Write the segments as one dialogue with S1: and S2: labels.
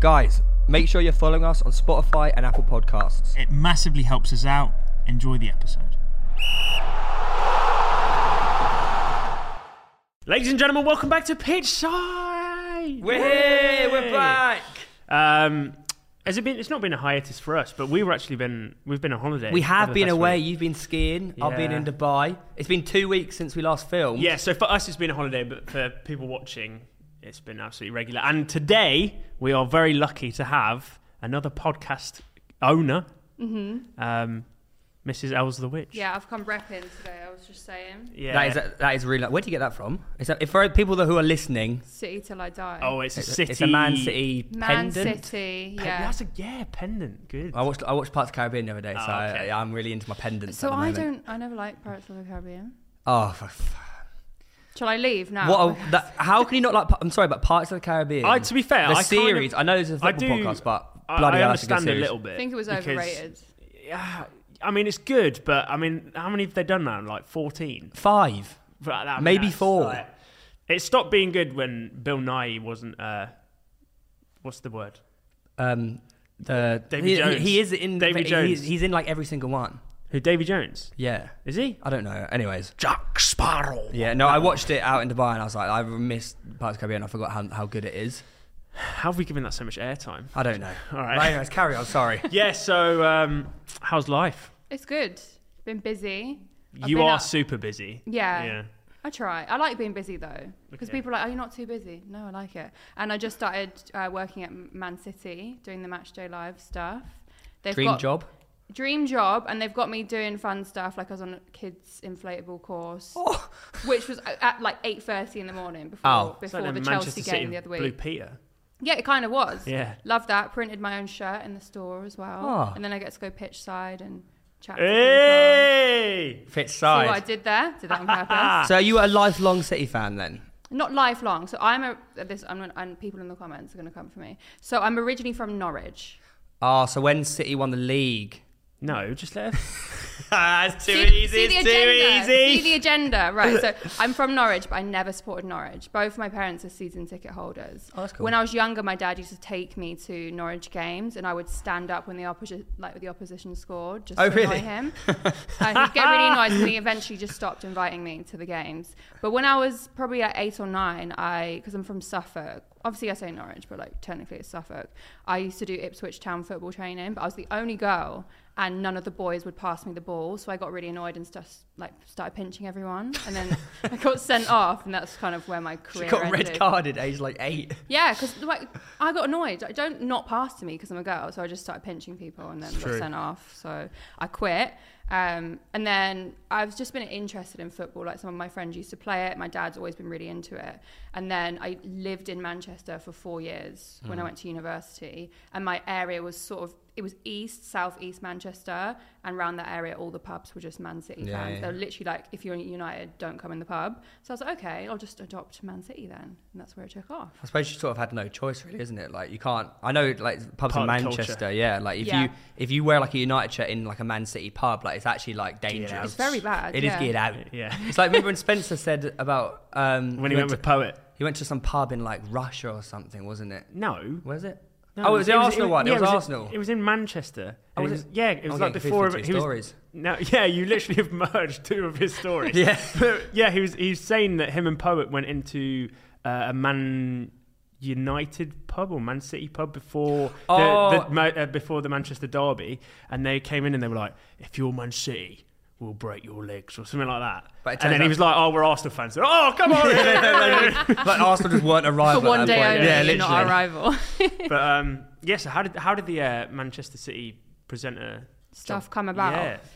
S1: Guys, make sure you're following us on Spotify and Apple Podcasts.
S2: It massively helps us out. Enjoy the episode. Ladies and gentlemen, welcome back to Pitch Side.
S1: We're here, we're back.
S2: Um, has it been? It's not been a hiatus for us, but we were actually been we've been on holiday.
S1: We have
S2: over the
S1: been
S2: past
S1: away.
S2: week.
S1: You've been skiing. I've been
S2: Yeah.
S1: in Dubai. It's been two weeks since we last filmed.
S2: Yeah, so for us it's been a holiday, but for people watching, it's been absolutely regular. And today we are very lucky to have another podcast owner, um, Mrs. Els the Witch.
S3: Mm-hmm. Yeah, I've come repping today. I was just saying,
S2: yeah.
S1: That is that is really. Where do you get that from? Is that if for people that who are listening?
S3: city till I die.
S2: oh, it's a
S1: it's a-
S2: city.
S1: It's a Man City
S3: Man
S1: pendant.
S3: City.
S2: Pen-
S3: Yeah.
S2: That's a yeah pendant. Good.
S1: I watched I watched Parts of the Caribbean the other day, so
S2: Oh, okay.
S1: I, I'm really into my pendants.
S3: So
S1: at the
S3: I
S1: moment.
S3: don't. I never liked Pirates of the Caribbean.
S1: Oh, for f-
S3: Shall I leave now?
S1: what? A, that, how can you not like? Pa- I'm sorry, but Parts of the Caribbean.
S2: I- to be fair, I
S1: the
S2: kind of-
S1: series. I know this is a
S2: I
S1: football
S2: do-
S1: podcast, but
S2: I,
S1: bloody
S2: I
S1: hell, that's a good
S2: understand a
S1: series.
S2: little bit.
S3: I think it was
S2: because-
S3: overrated.
S2: Yeah, I mean it's good, but I mean how many have they done now? Like fourteen.
S1: Five.
S2: Right, that-
S1: Maybe
S2: that's,
S1: four.
S2: like- it stopped being good when Bill Nye wasn't. Uh, what's the word?
S1: Um, the
S2: Davy
S1: he,
S2: Jones.
S1: he is in
S2: Davy
S1: he-
S2: Jones.
S1: He's, he's in like every single one.
S2: Who? Davy Jones?
S1: Yeah,
S2: Is he?
S1: I don't know. Anyways,
S2: Jack Sparrow.
S1: yeah, no, I watched it out in Dubai and I was like, I missed Parts of the Caribbean. I forgot how, how good it is.
S2: How have we given that so much airtime?
S1: I don't know.
S2: All right.
S1: But anyways, carry on. Sorry.
S2: Yeah. So, um, how's life?
S3: It's good. Been busy. I've
S2: you
S3: been
S2: are
S3: up-
S2: super busy.
S3: Yeah.
S2: Yeah.
S3: I try. I like being busy though, because
S2: Okay.
S3: people are like, "Are you not too busy?" No, I like it. And I just started uh, working at Man City, doing the Match Day Live stuff. They've
S1: Dream
S3: got-
S1: job.
S3: Dream job, and they've got me doing fun stuff. Like I was on a kids' inflatable course, which was at, at, like eight thirty in the morning before
S1: Oh.
S2: It's like
S3: before the
S2: them
S3: Chelsea
S2: City
S3: game the other week.
S2: Blue Peter.
S3: Yeah, it kind of was.
S2: Yeah.
S3: love that. Printed my own shirt in the store as well,
S1: Oh.
S3: and then I get to go pitch side and chat. to people.
S2: Hey.
S1: Fit
S3: See what I
S1: side.
S3: did there? Did that on purpose.
S1: So are you a lifelong City fan then?
S3: Not lifelong. So I'm a this. I'm an, and people in the comments are going to come for me. So I'm originally from Norwich.
S1: Ah, so when City won the league.
S2: No, just let. Her...
S1: That's too
S3: agenda. See the agenda. Right. So I'm from Norwich, but I never supported Norwich. Both my parents are season ticket holders.
S1: Oh, that's cool.
S3: When I was younger, my dad used to take me to Norwich games, and I would stand up when the opposition, like the opposition scored, just
S1: Oh,
S3: to
S1: really?
S3: annoy him. uh, he'd get really annoyed, and he eventually just stopped inviting me to the games. But when I was probably like eight or nine, I because I'm from Suffolk. Obviously, I say Norwich, but like technically it's Suffolk. I used to do Ipswich Town football training, but I was the only girl, and none of the boys would pass me the ball. So I got really annoyed and stuff, like started pinching everyone, and then I got sent off, and that's kind of where my
S1: She
S3: career
S1: got
S3: ended.
S1: red carded age like eight.
S3: Yeah, because like I got annoyed. Like, Don't not pass to me because I'm a girl. So I just started pinching people and then got
S2: true.
S3: sent off. So I quit. Um, and then I've just been interested in football. Like some of my friends used to play it. My dad's always been really into it. And then I lived in Manchester for four years
S1: Mm.
S3: when I went to university. And my area was sort of it was east, south east Manchester, and around that area, all the pubs were just Man City
S1: Yeah,
S3: fans.
S1: yeah.
S3: They were literally like, if you're in United, don't come in the pub. So I was like, okay, I'll just adopt Man City then, and that's where it took off.
S1: I suppose you sort of had no choice, really, isn't it? Like you can't. I know, like pubs in
S2: Part of the culture.
S1: Manchester, yeah. Like if
S3: Yeah.
S1: you if you wear like a United shirt in like a Man City pub, like it's actually like dangerous.
S2: out.
S3: It's very bad.
S1: It is
S3: yeah.
S1: geared out.
S2: Yeah.
S1: It's like remember when Spencer said about um,
S2: When he went
S1: to,
S2: with poet.
S1: he went to some pub in like Russia or something, wasn't it?
S2: No.
S1: Was it?
S2: No,
S1: oh, it was the Arsenal one. It
S2: yeah,
S1: was, Arsenal.
S2: It, was in
S1: Oh,
S2: Manchester. And
S1: was
S2: it was,
S1: it?
S2: yeah, it
S1: I'm
S2: was like
S1: getting
S2: before of
S1: 52
S2: it. He was-
S1: stories.
S2: no, yeah, you literally have merged two of his stories.
S1: Yeah.
S2: But, yeah, he was he was saying that him and Poet went into uh, a Man United pub or Man City pub before the,
S1: Oh.
S2: the, Ma- uh, before the Manchester derby, and they came in and they were like, "If you're Man City." We'll break your legs or something like that.
S1: But it
S2: and
S1: turns
S2: then he
S1: out-
S2: was like, "Oh, we're Arsenal fans." Oh, come on!
S1: but Arsenal just weren't arrived
S3: For one day only,
S1: Yeah,
S3: you're not our
S1: literally.
S3: rival.
S2: but um, yeah, so how did how did the uh, Manchester City presenter
S3: Stuff come about.
S2: Yeah.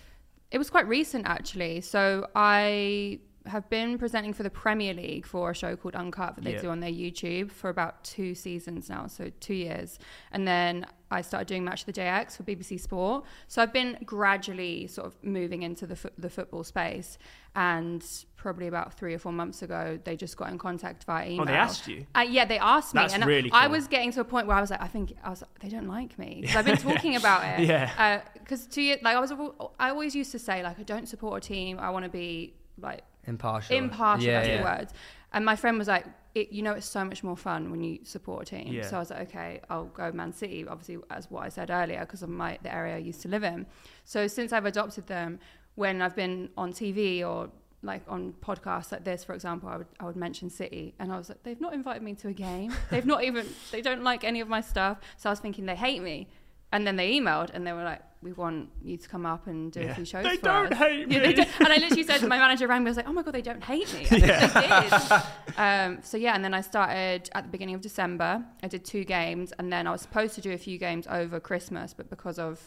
S3: It was quite recent, actually. So I have been presenting for the Premier League for a show called Uncut that they
S2: Yeah.
S3: do on their YouTube for about two seasons now, so two years. And then I started doing Match of the JX for BBC Sport. So I've been gradually sort of moving into the, fo- the football space. And probably about three or four months ago, they just got in contact via email.
S2: Oh, asked you?
S3: Uh, yeah, they asked me.
S2: That's
S3: and I-
S2: really
S3: I
S2: cool.
S3: was getting to a point where I was like, I think I was like, they don't like me. Because I've been talking about it. Uh,
S2: Yeah.
S3: Because two years, like I was, al- I always used to say like I don't support a team. I want to be like
S1: Impartial.
S3: impartial.
S1: Yeah,
S3: that's
S1: yeah.
S3: the word. And my friend was like, it, you know it's so much more fun when you support a team.
S2: Yeah.
S3: So I was like, okay, I'll go Man City, obviously as what I said earlier, because of my the area I used to live in. So since I've adopted them, when I've been on TV or like on podcasts like this, for example, I would I would mention City, and I was like, they've not invited me to a game. They've not even they don't like any of my stuff. So I was thinking they hate me, and then they emailed and they were like, we want you to come up and do
S2: Yeah.
S3: a few shows.
S2: They
S3: for
S2: don't
S3: us.
S2: hate
S3: Yeah, they
S2: me.
S3: don't- and I literally said, my manager rang me. I was like, oh my god, they don't hate me. I think they did. Um, so yeah, and then I started at the beginning of December. I did two games, and then I was supposed to do a few games over Christmas, but because of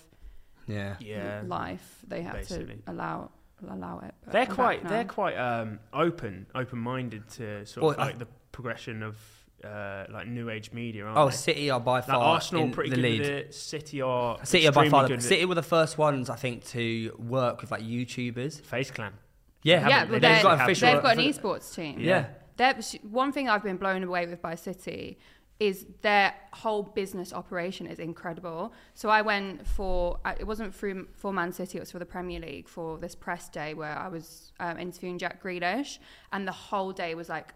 S1: Yeah.
S2: Yeah.
S3: life, they had
S2: basically.
S3: to allow allow it. But
S2: They're
S3: I'm back
S2: quite
S3: now.
S2: they're quite um, open open minded to sort of
S1: Well, I-
S2: like the progression of uh, like new age media, aren't
S1: Oh,
S2: they?
S1: City are by
S2: Like
S1: far
S2: Arsenal
S1: in
S2: are pretty
S1: the
S2: good
S1: lead.
S2: at it. City are
S1: City are by
S2: extremely
S1: far
S2: good
S1: the,
S2: at it.
S1: City were the first ones I think to work with like YouTubers.
S2: Face Clan.
S1: Yeah,
S3: yeah,
S2: haven't-
S3: but
S2: they
S3: they're-
S2: don't
S1: got
S2: have
S1: official.
S3: they've got an esports team.
S1: yeah.
S3: They're, sh- one thing I've been blown away with by City is their whole business operation is incredible. So I went for I- it wasn't through for Man City, it was for the Premier League for this press day where I was um, interviewing Jack Grealish, and the whole day was like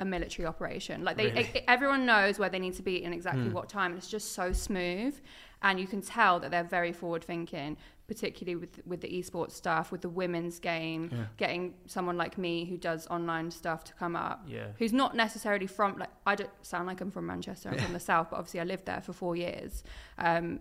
S3: a military operation. Like they,
S2: Really? Hmm.
S3: e- everyone knows where they need to be in exactly what time, and it's just so smooth. And you can tell that they're very forward thinking, particularly with with the esports stuff, with the women's game, getting someone like me who does online stuff to come up
S2: Yeah.
S3: who's not necessarily from like I don't sound like I'm from Manchester. I'm from the south, but obviously I lived there for four years, um,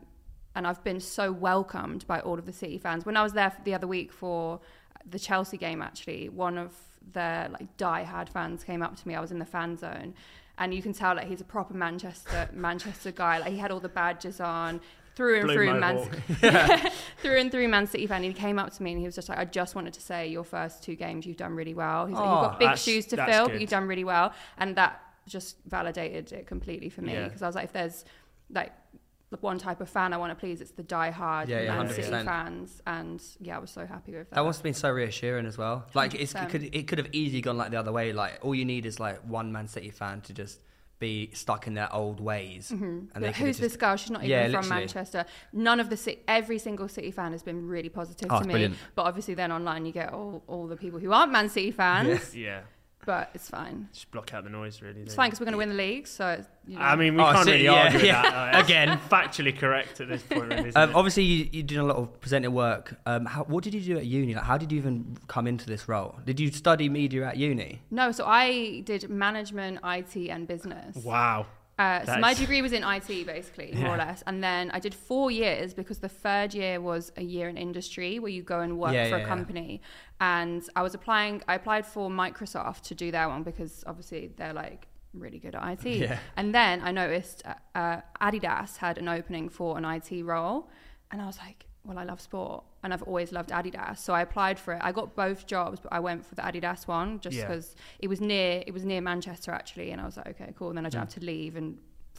S3: and I've been so welcomed by all of the City fans. When I was there the other week for the Chelsea game, actually, one of their like diehard fans came up to me. I was in the fan zone, and you can tell like he's a proper Manchester Manchester guy. Like he had all the badges on. Through and
S2: Blue
S3: through
S2: mohawk.
S3: Man, through and through Man City fan, he came up to me and he was just like, "I just wanted to say your first two games, you've done really well. He's like,
S1: Aw.
S3: you've got big
S2: Oh, That's-
S3: shoes to
S2: that's
S3: fill,
S2: good.
S3: but you've done really well. And that just validated it completely for me
S2: Yeah.
S3: because I was like, if there's like the one type of fan I want to please, it's the diehard
S1: Yeah, yeah,
S3: Man City
S1: 100%.
S3: fans. And yeah, I was so happy with that.
S1: That must have been so reassuring as well. Like it's, it
S3: 100%.
S1: could it could have easily gone like the other way. Like all you need is like one Man City fan to just be stuck in their old ways, and
S3: Like,
S1: could have
S3: Mm-hmm. who's
S1: just-
S3: this girl? She's not even
S1: Yeah,
S3: from
S1: literally.
S3: Manchester. None of the city, every single City fan has been really positive
S1: Oh,
S3: to
S1: it's
S3: me.
S1: brilliant.
S3: But obviously, then online you get all, all the people who aren't Man City fans.
S2: Yeah.
S3: But it's fine.
S2: Just block out the noise really.
S3: It's
S2: don't
S3: fine
S2: you?
S3: because we're going to win the league. So it's, you know.
S2: I mean we
S1: Oh,
S2: can't
S1: City,
S2: really
S1: yeah,
S2: argue with
S1: yeah.
S2: that. Like, Again, factually correct at this point really, isn't
S1: Um,
S2: it?
S1: obviously, you, you did a lot of presenting work. Um, how, what did you do at uni? Like, how did you even come into this role? Did you study media at uni?
S3: No, so I did management, IT, and business.
S2: Wow.
S3: Uh, so
S2: That
S3: my
S2: is-
S3: degree was in IT, basically, more or
S2: Yeah.
S3: less. And then I did four years because the third year was a year in industry where you go and work
S1: Yeah,
S3: for
S1: yeah,
S3: a
S1: yeah.
S3: company. And I was applying, I applied for Microsoft to do that one because obviously they're like really good at IT.
S1: Yeah.
S3: And then I noticed uh, uh, Adidas had an opening for an IT role. And I was like, well, I love sport and I've always loved Adidas. So I applied for it. I got both jobs, but I went for the Adidas one just
S2: Yeah.
S3: because it was near it was near Manchester actually, and I was like, okay, cool. And then I
S2: Mm.
S3: don't have to leave and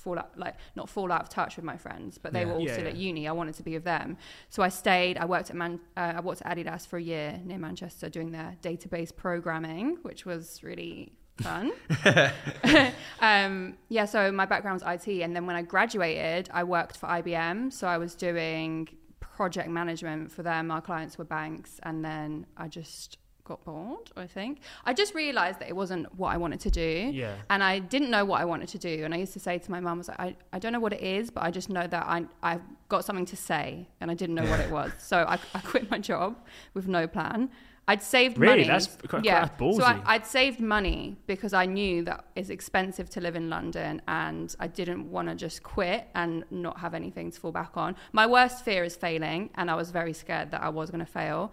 S3: fall out like not fall out of touch with my friends, but they
S1: Yeah.
S3: were all
S2: Yeah,
S3: still
S2: yeah.
S3: at uni. I wanted to be with them, so I stayed. I worked at Man, uh, I worked at Adidas for a year near Manchester doing their database programming, which was really fun. um, yeah, so my background's IT, and then when I graduated, I worked for IBM, so I was doing project management for them. Our clients were banks, and then I just got bored. I think I just realised that it wasn't what I wanted to do,
S2: Yeah.
S3: and I didn't know what I wanted to do. And I used to say to my mum, "I was like, I, I don't know what it is, but I just know that I I've got something to say, and I didn't know what it was, so I, I quit my job with no plan." I'd saved
S2: Really?
S3: money.
S2: That's quite- quite ballsy.
S3: So I, I'd saved money because I knew that it's expensive to live in London and I didn't want to just quit and not have anything to fall back on. My worst fear is failing, and I was very scared that I was going to fail.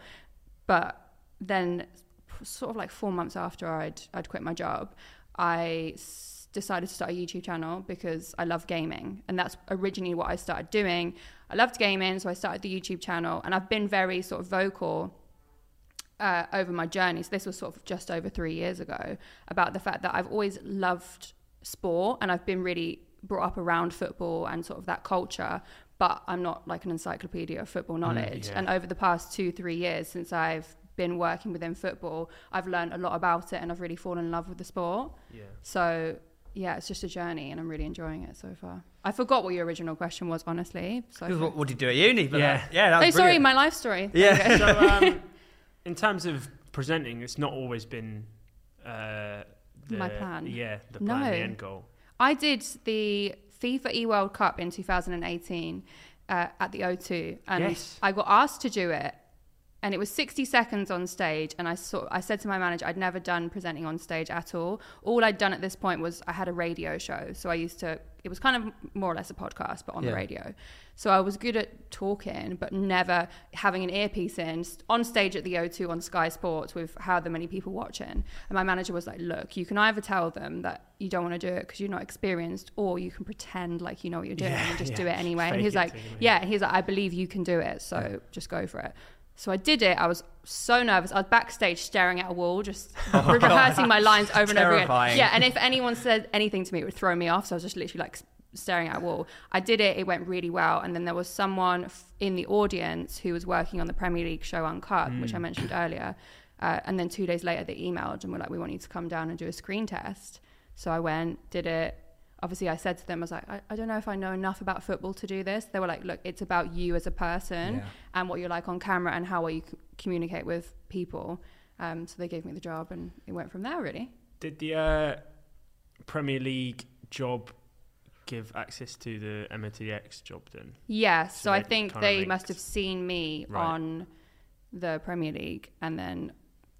S3: But then, p- sort of like four months after I'd, I'd quit my job, I s- decided to start a YouTube channel because I love gaming. And that's originally what I started doing. I loved gaming, so I started the YouTube channel, and I've been very sort of vocal uh, over my journey. So this was sort of just over three years ago about the fact that I've always loved sport and I've been really brought up around football and sort of that culture, but I'm not like an encyclopedia of
S1: Mm,
S3: football knowledge.
S2: yeah.
S3: And over the past two, three years since I've been working within football, I've learned a lot about it and I've really fallen in love with the sport.
S2: Yeah.
S3: So yeah, it's just a journey and I'm really enjoying it so far. I forgot what your original question was, honestly. So
S1: What, what did you do at uni? But
S2: Yeah.
S1: that- yeah. That
S3: Oh,
S1: was
S3: sorry,
S1: brilliant.
S3: my life story.
S1: Yeah.
S2: so um, in terms of presenting, it's not always been uh, the
S3: My plan.
S2: Yeah, the
S3: No.
S2: plan, the end goal.
S3: I did the FIFA E World Cup in 2018 uh, at the O2, and
S2: Yes.
S3: I got asked to do it, and it was 60 seconds on stage. And I saw, I said to my manager, I'd never done presenting on stage at all. All I'd done at this point was I had a radio show, so I used to. It was kind of more or less a podcast, but on
S1: Yeah.
S3: the radio. So I was good at talking, but never having an earpiece in s- on stage at the O2 on Sky Sports with however many people watching. And my manager was like, Look, you can either tell them that you don't want to do it because you're not experienced, or you can pretend like you know what you're doing
S2: Yeah,
S3: and just
S2: yeah.
S3: do it anyway. And
S2: Fake
S3: he was
S2: it
S3: like,
S2: till you make
S3: Yeah, and he was like, I believe you can do it. So just go for it. So I did it. I was so nervous. I was backstage staring at a wall, just rehearsing my lines over and over again.
S1: Terrifying.
S3: Yeah, and if anyone said anything to me, it would throw me off. So I was just literally like s- staring at a wall. I did it. It went really well. And then there was someone f- in the audience who was working on the Premier League show Uncut, which I mentioned earlier. Uh, and then two days later, they emailed and were like, "We want you to come down and do a screen test." So I went, did it. Obviously, I said to them, I was like, I, I don't know if I know enough about football to do this. They were like, look, it's about you as a person
S1: Yeah.
S3: and what you're like on camera and how well you c- communicate with people. Um, so they gave me the job and it went from there, really.
S2: Did the uh, Premier League job give access to the MTX job then?
S3: Yeah, so I
S2: that
S3: think
S2: kinda
S3: they
S2: links.
S3: must have seen me
S2: Right.
S3: on the Premier League, and then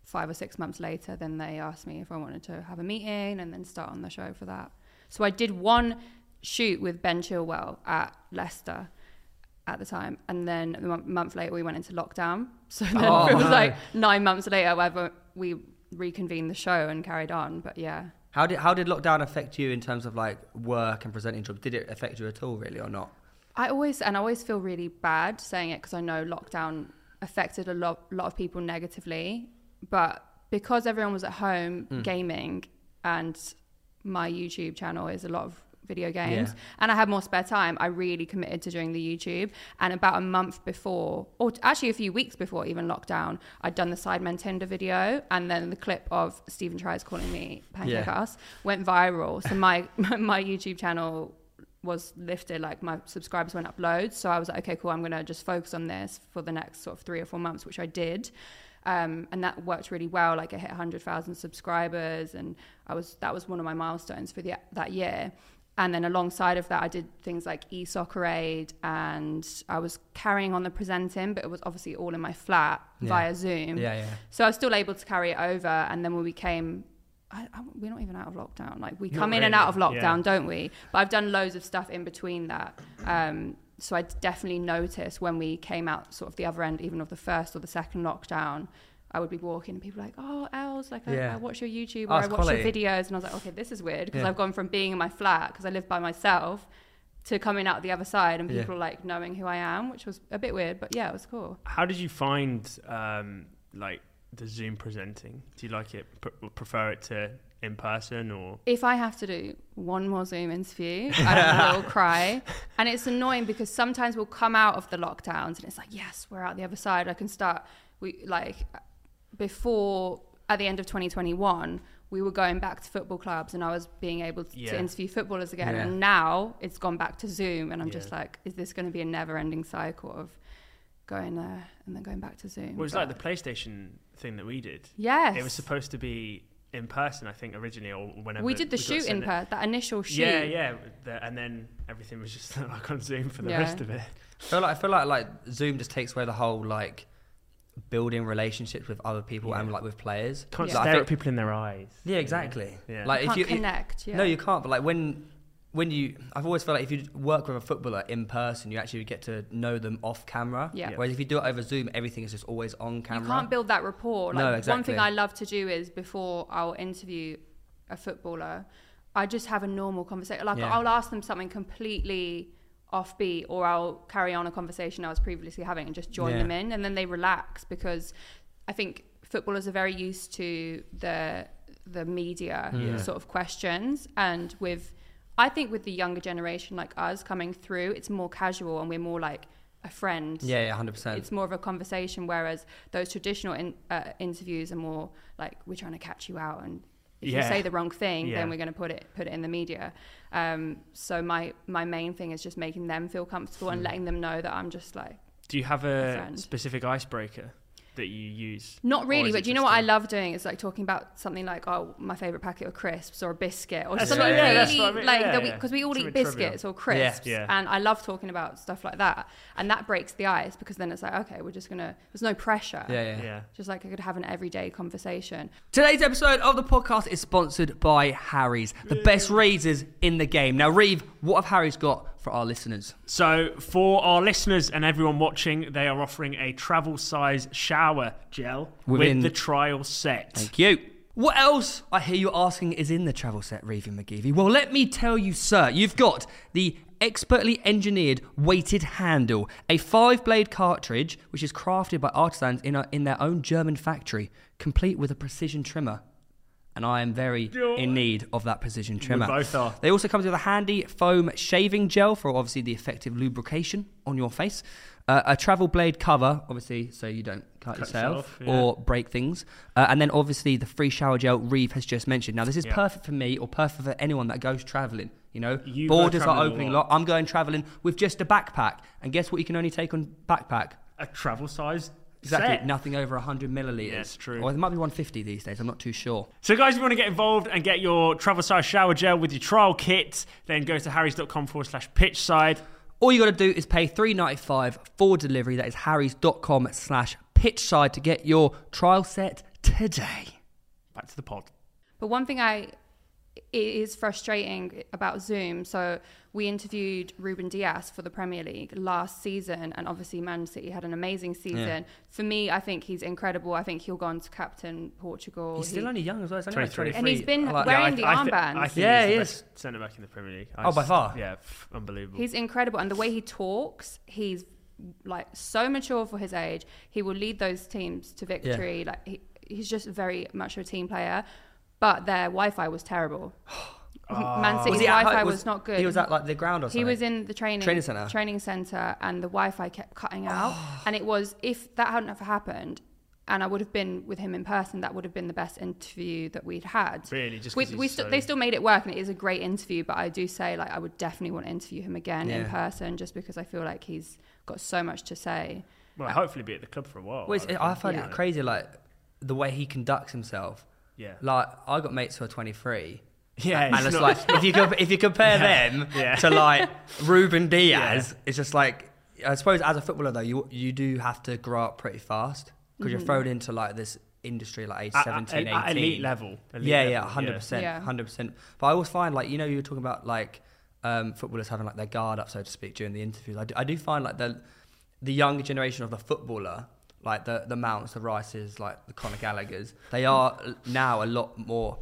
S3: five or six months later, then they asked me if I wanted to have a meeting and then start on the show for that. So I did one shoot with Ben Chilwell at Leicester at the time, and then a mon- month later we went into lockdown. So then
S1: Oh,
S3: it was
S1: no.
S3: like nine months later, whether we reconvened the show and carried on. But yeah,
S1: How did how did lockdown affect you in terms of like work and presenting jobs? Did it affect you at all, really, or not?
S3: I always and I always feel really bad saying it because I know lockdown affected a lot lot of people negatively, but because everyone was at home
S1: Hmm.
S3: gaming and my YouTube channel is a lot of video games
S1: Yeah.
S3: and I had more spare time, I really committed to doing the YouTube and about a month before or t- actually a few weeks before even lockdown, I'd done the Sidemen Tinder video and then the clip of Stephen Tries calling me pancake
S1: Yeah.
S3: ass went viral. So my my YouTube channel was lifted, like my subscribers went up loads. So I was like, okay, cool, I'm gonna just focus on this for the next sort of three or four months, which I did. Um, and that worked really well. Like I hit 100,000 subscribers, and I was that was one of my milestones for the, that year. And then alongside of that, I did things like e soccer aid, and I was carrying on the presenting, but it was obviously all in my flat
S1: Yeah.
S3: via Zoom.
S1: Yeah, yeah.
S3: So I was still able to carry it over. And then when we came, I, I, we're not even out of lockdown. Like we
S2: Not
S3: come in and out of
S2: really,
S3: lockdown, don't we? But I've done loads of stuff in between that. Um, so I definitely noticed when we came out, sort of the other end, even of the first or the second lockdown. I would be walking and people were like, oh, Els, like I,
S1: Yeah.
S3: I watch your YouTube
S1: Oh,
S3: or I
S1: it's
S3: watch your
S1: quality.
S3: videos. And I was like, okay, this is weird because
S1: Yeah.
S3: I've gone from being in my flat because I live by myself to coming out the other side and
S1: Yeah.
S3: people like knowing who I am, which was a bit weird, but yeah, it was cool.
S2: How did you find um, like the Zoom presenting? Do you like it? Pr- prefer it to in person or?
S3: if I have to do one more Zoom interview, I will cry. And it's annoying because sometimes we'll come out of the lockdowns and it's like, yes, we're out the other side. I can start. We like before at the end of 2021, we were going back to football clubs and I was being able to,
S2: Yeah.
S3: to interview footballers again.
S1: Yeah.
S3: And now it's gone back to Zoom, and I'm just
S2: Yeah.
S3: like, is this going to be a never-ending cycle of going there and then going back to Zoom?
S2: Well, it was
S3: But-
S2: like the PlayStation thing that we did.
S3: yes,
S2: It was supposed to be in person, I think, originally or whenever
S3: we did the
S2: got
S3: shoot in
S2: sent it.
S3: Perth, that initial shoot.
S2: Yeah, yeah, the- and then everything was just like on Zoom for the
S3: Yeah.
S2: rest of it.
S1: I feel like I feel like like Zoom just takes away the whole like building relationships with other people
S2: Yeah.
S1: and like with players.
S2: Can't
S3: Yeah.
S1: Like, I
S2: stare
S1: feel-
S2: at people in their eyes.
S1: Yeah, exactly.
S2: Yeah.
S1: Like
S3: can't
S1: if you
S3: connect. yeah.
S1: no, you can't. But like when when you, I've always felt like if you work with a footballer in person, you actually get to know them off camera.
S3: Yeah.
S1: Whereas if you do it over Zoom, everything is just always on camera.
S3: You can't build that rapport. Like
S1: No,
S3: one
S1: exactly.
S3: thing I love to do is before I'll interview a footballer, I just have a normal conversation. Like
S1: Yeah.
S3: I'll ask them something completely offbeat, or I'll carry on a conversation I was previously having and just join
S1: Yeah.
S3: them in, and then they relax because I think footballers are very used to the the media
S1: Yeah.
S3: sort of questions, and with I think with the younger generation like us coming through, it's more casual and we're more like a friend
S1: yeah, yeah, hundred percent.
S3: it's more of a conversation whereas those traditional in, uh, interviews are more like we're trying to catch you out and if you
S2: Yeah.
S3: say the wrong thing
S2: Yeah.
S3: then we're going to put it put it in the media um, so my my main thing is just
S2: Hmm.
S3: making them feel comfortable and letting them know that i'm just like
S2: Do you have a
S3: friend.
S2: specific icebreaker? that you use?
S3: Not
S2: Or
S3: really,
S2: is
S3: but
S2: it
S3: do you know
S2: just
S3: what I
S2: a-
S3: love doing? It's like talking about something like, oh, my favorite packet of crisps or a biscuit or
S2: That's
S3: something
S1: right, yeah,
S2: that's
S3: really
S2: what I mean,
S3: like
S2: yeah,
S3: that
S2: yeah.
S3: because we all
S2: Something
S3: eat
S2: trivial.
S3: biscuits or crisps,
S2: yeah.
S3: and I love talking about stuff like that, and that breaks the ice because then it's like, okay, we're just gonna. There's no pressure.
S1: Yeah, yeah.
S2: Yeah.
S3: Just like I could have an everyday conversation.
S1: Today's episode of the podcast is sponsored by Harry's, the best razors in the game. Now, Reeve, what have Harry's got for our listeners?
S2: So, for our listeners and everyone watching, they are offering a travel size shower gel
S1: Within-
S2: with the trial set.
S1: Thank you. What else I hear you asking is in the travel set, Reeve and McGeevy? Well, let me tell you, sir, you've got the expertly engineered weighted handle, a five blade cartridge, which is crafted by artisans in, a, in their own German factory, complete with a precision trimmer. And I am very in need of that precision trimmer.
S2: both are.
S1: They also comes with a handy foam shaving gel for obviously the effective lubrication on your face, uh, a travel blade cover, obviously, so you don't cut, yourself,
S2: yourself, yeah.
S1: or break things, uh, and then obviously the free shower gel Reeve has just mentioned. Now this is
S2: Yeah.
S1: perfect for me or perfect for anyone that goes traveling. You know,
S2: You go
S1: borders are
S2: travelling a
S1: opening
S2: lot.
S1: lot. I'm going traveling with just a backpack, and guess what? You can only take on backpack.
S2: A travel size
S1: Exactly,
S2: set.
S1: nothing over 100 milliliters.
S2: Yeah, it's true.
S1: Or it might be 150 these days. I'm not too sure.
S2: So, guys, if you want to get involved and get your travel size shower gel with your trial kit, then go to harrys.com forward slash pitch side.
S1: All you got to do is pay three ninety five for delivery. That is harrys.com slash pitchside to get your trial set today.
S2: Back to the pod.
S3: But one thing I it is frustrating about Zoom. So we interviewed Ruben Diaz for the Premier League last season, and obviously Man City had an amazing season.
S1: Yeah.
S3: For me, I think he's incredible. I think he'll go on to captain Portugal.
S1: He's
S3: He-
S1: still only young as well. He's only like
S2: 23.
S1: 23.
S3: And he's been
S1: Like-
S3: wearing
S2: I,
S3: the
S2: I thi-
S3: armbands.
S2: I think
S1: Yeah,
S2: he's
S1: he
S2: the
S1: is.
S2: best centre back in the Premier League. I
S1: Oh, by
S2: just-
S1: far.
S2: Yeah, f- unbelievable.
S3: He's incredible, and the way he talks, he's like so mature for his age. He will lead those teams to victory. Like he, he's just very much a team player. But their Wi-Fi was terrible. Man City's
S1: at
S3: Wi-Fi
S1: home?
S3: was, not good.
S1: He was at like the ground or something.
S3: He was in the training
S1: Training centre.
S3: training centre, and the Wi-Fi kept cutting out. And it was if that hadn't have happened, and I would have been with him in person, that would have been the best interview that we'd had.
S2: Really, just 'cause
S3: we,
S2: he's
S3: we st-
S2: so-
S3: they still made it work, and it is a great interview. But I do say like I would definitely want to interview him again in
S1: Yeah.
S3: person, just because I feel like he's got so much to say.
S2: well, hopefully be at the club for a while.
S1: Well, it's,
S2: reckon.
S1: I find
S3: Yeah.
S1: it crazy, like the way he conducts himself.
S2: Yeah.
S1: Like I got mates who are 23.
S2: Yeah,
S1: and
S2: it's
S1: it's
S2: not-
S1: like if you comp- if you compare
S2: Yeah.
S1: them
S2: Yeah.
S1: to like Ruben Diaz,
S2: Yeah.
S1: it's just like I suppose as a footballer though, you you do have to grow up pretty fast because you're thrown into like this industry like age
S2: At- at-
S1: 17,
S2: at
S1: 18.
S2: elite level. Elite
S1: yeah,
S2: level,
S1: yeah, hundred percent,
S3: Yeah.
S1: hundred percent. But I always find like you know you were talking about like um, footballers having like their guard up so to speak during the interviews. I do, I do find like the the younger generation of the footballer, like the the Mounts, the Rices, like the Conor Gallagher's, they are now a lot more.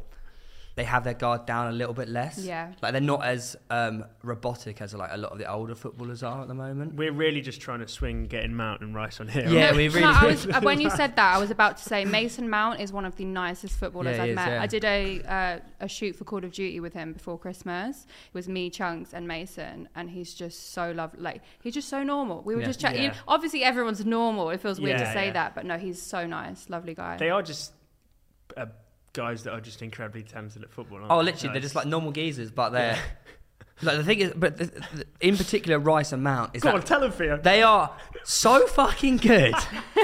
S1: They have their guard down a little bit less.
S3: Yeah.
S1: like they're not as um, robotic as like a lot of the older footballers are at the moment.
S2: We're really just trying to swing getting Mount and Rice on here.
S1: Yeah,
S3: no,
S1: we
S3: no,
S1: really
S3: I was, uh, when you said that, I was about to say Mason Mount is one of the nicest footballers
S1: Yeah, he
S3: I've
S1: is,
S3: met.
S1: yeah.
S3: I did a uh, a shoot for Call of Duty with him before Christmas. It was me, Chunks, and Mason, and he's just so lovely. Like he's just so normal. We were
S1: Yeah.
S3: just chatting. you
S2: Yeah.
S3: know, obviously, everyone's normal. It feels weird
S2: Yeah,
S3: to say
S2: yeah.
S3: that, but no, he's so nice, lovely guy.
S2: They are just uh, guys that are just incredibly talented at football. Aren't
S1: Oh,
S2: they?
S1: literally, they're just like normal geezers, but they're like the thing is, but the, the, in particular, Rice and Mount is
S2: Go
S1: that
S2: on, tell them, Theo.
S1: They are so fucking good.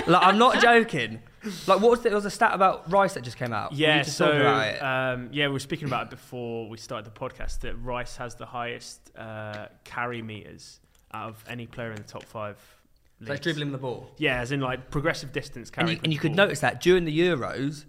S1: like I'm not joking. Like what was the, there was a stat about Rice that just came out. We
S2: Yeah,
S1: need to talk
S2: so
S1: about it.
S2: um, yeah, we were speaking about it before we started the podcast that Rice has the highest uh, carry meters out of any player in the top five.
S1: It's
S2: leagues.
S1: like dribbling the ball.
S2: Yeah, as in like progressive distance carry.
S1: And you,
S2: for
S1: and you
S2: the
S1: could
S2: ball.
S1: notice that during the Euros,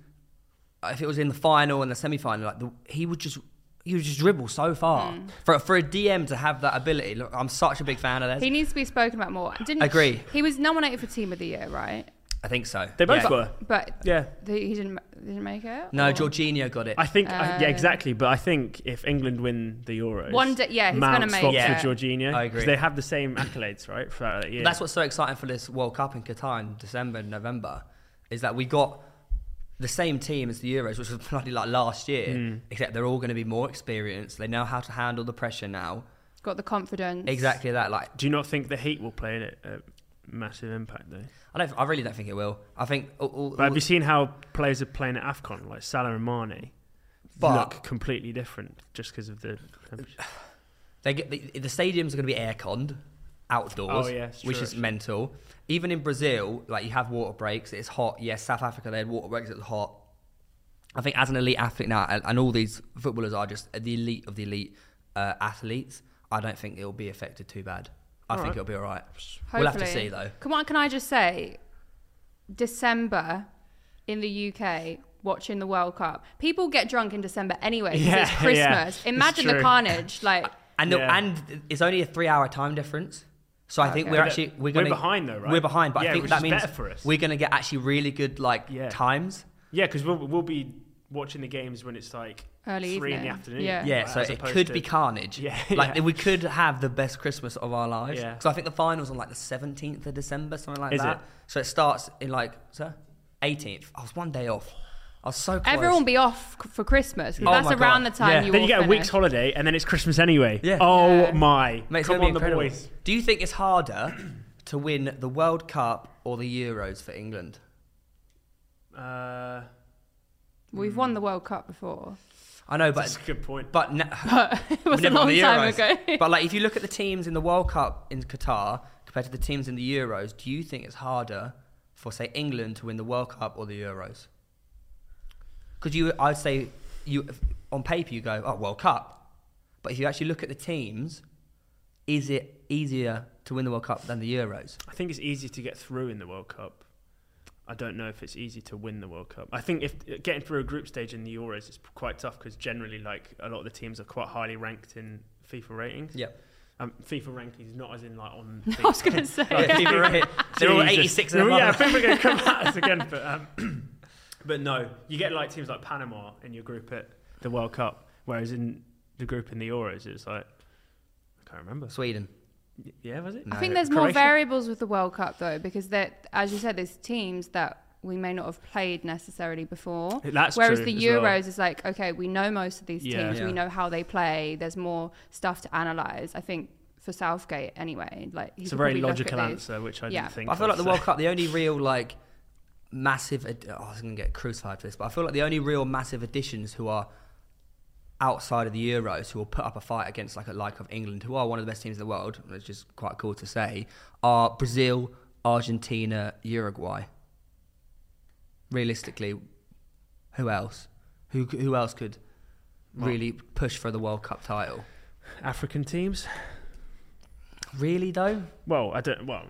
S1: if it was in the final and the semi-final, like the, he would just he would just dribble so far for for a DM to have that ability. Look, I'm such a big fan of theirs.
S3: he needs to be spoken about more. Didn't
S1: Agree.
S3: He was nominated for Team of the Year, right?
S1: I think so.
S2: They both
S1: Yeah.
S2: were.
S3: But
S2: Yeah.
S3: the, he didn't. They didn't make it.
S1: No,
S3: Or-
S1: Jorginho got it.
S2: I think, I- yeah,
S3: Uh,
S2: exactly. But I think if England win the Euros,
S3: One day- yeah, he's
S2: Mount
S3: gonna make
S2: swaps
S1: it.
S2: with Jorginho.
S1: I agree.
S2: 'cause They have the same accolades, right? uh, Throughout that year.
S1: That's what's so exciting for this World Cup in Qatar in December and November is that we got the same team as the Euros, which was bloody like last year,
S2: Hmm.
S1: except they're all going to be more experienced. They know how to handle the pressure now.
S3: Got the confidence.
S1: Exactly that. Like
S2: Do you not think the Heat will play in it? A massive impact, though.
S1: I don't. I really don't think it will. I think. All, all,
S2: But have you seen how players are playing at AFCON, like Salah and Mane,
S1: But-
S2: look completely different just because of the temperature?
S1: they get the, the stadiums are going to be airconned, outdoors,
S2: Oh, yeah, it's
S1: which
S2: true,
S1: is
S2: actually.
S1: mental. Even in Brazil, like you have water breaks. It's hot. Yes, South Africa they had water breaks. It was hot. I think as an elite athlete now, and, and all these footballers are just the elite of the elite uh, athletes. I don't think it'll be affected too bad. I
S2: All
S1: think
S2: right.
S1: it'll be all right.
S3: Hopefully.
S1: We'll have to see though.
S3: Come on, can I just say, December in the UK, watching the World Cup, people get drunk in December anyway. 'cause
S2: Yeah,
S3: it's
S2: yeah.
S3: Christmas.
S2: It's
S3: Imagine the
S2: true.
S3: carnage. Like,
S1: And the,
S2: Yeah.
S1: and it's only a three-hour time difference, so I think
S3: Okay.
S1: we're
S3: But
S1: actually we're
S2: we're
S1: gonna
S2: behind though, right?
S1: We're behind, but
S2: Yeah,
S1: I think
S2: which
S1: that
S2: is
S1: means
S2: better for us.
S1: we're gonna get actually really good like
S2: Yeah.
S1: times.
S2: Yeah, because we'll, we'll be watching the games when it's like
S3: Early
S2: three in the
S3: evening.
S2: afternoon.
S3: Yeah.
S1: Yeah,
S2: Right,
S1: so
S2: as
S1: it
S2: opposed
S1: could
S2: to-
S1: be carnage.
S2: Yeah,
S1: like
S2: yeah.
S1: we could have the best Christmas of our lives.
S2: Yeah.
S1: Because I think the finals on like the seventeenth of December, something like
S2: Is
S1: that.
S2: it?
S1: So it starts in like sir eighteenth. I was one day off. I was so close.
S3: everyone be off c- for Christmas. 'cause
S1: Oh
S3: that's
S1: my
S3: around
S1: God.
S3: the time
S2: Yeah.
S3: you
S2: then you
S3: all
S2: get a
S3: finish.
S2: week's holiday and then it's Christmas anyway.
S1: Yeah.
S2: Oh
S3: Yeah.
S2: my.
S1: Mate, it's
S2: Come
S1: gonna be
S2: on, the
S1: incredible.
S2: boys.
S1: Do you think it's harder to win the World Cup or the Euros for England?
S2: Uh,
S3: We've won the World Cup before.
S1: I know,
S2: that's
S1: but
S2: a good point.
S1: but na-
S3: it was
S1: We
S3: a
S1: never won
S3: long
S1: the
S3: time
S1: Euros.
S3: ago.
S1: but like, if you look at the teams in the World Cup in Qatar compared to the teams in the Euros, do you think it's harder for say England to win the World Cup or the Euros? Because you, I'd say you on paper you go, oh World Cup, but if you actually look at the teams, is it easier to win the World Cup than the Euros?
S2: I think it's easy to get through in the World Cup. I don't know if it's easy to win the World Cup. I think if getting through a group stage in the Euros is quite tough because generally, like a lot of the teams are quite highly ranked in FIFA ratings.
S1: Yeah,
S2: Um, FIFA rankings, not as in like on.
S3: I was going to say.
S1: Yeah, FIFA rate- they're all
S2: Jesus.
S1: eighty six and
S2: Yeah,
S1: above.
S2: I think we're going to come at us again, but um, but no, you get like teams like Panama in your group at the World Cup, whereas in the group in the Euros, it's like I can't remember.
S1: Sweden.
S2: Y- Yeah, was it?
S3: I think
S1: No.
S3: there's more
S2: Croatia?
S3: variables with the World Cup though, because that, as you said, there's teams that we may not have played necessarily before.
S2: That's
S3: Whereas
S2: true
S3: the
S2: as well.
S3: Euros is like, okay, we know most of these
S2: Yeah.
S3: teams, we
S1: Yeah.
S3: know how they play. There's more stuff to analyze. I think for Southgate, anyway, like he
S2: It's a
S3: could
S2: very
S3: probably look at
S2: logical
S3: these.
S2: answer, which I
S3: Yeah.
S2: didn't think.
S1: I feel
S2: of,
S1: like the
S2: so-
S1: World Cup, the only real like massive. Ad- oh, I was going to get crucified for this, but I feel like the only real massive additions who are outside of the Euros who will put up a fight against like a like of England, who are one of the best teams in the world, which is quite cool to say, are Brazil, Argentina, Uruguay. Realistically, who else? Who who else could really push for the World Cup title?
S2: African teams.
S1: Really though,
S2: Well, I don't. Well,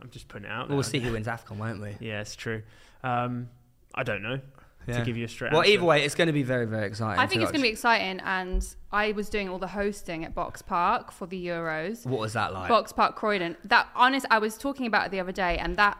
S2: I'm just putting it out.
S1: we'll
S2: there.
S1: see who wins Afcon, won't we?
S2: Yeah, it's true. Um, I don't know
S1: Yeah.
S2: to give you a straight.
S1: Well,
S2: answer.
S1: either way, it's going to be very very exciting.
S3: I think it's
S1: watch.
S3: going to be exciting, and I was doing all the hosting at Box Park for the Euros.
S1: What was that like?
S3: Box Park Croydon. That honest, I was talking about it the other day, and that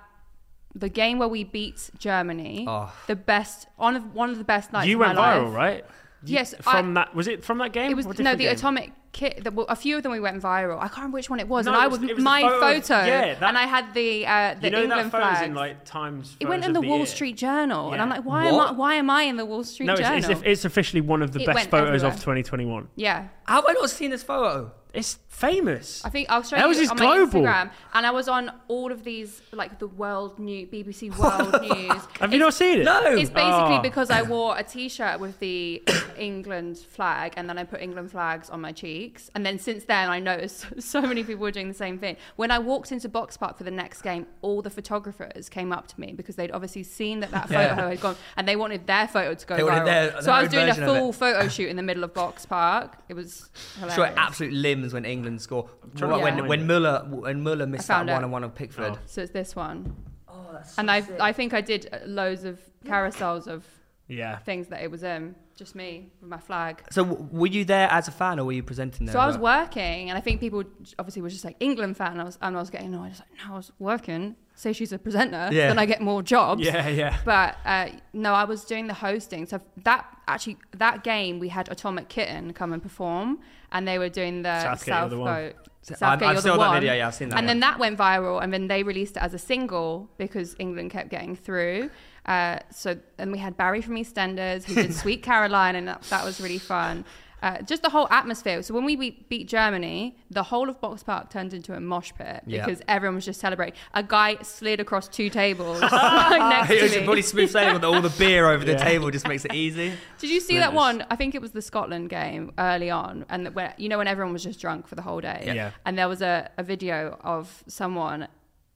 S3: the game where we beat Germany,
S1: Oh.
S3: the best on of- one of the best nights.
S2: you
S3: of
S2: went
S3: my
S2: viral,
S3: life.
S2: right? You-
S3: Yes,
S2: From
S3: I-
S2: that was it from that game?
S3: It was
S2: Or a
S3: no
S2: different
S3: the
S2: game?
S3: atomic kit. The, well, a few of them we went viral. I can't remember which one it was,
S2: No,
S3: and I
S2: it was-
S3: was,
S2: it was the
S3: my
S2: photo
S3: photo,
S2: of- yeah, that-
S3: and I had the uh, the
S2: you know
S3: England
S2: that photo's
S3: flag.
S2: in like Times.
S3: it went
S2: photos
S3: in
S2: of
S3: the Wall
S2: year.
S3: Street Journal, and I'm
S2: Yeah.
S3: like, why am
S1: What?
S3: I why am I in the Wall Street
S2: No,
S3: Journal?
S2: it's, it's, it's officially one of the
S3: It
S2: best
S3: went
S2: photos
S3: everywhere.
S2: of 2021.
S3: yeah,
S1: Have I not seen this photo?
S2: It's famous.
S3: I think I'll show
S2: Ours
S3: you
S2: is
S3: on
S2: global.
S3: my Instagram. And I was on all of these, like the world news, BBC World News.
S2: Have you
S3: It's-
S2: not seen it?
S1: No.
S3: It's basically
S1: ah.
S2: Oh.
S3: because I wore a T-shirt with the England flag, and then I put England flags on my cheeks. And then since then, I noticed so many people were doing the same thing. When I walked into Box Park for the next game, all the photographers came up to me because they'd obviously seen that that
S1: Yeah.
S3: photo had gone, and they wanted their photo to go
S1: They wanted
S3: viral.
S1: their-
S3: so
S1: their
S3: I
S1: own
S3: was doing a
S1: version of
S3: full photo shoot in the middle of Box Park. It was hilarious.
S1: Sure, absolute limbs when England score.
S2: trying
S1: Well,
S3: to
S1: when
S2: find
S1: when
S2: it.
S1: Muller when Muller missed
S3: I
S1: that
S3: found it.
S1: one and one on Pickford.
S2: Oh.
S3: So it's this one.
S1: Oh, that's
S3: and I I think I did uh, loads of carousels of
S2: Yeah.
S3: things that it was in. Just me with my flag.
S1: so w- were you there as a fan or were you presenting there?
S3: so I was
S1: Well,
S3: working, and I think people obviously were just like England fan. I was and I was getting annoyed. I was like, no, I was working. Say she's a presenter,
S1: Yeah.
S3: then I get more jobs.
S2: Yeah, yeah.
S3: But uh, no, I was doing the hosting. So that actually that game we had Atomic Kitten come and perform, and they were doing the
S2: Southgate, you're
S3: Southcote.
S2: the one.
S1: So-
S3: Southgate,
S1: I've- I've
S3: you're
S1: seen
S3: the
S1: that
S3: one.
S1: video, yeah, I've seen that,
S3: And
S1: yeah.
S3: then that went viral, and then they released it as a single because England kept getting through. Uh, so and we had Barry from EastEnders who did Sweet Caroline, and that, that was really fun. Uh, just the whole atmosphere. So when we be- beat Germany, the whole of Box Park turned into a mosh pit
S1: Yeah.
S3: because everyone was just celebrating. A guy slid across two tables
S1: It
S3: next
S1: was
S3: to
S1: just
S3: me.
S1: probably smooth sailing with all the beer over the
S2: Yeah.
S1: table just makes it easy.
S3: Did you see that
S2: Splinters.
S3: one? I think it was the Scotland game early on, and that where you know when everyone was just drunk for the whole day.
S2: Yeah. Yeah.
S3: And there was a, a video of someone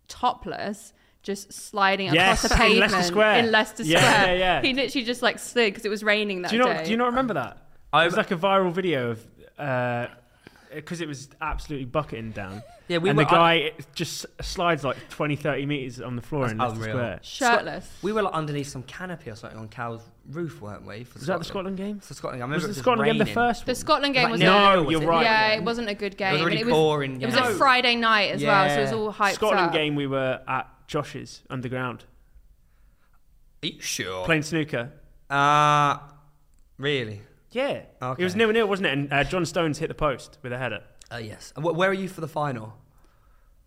S3: topless just sliding
S2: Yes,
S3: across a
S2: in
S3: pavement
S2: Leicester Square.
S3: in Leicester
S2: Yeah,
S3: Square.
S2: yeah, yeah.
S3: He literally just like slid because it was raining that
S2: do you not
S3: day.
S2: do you not remember that?
S1: I-
S2: it was like a viral video of because it was absolutely bucketing down.
S1: Yeah, we
S2: and
S1: were-
S2: the guy just slides like 20, 30 meters on the floor in
S1: That's
S2: Leicester
S1: unreal.
S2: Square.
S3: Shirtless.
S1: We were like underneath some canopy or something on Cal's roof, weren't we? For
S2: Was that the Scotland game?
S1: For Scotland, I remember
S2: Was
S1: it
S2: the
S1: was
S2: Scotland game the
S1: raining.
S2: first
S3: the
S2: one?
S3: Scotland game
S1: Like,
S3: was
S1: no,
S2: no,
S1: was
S2: you're
S1: it?
S2: right.
S3: yeah, it wasn't a good game.
S1: It was
S3: and
S1: really
S3: it was,
S1: boring.
S3: It was
S1: yeah.
S3: a Friday night as well, so it was
S1: Yeah.
S3: all hyped
S2: Scotland
S3: up.
S2: game we were at Josh's underground
S1: Are you sure?
S2: playing snooker.
S1: Uh, really?
S2: Yeah,
S1: Okay.
S2: it was nil nil, wasn't it? And uh, John Stones hit the post with a header.
S1: Oh, yes. And wh- where are you for the final?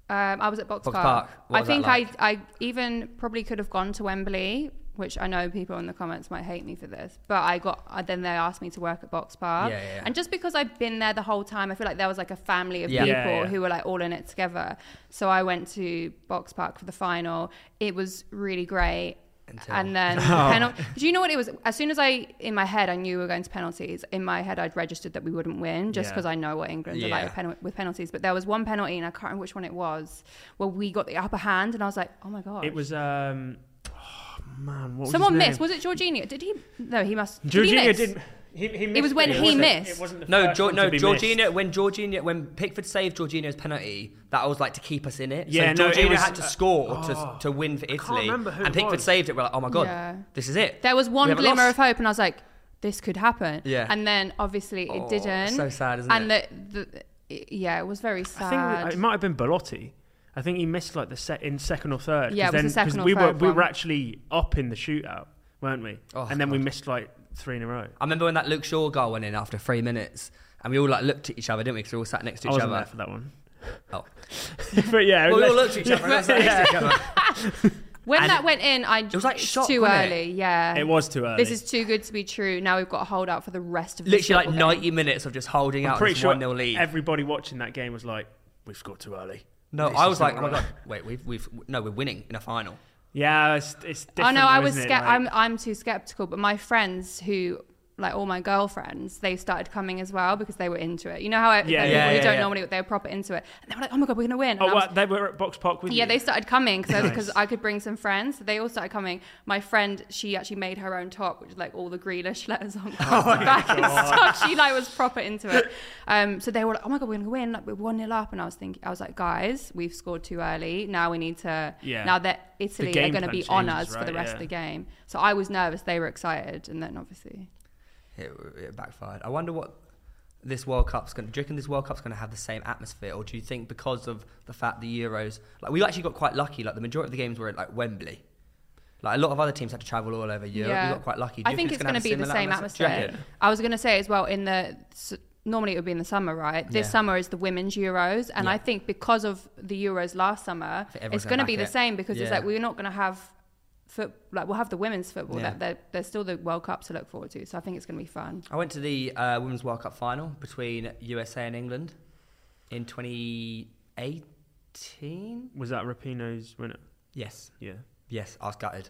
S3: Um, I was at Box,
S1: Box
S3: Park.
S1: Park. What
S3: I
S1: was that
S3: think
S1: like?
S3: I, I even probably could have gone to Wembley, which I know people in the comments might hate me for this, but I got uh, then they asked me to work at Box Park,
S1: Yeah, yeah, yeah.
S3: and just because I've been there the whole time, I feel like there was like a family of
S1: Yeah.
S3: people
S2: Yeah, yeah.
S3: who were like all in it together. So I went to Box Park for the final. It was really great.
S1: Until-
S3: And then the
S2: Oh.
S3: penal- do you know what it was? As soon as I in my head I knew we were going to penalties. In my head I'd registered that we wouldn't win just
S2: Yeah.
S3: because I know what England are like
S1: Yeah.
S3: with pen- with penalties. But there was one penalty, and I can't remember which one it was, where we got the upper hand, and I was like, oh my god,
S2: It was um, oh man, what was
S3: someone
S2: his name?
S3: missed. Was it Jorginho? Did he? No, he must. Did he
S2: Jorginho
S3: miss?
S2: did. He, he missed
S3: was when
S2: it. It
S3: he
S2: wasn't-
S3: missed.
S2: It wasn't the
S1: No,
S2: first
S1: jo-
S2: one
S1: no,
S2: to be missed.
S1: Jorginho, when Jorginho, when Pickford saved Jorginho's penalty, that was like to keep us in it.
S2: Yeah,
S1: so
S2: no, it
S1: Jorginho
S2: was-
S1: had to score
S2: Oh.
S1: to, to win for Italy.
S2: remember who
S1: and
S2: it
S1: Pickford
S2: was.
S1: saved it. We're like, oh my God,
S3: Yeah.
S1: this is it.
S3: There was one
S1: We haven't
S3: glimmer
S1: lost.
S3: of hope, and I was like, "This could happen."
S1: Yeah.
S3: And then obviously it
S1: Oh,
S3: didn't.
S1: so sad, isn't
S3: and
S1: it?
S3: the, the yeah, it was very
S2: I think
S3: sad.
S2: it might have been Belotti. I think he missed like the set in second or third. 'cause
S3: Yeah, it was the
S2: then-
S3: second
S2: 'cause
S3: or
S2: we were,
S3: third
S2: We were
S3: one.
S2: actually up in the shootout, weren't we?
S1: Oh,
S2: and then we
S1: God.
S2: missed like three in a row.
S1: I remember when that Luke Shaw goal went in after three minutes, and we all like looked at each other, didn't we? Because we all sat next to
S2: I
S1: each
S2: wasn't there
S1: other.
S2: for that one.
S1: Oh,
S2: but yeah,
S1: well, we all
S2: let's-
S1: looked at each other. and we all sat next to each other.
S3: when
S1: and
S3: that went in, I it
S1: was like shock,
S3: too
S1: wasn't it?
S3: early. Yeah.
S2: it was too early.
S3: This is too good to be true. Now we've got a hold out for the rest of the
S1: Literally like
S3: football game.
S1: ninety minutes of just holding
S2: I'm
S1: out
S2: pretty
S1: this
S2: sure
S1: one 0 lead.
S2: everybody watching that game was like, "We've scored too early."
S1: no,
S2: This
S1: I
S2: is
S1: was like, oh
S2: not
S1: my
S2: right."
S1: God, wait, we've we've no, we're winning in a final.
S2: Yeah, it's, it's
S3: Oh
S2: different.
S3: no, I
S2: though,
S3: was
S2: isn't
S3: skept
S2: it? Like, oh,
S3: I'm I'm too skeptical, but my friends who like all my girlfriends, they started coming as well because they were into it. You know how
S2: Yeah,
S3: I, like,
S2: yeah,
S3: people
S1: yeah,
S3: who don't
S1: yeah.
S3: normally they were proper into it, and they were like, "Oh my god, we're gonna win!" And I
S2: Oh,
S3: was
S2: what? They were at Box Park with
S3: Yeah,
S2: you.
S3: they started coming because
S2: Nice.
S3: I could bring some friends. So they all started coming. My friend, she actually made her own top, which is like all the Grealish letters on
S2: Oh
S3: the back and stuff. She like was proper into it. Um, so they were like, "Oh my god, we're gonna win! Like we're one 0 up." And I was thinking, I was like, "Guys, we've scored too early. Now we need to.
S2: Yeah.
S3: Now that Italy are
S2: game
S3: gonna
S2: plan
S3: be on
S2: changes,
S3: us for the
S2: right?
S3: rest
S2: Yeah.
S3: of the game." So I was nervous. They were excited, and then obviously,
S1: It, it backfired. I wonder what this World Cup's going. to Do you reckon this World Cup's going to have the same atmosphere, or do you think because of the fact the Euros, like we actually got quite lucky. Like the majority of the games were at like Wembley. Like a lot of other teams had to travel all over Europe.
S3: Yeah.
S1: We got quite lucky. Do
S3: I
S1: you
S3: think it's
S1: gonna
S3: going to
S1: have
S3: be the
S1: similar
S3: same
S1: Do
S3: atmosphere.
S1: you reckon?
S3: I was going to say as well in the s- normally it would be in the summer, right? This
S1: Yeah.
S3: summer is the women's Euros, and
S1: Yeah.
S3: I think because of the Euros last summer,
S1: think everyone's
S3: it's
S1: gonna
S3: going to be
S1: back
S3: the
S1: it.
S3: same because it's
S1: Yeah.
S3: like we're not going to have. Foot, like we'll have the women's football.
S1: Yeah.
S3: That there- there's still the World Cup to look forward to, so I think it's going to be fun.
S1: I went to the uh, Women's World Cup final between USA and England in 2018.
S2: was that Rapinoe's winner?
S1: Yes,
S2: Yeah.
S1: yes, I was gutted.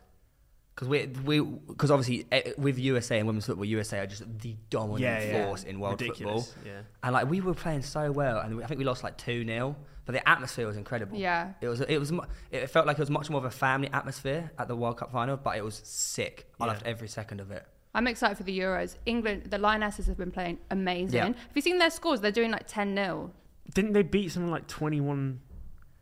S1: Because we, we, because obviously eh, with USA and women's football, USA are just the dominant
S2: Yeah, yeah.
S1: force in world
S2: Ridiculous.
S1: football.
S2: Yeah.
S1: And like we were playing so well, and we, I think we lost like two 0 but the atmosphere was incredible.
S3: Yeah.
S1: it was. It was. mu- It felt like it was much more of a family atmosphere at the World Cup final, but it was sick. I
S2: Yeah.
S1: loved every second of it.
S3: I'm excited for the Euros. England, the Lionesses have been playing amazing.
S1: Yeah.
S3: Have you seen their scores? They're doing like 10 0.
S2: Didn't they beat someone like 21?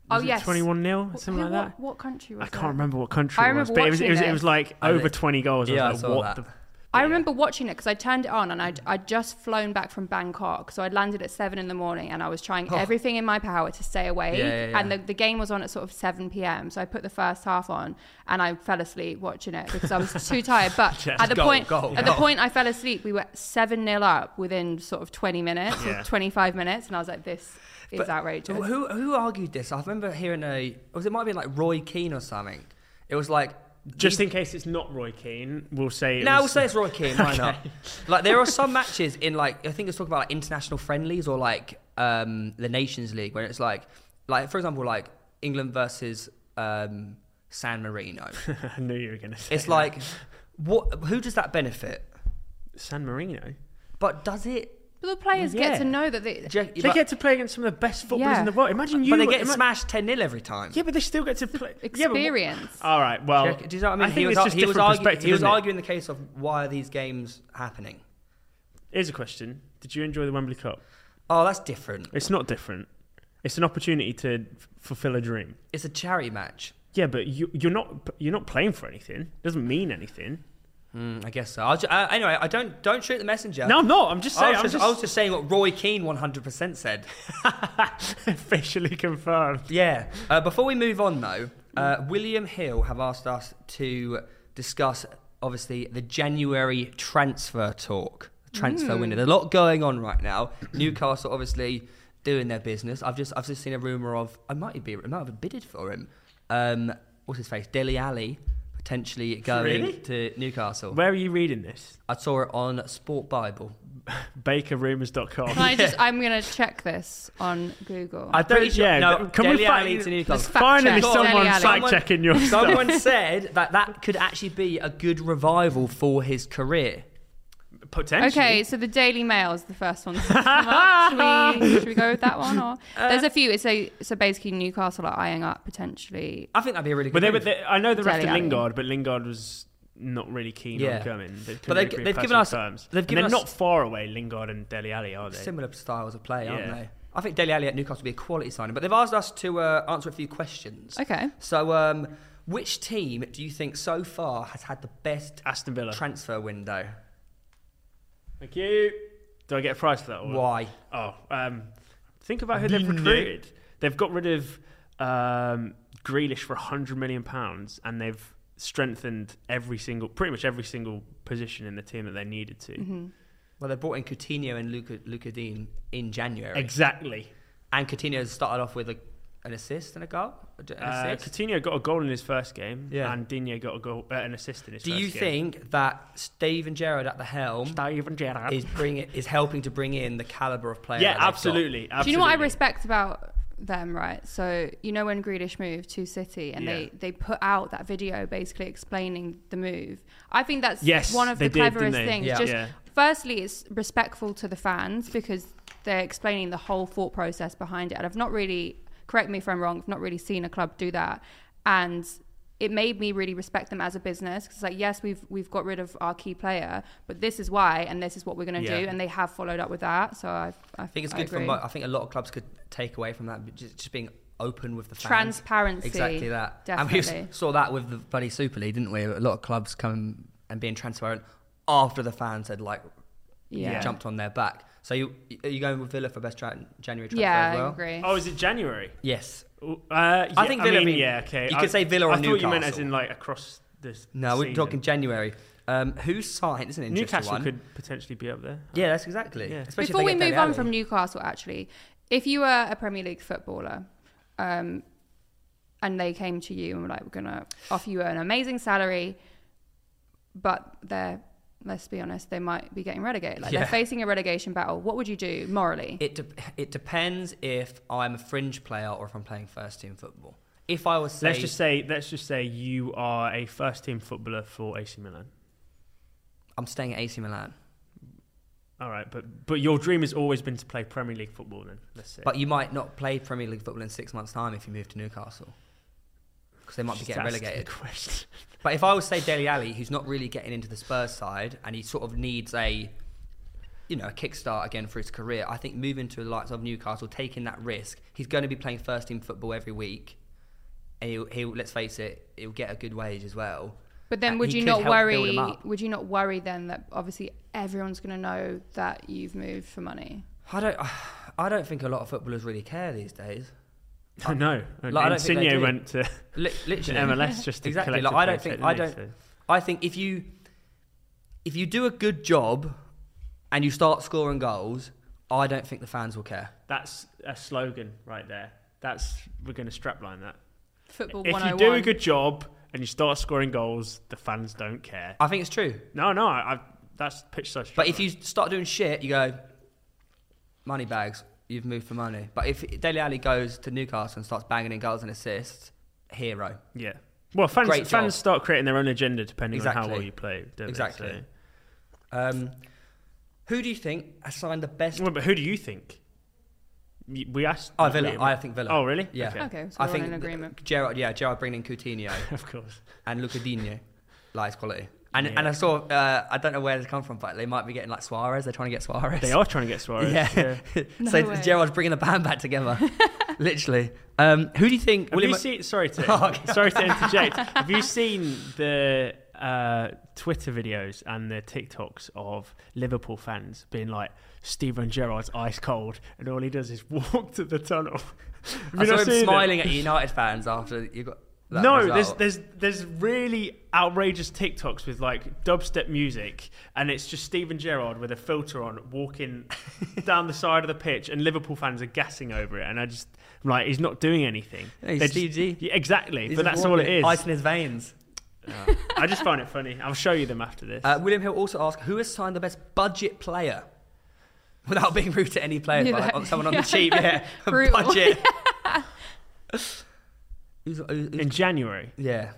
S3: Oh,
S2: was it
S3: yes.
S2: 21 nil? Something like that?
S3: What, what country was
S2: I
S3: that?
S2: can't remember what country
S3: I
S2: it was,
S3: remember
S2: but it was, it
S3: watching
S2: was, it
S3: this.
S2: was like
S1: I
S2: over
S1: think-
S2: 20 goals.
S1: Yeah, I
S2: I was like,
S1: saw
S2: what
S1: that.
S2: the.
S3: I remember watching it because I turned it on and I'd, I'd just flown back from Bangkok. So I'd landed at seven in the morning and I was trying
S1: Oh.
S3: everything in my power to stay awake.
S1: Yeah, yeah, yeah.
S3: And the, the game was on at sort of 7 p.m. So I put the first half on and I fell asleep watching it because I was too tired. But
S2: Yes.
S3: at the
S1: Goal,
S3: point
S1: goal,
S3: at the
S1: goal.
S3: point I fell asleep, we were 7 0 up within sort of 20 minutes, or
S2: Yeah.
S3: 25 minutes. And I was like, this is
S1: But
S3: outrageous.
S1: Who who argued this? I remember hearing a. It, was, it might have been like Roy Keane or something. It was like
S2: Just in case it's not Roy Keane, we'll say. It
S1: Now we'll
S2: was-
S1: say it's Roy Keane. Why not? Like there are some matches in like I think it's talking about like international friendlies or like um, the Nations League where it's like like for example like England versus um, San Marino.
S2: I knew you were going to say.
S1: It's
S2: that.
S1: like what who does that benefit?
S2: San Marino.
S1: But does it?
S3: But the players
S2: Yeah.
S3: get to know that they.
S1: do you-
S2: They
S1: but,
S2: get to play against some of the best footballers
S3: Yeah.
S2: in the world. Imagine you.
S1: but they get
S2: ima-
S1: smashed ten 0 every time.
S2: Yeah, but they still get to play. Yeah, but what-
S3: Experience.
S2: all right. Well,
S1: Do you do you know what I mean?
S2: think
S1: he was,
S2: it's
S1: ar-
S2: just
S1: he was,
S2: different
S1: arguing,
S2: perspective.
S1: he was
S2: isn't it?
S1: arguing the case of why are these games happening?
S2: Here's a question: Did you enjoy the Wembley Cup?
S1: Oh, that's different.
S2: It's not different. It's an opportunity to f- fulfill a dream.
S1: It's a charity match.
S2: Yeah, but you, you're not you're not playing for anything. It doesn't mean anything.
S1: Mm, I guess so. I'll ju- uh, anyway, I don't don't shoot the messenger.
S2: No, I'm not. I'm just
S1: I
S2: saying.
S1: was,
S2: I'm
S1: just,
S2: just,
S1: I was just saying what Roy Keane 100% said.
S2: officially confirmed.
S1: Yeah. Uh, before we move on, though, uh, William Hill have asked us to discuss, obviously, the January transfer talk, transfer window.
S2: Hmm.
S1: There's a lot going on right now. Newcastle, obviously, doing their business. I've just I've just seen a rumor of I might be I might have bidded for him. Um, what's his face? Deli Ali potentially going
S2: Really?
S1: to Newcastle.
S2: Where are you reading this?
S1: I saw it on Sport Bible.
S3: Can
S2: BakerRumors.com.
S3: I just? I'm gonna check this on Google.
S1: I'm pretty
S2: don't-
S1: sure.
S2: yeah,
S1: no,
S2: th- can we
S1: Dele
S2: fact-
S1: Alli to
S3: Let's
S1: Newcastle.
S3: fact
S2: Finally,
S3: check. Dele
S2: someone
S3: Alli.
S2: fact checking your stuff.
S1: Someone said that that could actually be a good revival for his career.
S2: Potentially.
S3: Okay, so the Daily Mail is the first one. that's come up. should, we, should we go with that one? Or there's a few. So so basically, Newcastle are eyeing up potentially.
S1: I think that'd be a really good.
S2: But they, were
S1: move.
S2: they, I know they're
S3: Dele
S2: after
S3: Alli.
S2: Lingard, but Lingard was not really keen
S1: Yeah.
S2: on coming. They couldn't
S1: But they-
S2: really agree on
S1: they've given
S2: personal
S1: us-
S2: Terms.
S1: they've
S2: And
S1: given
S2: they're
S1: us-
S2: not far away, Lingard and Deli Ali, are they?
S1: similar styles of play, aren't
S2: Yeah.
S1: they? I think Deli Ali at Newcastle would be a quality signing. But they've asked us to uh, answer a few questions.
S3: Okay.
S1: So, um, which team do you think so far has had the best
S2: Aston Villa.
S1: transfer window?
S2: Thank you. Do I get a price for that? Or...
S1: Why?
S2: Oh, um, think about who they've recruited. They've got rid of um, Grealish for hundred million pounds, and they've strengthened every single, pretty much every single position in the team that they needed to.
S1: Mm-hmm. Well, they brought in Coutinho and Luca, Luca Dean in January,
S2: Exactly.
S1: and Coutinho started off with a, an assist and a goal. An
S2: Uh,
S1: assist?
S2: Coutinho got a goal in his first game,
S1: Yeah.
S2: and Digne got a goal, uh, an assist in his
S1: Do
S2: first
S1: you
S2: game.
S1: think that Steven Gerrard at the helm
S2: Steven Gerrard.
S1: is bring is helping to bring in the caliber of player?
S2: yeah,
S1: that they've got?
S2: absolutely, absolutely.
S3: Do you know what I respect about them? Right. So you know when Grealish moved to City, and
S2: Yeah.
S3: they they put out that video basically explaining the move. I think that's
S2: Yes,
S3: one of
S2: they
S3: the
S2: did, didn't
S3: cleverest
S2: they?
S3: things.
S1: Yeah.
S3: Just
S2: Yeah.
S3: firstly, it's respectful to the fans because they're explaining the whole thought process behind it. And I've not really, correct me if I'm wrong, I've not really seen a club do that. And it made me really respect them as a business because, like, yes, we've we've got rid of our key player, but this is why, and this is what we're going to
S2: Yeah.
S3: do, and they have followed up with that. So I, I
S1: I think it's
S3: I
S1: good for.
S3: agree.
S1: Mo- I think a lot of clubs could take away from that, but just, just being open with the fans.
S3: transparency.
S1: Exactly that. And we
S3: Definitely.
S1: s- saw that with the bloody Super League, didn't we? A lot of clubs come and being transparent after the fans had like
S3: Yeah.
S1: jumped on their back. So you are you going with Villa for best tra- January transfer
S3: Yeah,
S1: as well?
S3: I agree.
S2: Oh, is it January?
S1: Yes.
S2: Uh, yeah,
S1: I think Villa
S2: I mean,
S1: mean-
S2: yeah, okay.
S1: you
S2: I-
S1: could say Villa or
S2: I thought you meant as
S1: Newcastle.
S2: in like across this.
S1: No, we're
S2: season.
S1: talking January. Um, who signed? It's an interesting
S2: Newcastle
S1: one.
S2: could potentially be up there.
S1: Yeah, that's exactly.
S2: Yeah.
S1: Especially if
S3: Before
S1: they
S3: we
S1: get
S3: move
S1: Dele
S3: on
S1: Alli.
S3: from Newcastle, actually, if you were a Premier League footballer, um, and they came to you and were like, "We're gonna offer you an amazing salary," but they're let's be honest, they might be getting relegated. Like
S1: Yeah.
S3: they're facing a relegation battle. What would you do morally?
S1: It de- it depends if I'm a fringe player or if I'm playing first team football. If I was say,
S2: Let's just say, let's just say you are a first team footballer for AC Milan.
S1: I'm staying at AC Milan,
S2: All right, but but your dream has always been to play Premier League football. Then let's say.
S1: but you might not play Premier League football in six months' time if you move to Newcastle because they might be
S2: Just
S1: getting
S2: ask the
S1: relegated.
S2: question.
S1: But if I was say Deli Ali, who's not really getting into the Spurs side and he sort of needs a you know, a kickstart again for his career. I think moving to the likes of Newcastle, taking that risk, he's going to be playing first team football every week. And he'll, he'll let's face it, he'll get a good wage as well.
S3: But then,
S1: And
S3: would
S1: Uh, he
S3: you
S1: could
S3: not
S1: help build
S3: worry?
S1: 'em up.
S3: Would you not worry then that obviously everyone's going to know that you've moved for money?
S1: I don't. I don't think a lot of footballers really care these days.
S2: no, no.
S1: Like, I don't think they
S2: Insigne
S1: do.
S2: went to,
S1: Li-
S2: to
S1: literally,
S2: MLS just to
S1: exactly.
S2: collect
S1: Like,
S2: a
S1: I don't
S2: paycheck,
S1: think. I
S2: didn't
S1: don't.
S2: he?
S1: I think if you if you do a good job and you start scoring goals, I don't think the fans will care.
S2: So that's a slogan right there. That's we're going to strapline that.
S3: Football
S2: If you
S3: 101.
S2: do a good job and you start scoring goals, the fans don't care.
S1: I think it's true.
S2: No, no, I, I that's pitch so
S1: But if you start doing shit, you go, money bags, you've moved for money. But if Dele Alli goes to Newcastle and starts banging in goals and assists, hero.
S2: yeah, well, fans
S1: Great
S2: fans
S1: job.
S2: start creating their own agenda depending on how
S1: Exactly.
S2: well you play. Don't they?
S1: Exactly.
S2: So-
S1: Um, who do you think has signed the best?
S2: Well, but who do you think? Y- We asked.
S1: Oh, Villa.
S2: we-
S1: I think Villa.
S2: Oh, really?
S1: Yeah.
S2: Okay.
S3: Okay, so
S1: I
S3: we're
S1: think
S3: all in agreement.
S1: Gerard, yeah, Gerard bringing in Coutinho
S2: of course.
S1: and Lucadinho, like his quality. And,
S2: Yeah.
S1: and I saw, uh, I don't know where they come from, but they might be getting like Suarez. They're trying to get Suarez.
S2: They are trying to get Suarez.
S1: Yeah.
S3: No
S1: so
S3: way.
S1: Gerard's bringing the band back together, literally. Um, who do you think?
S2: Have you seen? Sorry to
S1: Oh, okay.
S2: sorry to interject. Have you seen the uh, Twitter videos and the TikToks of Liverpool fans being like Steven Gerrard's ice cold, and all he does is walk to the tunnel? Have you
S1: I
S2: not
S1: saw
S2: seen
S1: him
S2: it?
S1: smiling at United fans after you got. That
S2: no,
S1: result.
S2: there's there's there's really outrageous TikToks with like dubstep music, and it's just Steven Gerrard with a filter on walking down the side of the pitch, and Liverpool fans are gassing over it, and I just I'm like he's not doing anything.
S1: Yeah, he's
S2: They're just-
S1: Steve G.
S2: Yeah, exactly,
S1: He's
S2: but
S1: just
S2: that's all it
S1: walking,
S2: is.
S1: Ice in his veins.
S2: Yeah. I just find it funny. I'll show you them after this.
S1: Uh, William Hill also asked, who has signed the best budget player? Without being rude to any player,
S3: Yeah,
S1: but
S3: that-
S1: like, someone on
S3: yeah.
S1: the cheap, yeah.
S3: Brutal.
S1: budget. who's, who- who's-
S2: in January,
S1: yeah.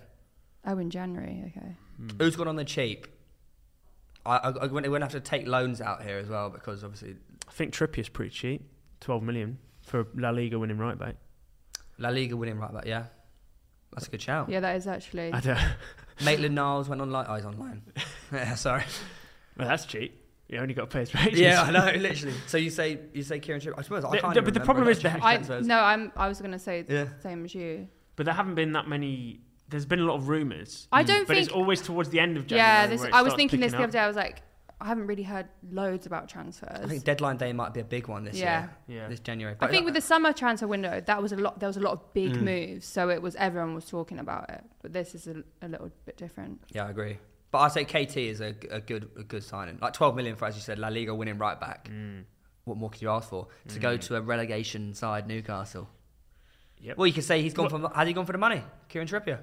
S3: Oh, in January. Okay.
S1: Who's gone on the cheap? I, I, I went, went have to take loans out here as well because obviously
S2: I think Trippier's pretty cheap, twelve million for a La Liga winning right back.
S1: La Liga winning right back, yeah. That's a good shout.
S3: Yeah, that is actually.
S2: I don't,
S1: Maitland Niles went online. Oh, he's online. yeah, sorry.
S2: well, that's cheap. You only got to pay his wages.
S1: Yeah, I know, literally. So you say you say Kieran Trippier. I suppose I
S2: The-
S1: can't.
S2: the-
S1: even
S2: but the
S1: remember
S2: problem
S1: about
S2: is that-
S1: Trippier
S3: I
S1: transfers.
S3: no, I'm. I was gonna say the
S1: Yeah.
S3: same as you.
S2: But there haven't been that many. There's been a lot of rumours.
S3: I don't
S2: But
S3: think.
S2: it's always towards the end of January.
S3: Yeah, this.
S2: where it
S3: I was
S2: starts
S3: thinking this the
S2: picking
S3: other day. I was like, I haven't really heard loads about transfers.
S1: I think deadline day might be a big one this
S3: Yeah.
S1: year.
S2: Yeah.
S1: This January.
S3: I think with the summer transfer window, that was a lot. There was a lot of big
S1: Mm.
S3: moves, so it was everyone was talking about it. But this is a, a little bit different.
S1: Yeah, I agree. But I say KT is a, a good a good signing. Like 12 million for, as you said, La Liga winning right back.
S2: up. Mm.
S1: What more could you ask for? To go to a relegation side, Newcastle.
S2: Yep.
S1: Well, you could say he's gone for. Has he gone for the money, Kieran Trippier?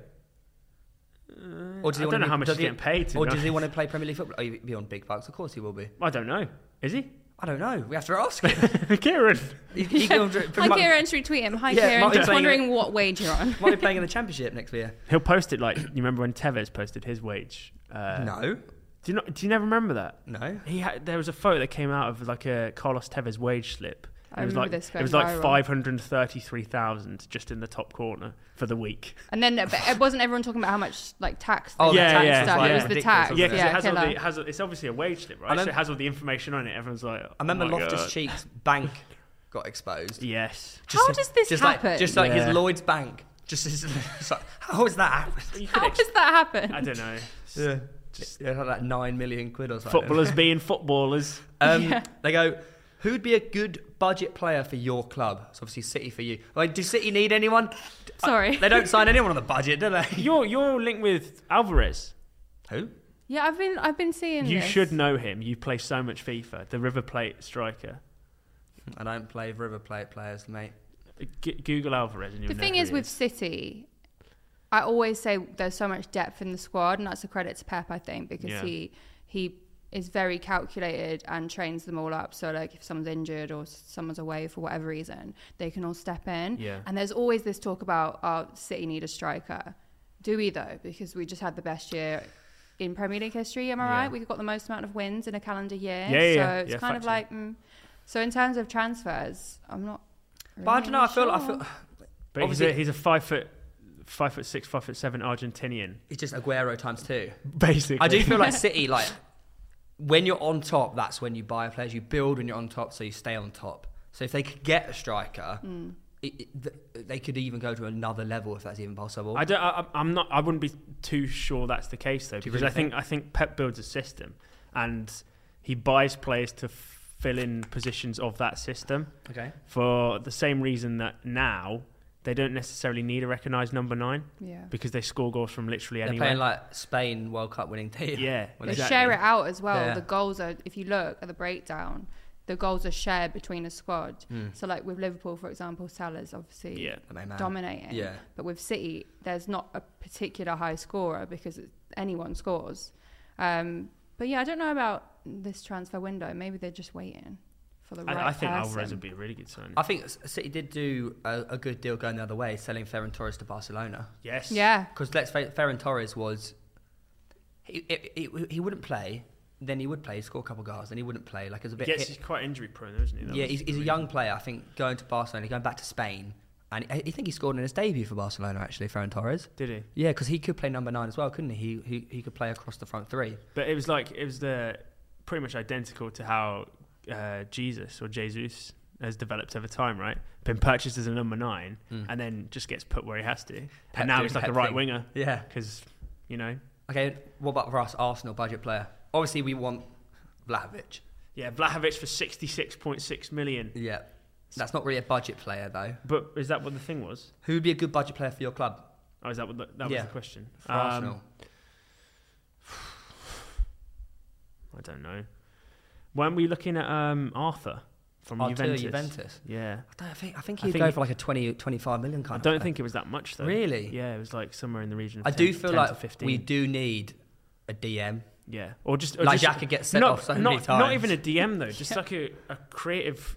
S1: Or does
S2: Uh, I
S1: he
S2: don't
S1: wanna
S2: know
S1: be-
S2: how much
S1: does
S2: he's
S1: he-
S2: getting paid. To
S1: Or
S2: be
S1: does he
S2: honest.
S1: want to play Premier League football? Oh, he'll be on big bucks. Of course he will be.
S2: I don't know. Is he?
S1: I don't know. We have to ask. He-
S2: Kieran.
S1: he
S3: Yeah.
S1: can on dri-
S3: Hi
S1: might-
S3: Kieran, should we tweet him? Hi
S1: Yeah,
S3: Kieran,
S1: might be
S3: just
S1: playing
S3: wondering what wage you're on.
S1: might be playing in the championship next year.
S2: He'll post it like you remember when Tevez posted his wage. Uh,
S1: no,
S2: Do you not? Do you never remember that?
S1: no.
S2: He had, there was a photo that came out of like a Carlos Tevez wage slip.
S3: I
S2: it was
S3: remember
S2: like
S3: this
S2: it
S3: going
S2: was like
S3: viral.
S2: five hundred thirty-three thousand just in the top corner for the week.
S3: And then but it wasn't everyone talking about how much like tax.
S1: Oh,
S3: they
S2: yeah,
S3: taxed
S2: yeah,
S3: us.
S2: yeah.
S3: It was the
S1: Ridiculous,
S3: tax.
S1: wasn't
S2: Yeah,
S1: Yeah,
S2: because it has all the it has, it's obviously a wage slip, right?
S1: I
S2: so
S1: remem-
S2: it has all the information on it. Everyone's like,
S1: I remember
S2: oh my
S1: Loftus
S2: God.
S1: Cheek's bank got exposed.
S2: Yes.
S3: How does this
S1: just
S3: happen?
S1: Like, just like
S2: Yeah.
S1: his Lloyd's bank. Just his, it's like, how has that happened?
S2: You could
S3: how
S2: ex-
S3: does that happen?
S2: I don't know.
S1: Yeah,
S2: Just-
S1: just yeah, like nine million quid or something.
S2: Footballers being footballers.
S1: Um,
S3: Yeah.
S1: They go, who'd be a good budget player for your club? It's obviously City for you. Like, do City need anyone?
S3: Sorry.
S1: They don't sign anyone on the budget, do they?
S2: You're you're linked with Alvarez.
S1: Who?
S3: Yeah, I've been I've been seeing.
S2: You
S3: this.
S2: should know him. You play so much FIFA. The River Plate striker.
S1: I don't play River Plate players, mate.
S2: G- Google Alvarez. And you'll
S3: The
S2: know
S3: thing
S2: who
S3: is
S2: he
S3: with City, I always say there's so much depth in the squad, and that's a credit to Pep, I think, because
S2: Yeah.
S3: he he is very calculated and trains them all up. So like if someone's injured or someone's away for whatever reason, they can all step in.
S2: Yeah.
S3: And there's always this talk about oh, City need a striker. Do we though? Because we just had the best year in Premier League history. Am I
S2: Yeah.
S3: right? We've got the most amount of wins in a calendar year.
S2: Yeah, yeah,
S3: so
S2: yeah.
S3: it's
S2: Yeah,
S3: kind of
S2: factually.
S3: like. Mm. So in terms of transfers, I'm not.
S1: But I don't know. I feel,
S3: really
S1: I
S3: sure.
S1: feel
S2: But
S1: Obviously-
S2: he's a, he's a five foot, five foot six, five foot seven Argentinian.
S1: it's just Aguero times two.
S2: Basically,
S1: I do feel like City, like when you're on top, that's when you buy players. You build when you're on top, so you stay on top. So if they could get a striker,
S2: Mm.
S1: it, it, th- they could even go to another level if that's even possible.
S2: I don't. I, I'm- I'm not. I wouldn't be too sure that's the case though,
S1: Do you
S2: because
S1: really
S2: I think, I think Pep builds a system, and he buys players to fill in positions of that system
S1: okay.
S2: for the same reason that now they don't necessarily need a recognised number nine
S3: Yeah.
S2: because they score goals from literally
S1: They're
S2: anywhere.
S1: playing like Spain World Cup winning team.
S2: yeah,
S1: Well,
S3: They
S2: exactly.
S3: share it out as well.
S1: Yeah.
S3: The goals are, if you look at the breakdown, the goals are shared between a squad. So like with Liverpool, for example, Salah's obviously
S2: Hmm. Yeah.
S1: The main man.
S3: dominating.
S1: Yeah.
S3: But with City, there's not a particular high scorer because it- anyone scores. Um, but yeah, I don't know about this transfer window. Maybe they're just waiting for the
S2: I,
S3: right
S2: I think
S3: person.
S2: Alvarez would be a really good signing.
S1: I think S- City did do a, a good deal going the other way, selling Ferran Torres to Barcelona.
S2: yes.
S3: yeah.
S1: Because let's face Ferran Torres was. He, he, he- he wouldn't play, then he would play, he'd score a couple goals, then he wouldn't play. Like, it was a
S2: He
S1: bit.
S2: gets,
S1: hit-
S2: he's quite injury prone, isn't he? That
S1: yeah,
S2: was
S1: he's,
S2: the
S1: he's a
S2: reason.
S1: young player, I think, going to Barcelona, going back to Spain. And I, I think he scored in his debut for Barcelona, actually, Ferran Torres.
S2: Did he?
S1: Yeah, because he could play number nine as well, couldn't he? He, he? he could play across the front three.
S2: But it was like it was the pretty much identical to how uh, Jesus or Jesus has developed over time, right? Been purchased as a number nine, and then just gets put where he has to, and now
S1: doing
S2: he's like a
S1: Pep
S2: right
S1: thing.
S2: winger
S1: Yeah.
S2: because you know,
S1: Okay, what about for us, Arsenal budget player? Obviously, we want Vlahovic.
S2: yeah, Vlahovic for sixty six point six million.
S1: Yeah. That's not really a budget player, though.
S2: But is that what the thing was?
S1: Who would be a good budget player for your club?
S2: Oh, is that what the, that
S1: Yeah.
S2: was the question?
S1: For
S2: Um,
S1: Arsenal.
S2: I don't know. Weren't we looking at um, Arthur from
S1: Arturo
S2: Juventus?
S1: Juventus.
S2: Yeah.
S1: I, don't think, I think
S2: I
S1: he'd
S2: think
S1: go
S2: he-
S1: for like a 20, 25 million kind
S2: I
S1: of
S2: don't
S1: player.
S2: think it was that much though.
S1: Really?
S2: Yeah, it was like somewhere in the region. Of
S1: I
S2: 10
S1: do feel
S2: 10 to
S1: like
S2: 15.
S1: we do need a DM.
S2: Yeah, or just or
S1: Like
S2: just,
S1: Xhaka gets sent
S2: not,
S1: off so
S2: not,
S1: many
S2: Not
S1: times.
S2: even a DM though, just like a, a creative,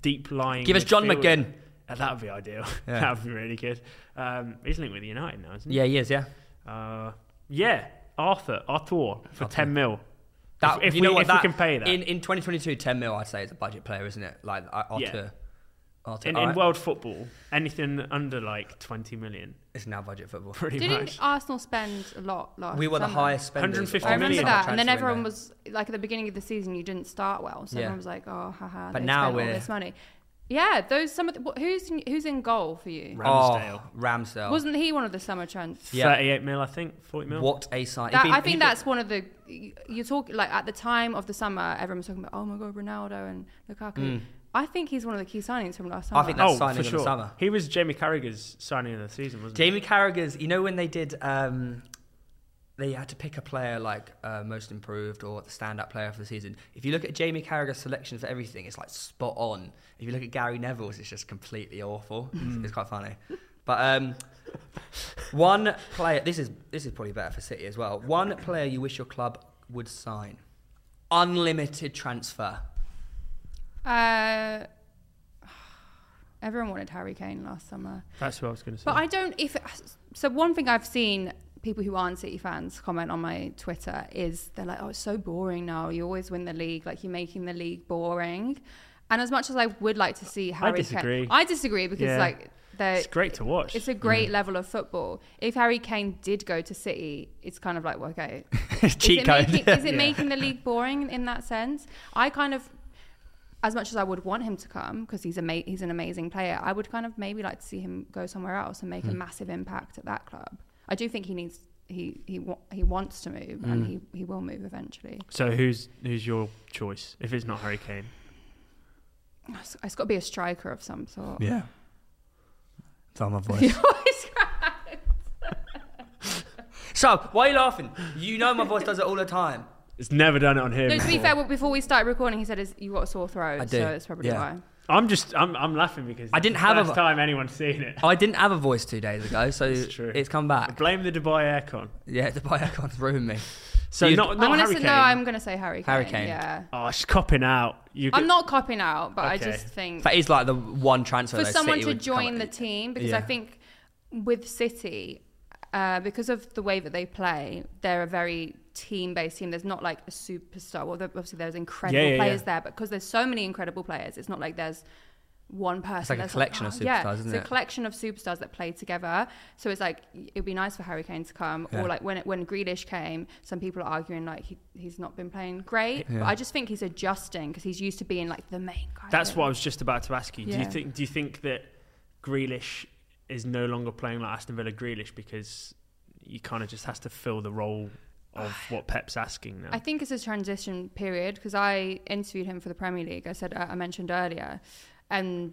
S2: deep line.
S1: Give us John
S2: midfielder.
S1: McGinn.
S2: Uh, that would be ideal.
S1: Yeah.
S2: that would be really good. Um, he's linked with United now, isn't he?
S1: Yeah, he is, yeah.
S2: Yeah. Uh, yeah, Arthur, Arthur for ten mil.
S1: That,
S2: if
S1: you
S2: we-
S1: know what,
S2: if we
S1: that,
S2: can pay that.
S1: In, in 2022, 10 mil, I'd say, is a budget player, isn't it? Like, uh, I- Artur.
S2: Yeah.
S1: Yeah. Artur,
S2: In, in world football, anything under like twenty million,
S1: it's now budget football.
S2: pretty
S3: Didn't
S2: much.
S3: Arsenal spend a lot last
S1: We were the
S3: summer?
S1: highest spenders.
S2: 150
S1: of
S3: I
S1: the
S3: remember
S2: million.
S1: summer
S3: that, and then
S1: transfer
S3: everyone
S1: window.
S3: was like at the beginning of the season, you didn't start well, so
S1: Yeah.
S3: everyone was like, "Oh, haha."
S1: But
S3: they
S1: now
S3: spent all
S1: we're-
S3: this money. Yeah, those some of the, wh- who's in, who's in goal for you?
S2: Right.
S1: Oh,
S2: Ramsdale.
S1: Ramsdale.
S3: Wasn't he one of the summer trends?
S1: Yeah.
S2: Thirty-eight mil, I think. Forty mil.
S1: What a sign. He'd
S3: That,
S1: been-
S3: I
S1: he'd been-
S3: think that's one of the you you talk like at the time of the summer, everyone was talking about, "Oh my god, Ronaldo and Lukaku." I think he's one of the key signings from last summer.
S1: Mm. I think that's-
S2: oh,
S1: signing
S2: for
S1: of the
S2: sure.
S1: summer.
S2: He was Jamie Carragher's signing of the season, wasn't
S1: Jamie Carragher's. You know when they did, um, they had to pick a player like uh, most improved or the stand-up player for the season. If you look at Jamie Carragher's selection for everything, it's like spot on. If you look at Gary Neville's, it's just completely awful. It's, it's quite funny. But um, one player. This is this is probably better for City as well. One player you wish your club would sign. Unlimited transfer.
S3: Uh, everyone wanted Harry Kane last summer.
S2: he? That's what I was going to say.
S3: But I don't. If so, one thing I've seen people who aren't City fans comment on my Twitter is they're like, "Oh, it's so boring now. You always win the league. Like you're making the league boring." And as much as I would like to see Harry, Kane-
S2: disagree.
S3: I disagree because
S2: Yeah.
S3: like they're.
S2: it's great to watch.
S3: It's a great level of football. If Harry Kane did go to City, it's kind of like well, okay.
S1: Cheat
S3: is it,
S1: code.
S3: Making, is it making the league boring in that sense? I kind of, as much as I would want him to come because he's ama- he's an amazing player, I would kind of maybe like to see him go somewhere else and make
S1: Hmm.
S3: a massive impact at that club. I do think he needs he he wa- he wants to move
S1: Hmm.
S3: and he, he will move eventually.
S2: So who's who's your choice if it's not Harry Kane?
S3: It's, it's got to be a striker of some sort.
S1: Yeah. It's on my voice.
S3: He always cries.
S1: So, why are you laughing? You know my voice does it all the time.
S2: It's never done it on him.
S3: no, to be
S2: before.
S3: fair, before we started recording, he said is you got a sore throat,
S1: I do.
S3: so that's probably
S1: Yeah.
S3: why.
S2: I'm just I'm, I'm laughing because
S1: I didn't
S2: it's
S1: have
S2: the
S1: a
S2: first
S1: vo-
S2: time anyone's seen it.
S1: I didn't have a voice two days ago, so
S2: It's true.
S1: it's come back.
S2: Blame the Dubai aircon.
S1: Yeah, the biocon's ruined me.
S2: So
S1: You'd-
S2: not
S3: I'm
S2: not
S3: gonna
S2: Harry
S3: say,
S2: Kane.
S3: no, I'm gonna say Harry Kane.
S1: Harry Kane.
S3: Yeah.
S2: Oh, she's copping out. You
S3: I'm
S2: get-
S3: not copying out, but I
S2: Okay.
S3: just think
S1: That is like the one transfer
S3: for
S1: though
S3: someone
S1: City
S3: to
S1: would come
S3: join
S1: up-
S3: the team because I
S1: Yeah.
S3: think with City, uh, because of the way that they play, they're a very team-based team. There's not like a superstar. Well, there- obviously there's incredible
S2: Yeah, yeah,
S3: players
S2: yeah.
S3: there, but because there's so many incredible players, it's not like there's one person.
S1: like a
S3: that's
S1: collection of
S3: "Oh, yeah."
S1: superstars, isn't
S3: it's
S1: it?
S3: a collection of superstars that play together. So it's like it'd be nice for Harry Kane to come,
S1: Yeah.
S3: or like when when Grealish came, some people are arguing like he, he's not been playing great,
S1: Yeah.
S3: but I just think he's adjusting because he's used to being like the main guy.
S2: That's what I was just about to ask you. Do you
S3: Yeah.
S2: think do you think that Grealish is no longer playing like Aston Villa Grealish because he kind of just has to fill the role of what Pep's asking now?
S3: I think it's a transition period because I interviewed him for the Premier League. I said uh, I mentioned earlier, and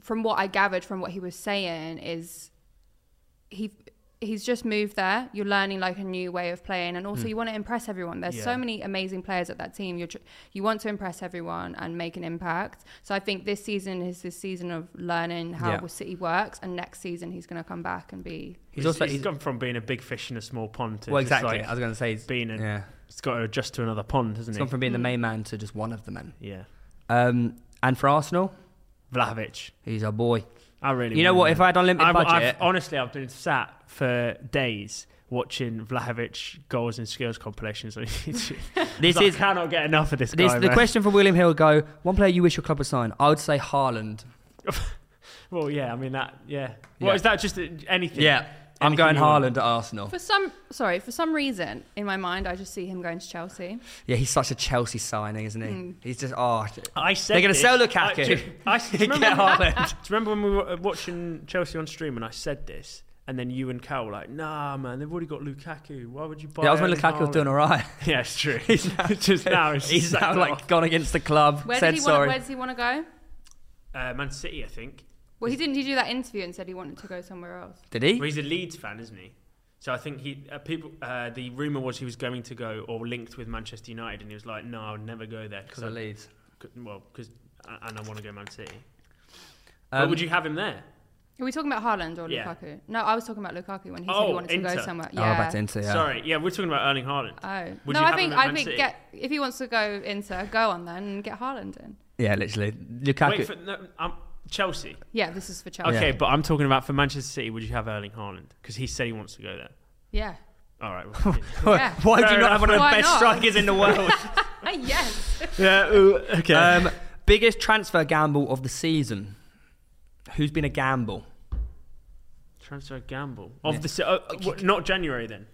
S3: from what I gathered from what he was saying is he he's just moved there. You're learning like a new way of playing, and also you want to impress everyone. There's
S2: Yeah.
S3: so many amazing players at that team. You're tr- you want to impress everyone and make an impact. So I think this season is this season of learning how
S1: Yeah.
S3: City works, and next season he's going to come back and be.
S1: He's also
S2: he's
S1: he's,
S2: gone from being a big fish in a small pond to
S1: well
S2: just,
S1: exactly.
S2: like,
S1: I was going to say he's,
S2: being a,
S1: yeah.
S2: he's got to adjust to another pond, hasn't
S1: He's
S2: he?
S1: gone from being the
S3: Mm.
S1: main man to just one of the men.
S2: yeah,
S1: Um, and for Arsenal,
S2: Vlahovic.
S1: he's our boy.
S2: I really.
S1: You know
S2: want
S1: what?
S2: him.
S1: If I had unlimited
S2: I've,
S1: budget,
S2: I've, honestly, I've been sat for days watching Vlahovic goals and skills compilations on YouTube.
S1: this
S2: I
S1: is
S2: cannot get enough of this
S1: this.
S2: guy.
S1: The
S2: man.
S1: question for William Hill go one player you wish your club would sign. I would say Haaland.
S2: Well, yeah, I mean that. Yeah.
S1: Yeah.
S2: Well, is that just uh, anything?
S1: Yeah, I'm
S2: Anything
S1: going
S2: you want.
S1: Haaland at Arsenal.
S3: For some sorry, for some reason in my mind, I just see him going to Chelsea.
S1: Yeah, he's such a Chelsea signing, isn't he?
S2: Hmm.
S3: Mm.
S1: He's just oh,
S2: I said
S1: they're going to
S2: this-
S1: sell
S2: I, do,
S1: Lukaku.
S2: I, do, you
S1: Get
S2: remember when, do
S1: Haaland.
S2: you remember when we were uh, watching Chelsea on stream and I said this, and then you and Cal were like, "Nah, man, they've already got Lukaku. Why would you buy?"
S1: Yeah, that was when
S2: Erling
S1: Lukaku was
S2: um, Haaland?"
S1: doing all right.
S2: Yeah, it's true. He's just now. It's
S1: He's
S2: just
S1: now like gone against the club,
S3: Where
S1: said
S3: did he
S1: sorry.
S3: want? Where does he want to go?
S2: uh, Man City, I think.
S3: Well, he didn't. He do that interview and said he wanted to go somewhere else.
S1: Did he?
S2: Well, he's a Leeds fan, isn't he? So I think he uh, people. Uh, the rumor was he was going to go or linked with Manchester United, and he was like, "No, I'll never go there because
S1: Because of
S2: I
S1: Leeds.
S2: could- well because and I want to go Man City."
S1: Um,
S2: but would you have him there?
S3: Are we talking about Haaland or
S2: Yeah.
S3: Lukaku? No, I was talking about Lukaku when he said
S2: Oh,
S3: he wanted to
S2: Inter.
S3: go somewhere.
S1: Oh,
S3: Yeah.
S1: about to enter, yeah.
S2: Sorry, yeah, we're talking about Erling Haaland.
S3: Oh
S2: Would
S3: no!
S2: you
S3: I
S2: have
S3: think
S2: him at
S3: I
S2: Man
S3: think
S2: City?
S3: get if he wants to go Inter, go on then and get Haaland in.
S1: Yeah, literally. Lukaku.
S2: Wait for no, um, Chelsea.
S3: Yeah, this is for Chelsea.
S2: Okay,
S1: Yeah.
S2: but I'm talking about for Manchester City. Would you have Erling Haaland? Because he said he wants to go there.
S3: Yeah.
S2: All right. well,
S3: Yeah.
S1: Why do
S2: Fair
S1: you not have
S2: enough.
S1: one of the
S3: Why
S1: best
S3: not?
S1: strikers in the world?
S3: Ah, yes.
S2: yeah. ooh, Okay.
S1: um, biggest transfer gamble of the season. Who's been a gamble?
S2: Transfer gamble of
S1: Yeah.
S2: the se- uh, uh, what- not January then.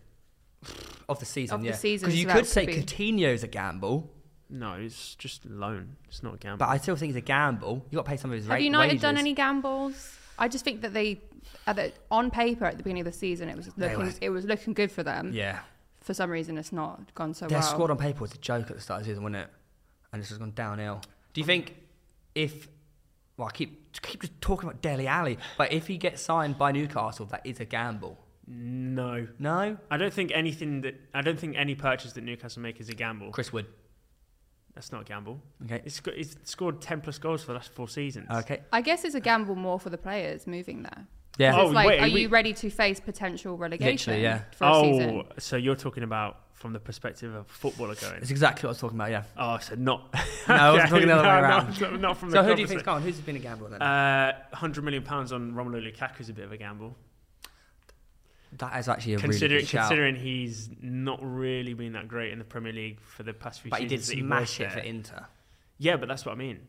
S1: Of the season,
S3: Of the
S1: yeah.
S3: season,
S1: Because you
S3: so that
S1: could say
S3: could be-
S1: Coutinho's a gamble,
S2: No, it's just loan. It's not a gamble.
S1: but I still think it's a gamble. You've got to pay some of his
S3: Have
S1: rate-
S3: United
S1: wages.
S3: done any gambles? I just think that they, at the, on paper at the beginning of the season, it was looking
S1: were-
S3: it was looking good for them.
S1: Yeah.
S3: For some reason, it's not gone so
S2: Oh,
S1: Their
S3: well.
S1: squad on paper was a joke at the start of the season, wasn't it? And it's just gone downhill. Do you think if. Well, I keep, keep just talking about Deli Alley, but if he gets signed by Newcastle, that is a gamble.
S2: no,
S1: No?
S2: I don't think anything that I don't think any purchase that Newcastle make is a gamble.
S1: Chris Wood.
S2: That's not a gamble.
S1: Okay.
S2: It's, got, it's scored ten plus goals for the last four seasons.
S1: Okay.
S3: I guess it's a gamble more for the players moving there.
S1: Yeah.
S2: Oh,
S3: It's like,
S2: wait,
S3: are
S2: we-
S3: you ready to face potential relegation?
S1: Literally, yeah.
S3: For a
S2: Oh,
S3: season.
S2: so you're talking about from the perspective of a footballer going.
S1: It's exactly what I was talking about, yeah.
S2: Oh, so not.
S1: No, I was talking the other
S2: no,
S1: way
S2: no,
S1: around.
S2: no, not from
S1: So
S2: the
S1: who do you
S2: conversation.
S1: think's gone? Who's been a gambler then?
S2: Uh, hundred million pounds on Romelu Lukaku is a bit of a gamble,
S1: that is actually a
S2: considering
S1: really good shout.
S2: considering he's not really been that great in the Premier League for the past few.
S1: But he did
S2: seasons that
S1: smash
S2: was
S1: it for
S2: there.
S1: Inter.
S2: Yeah, but that's what I mean.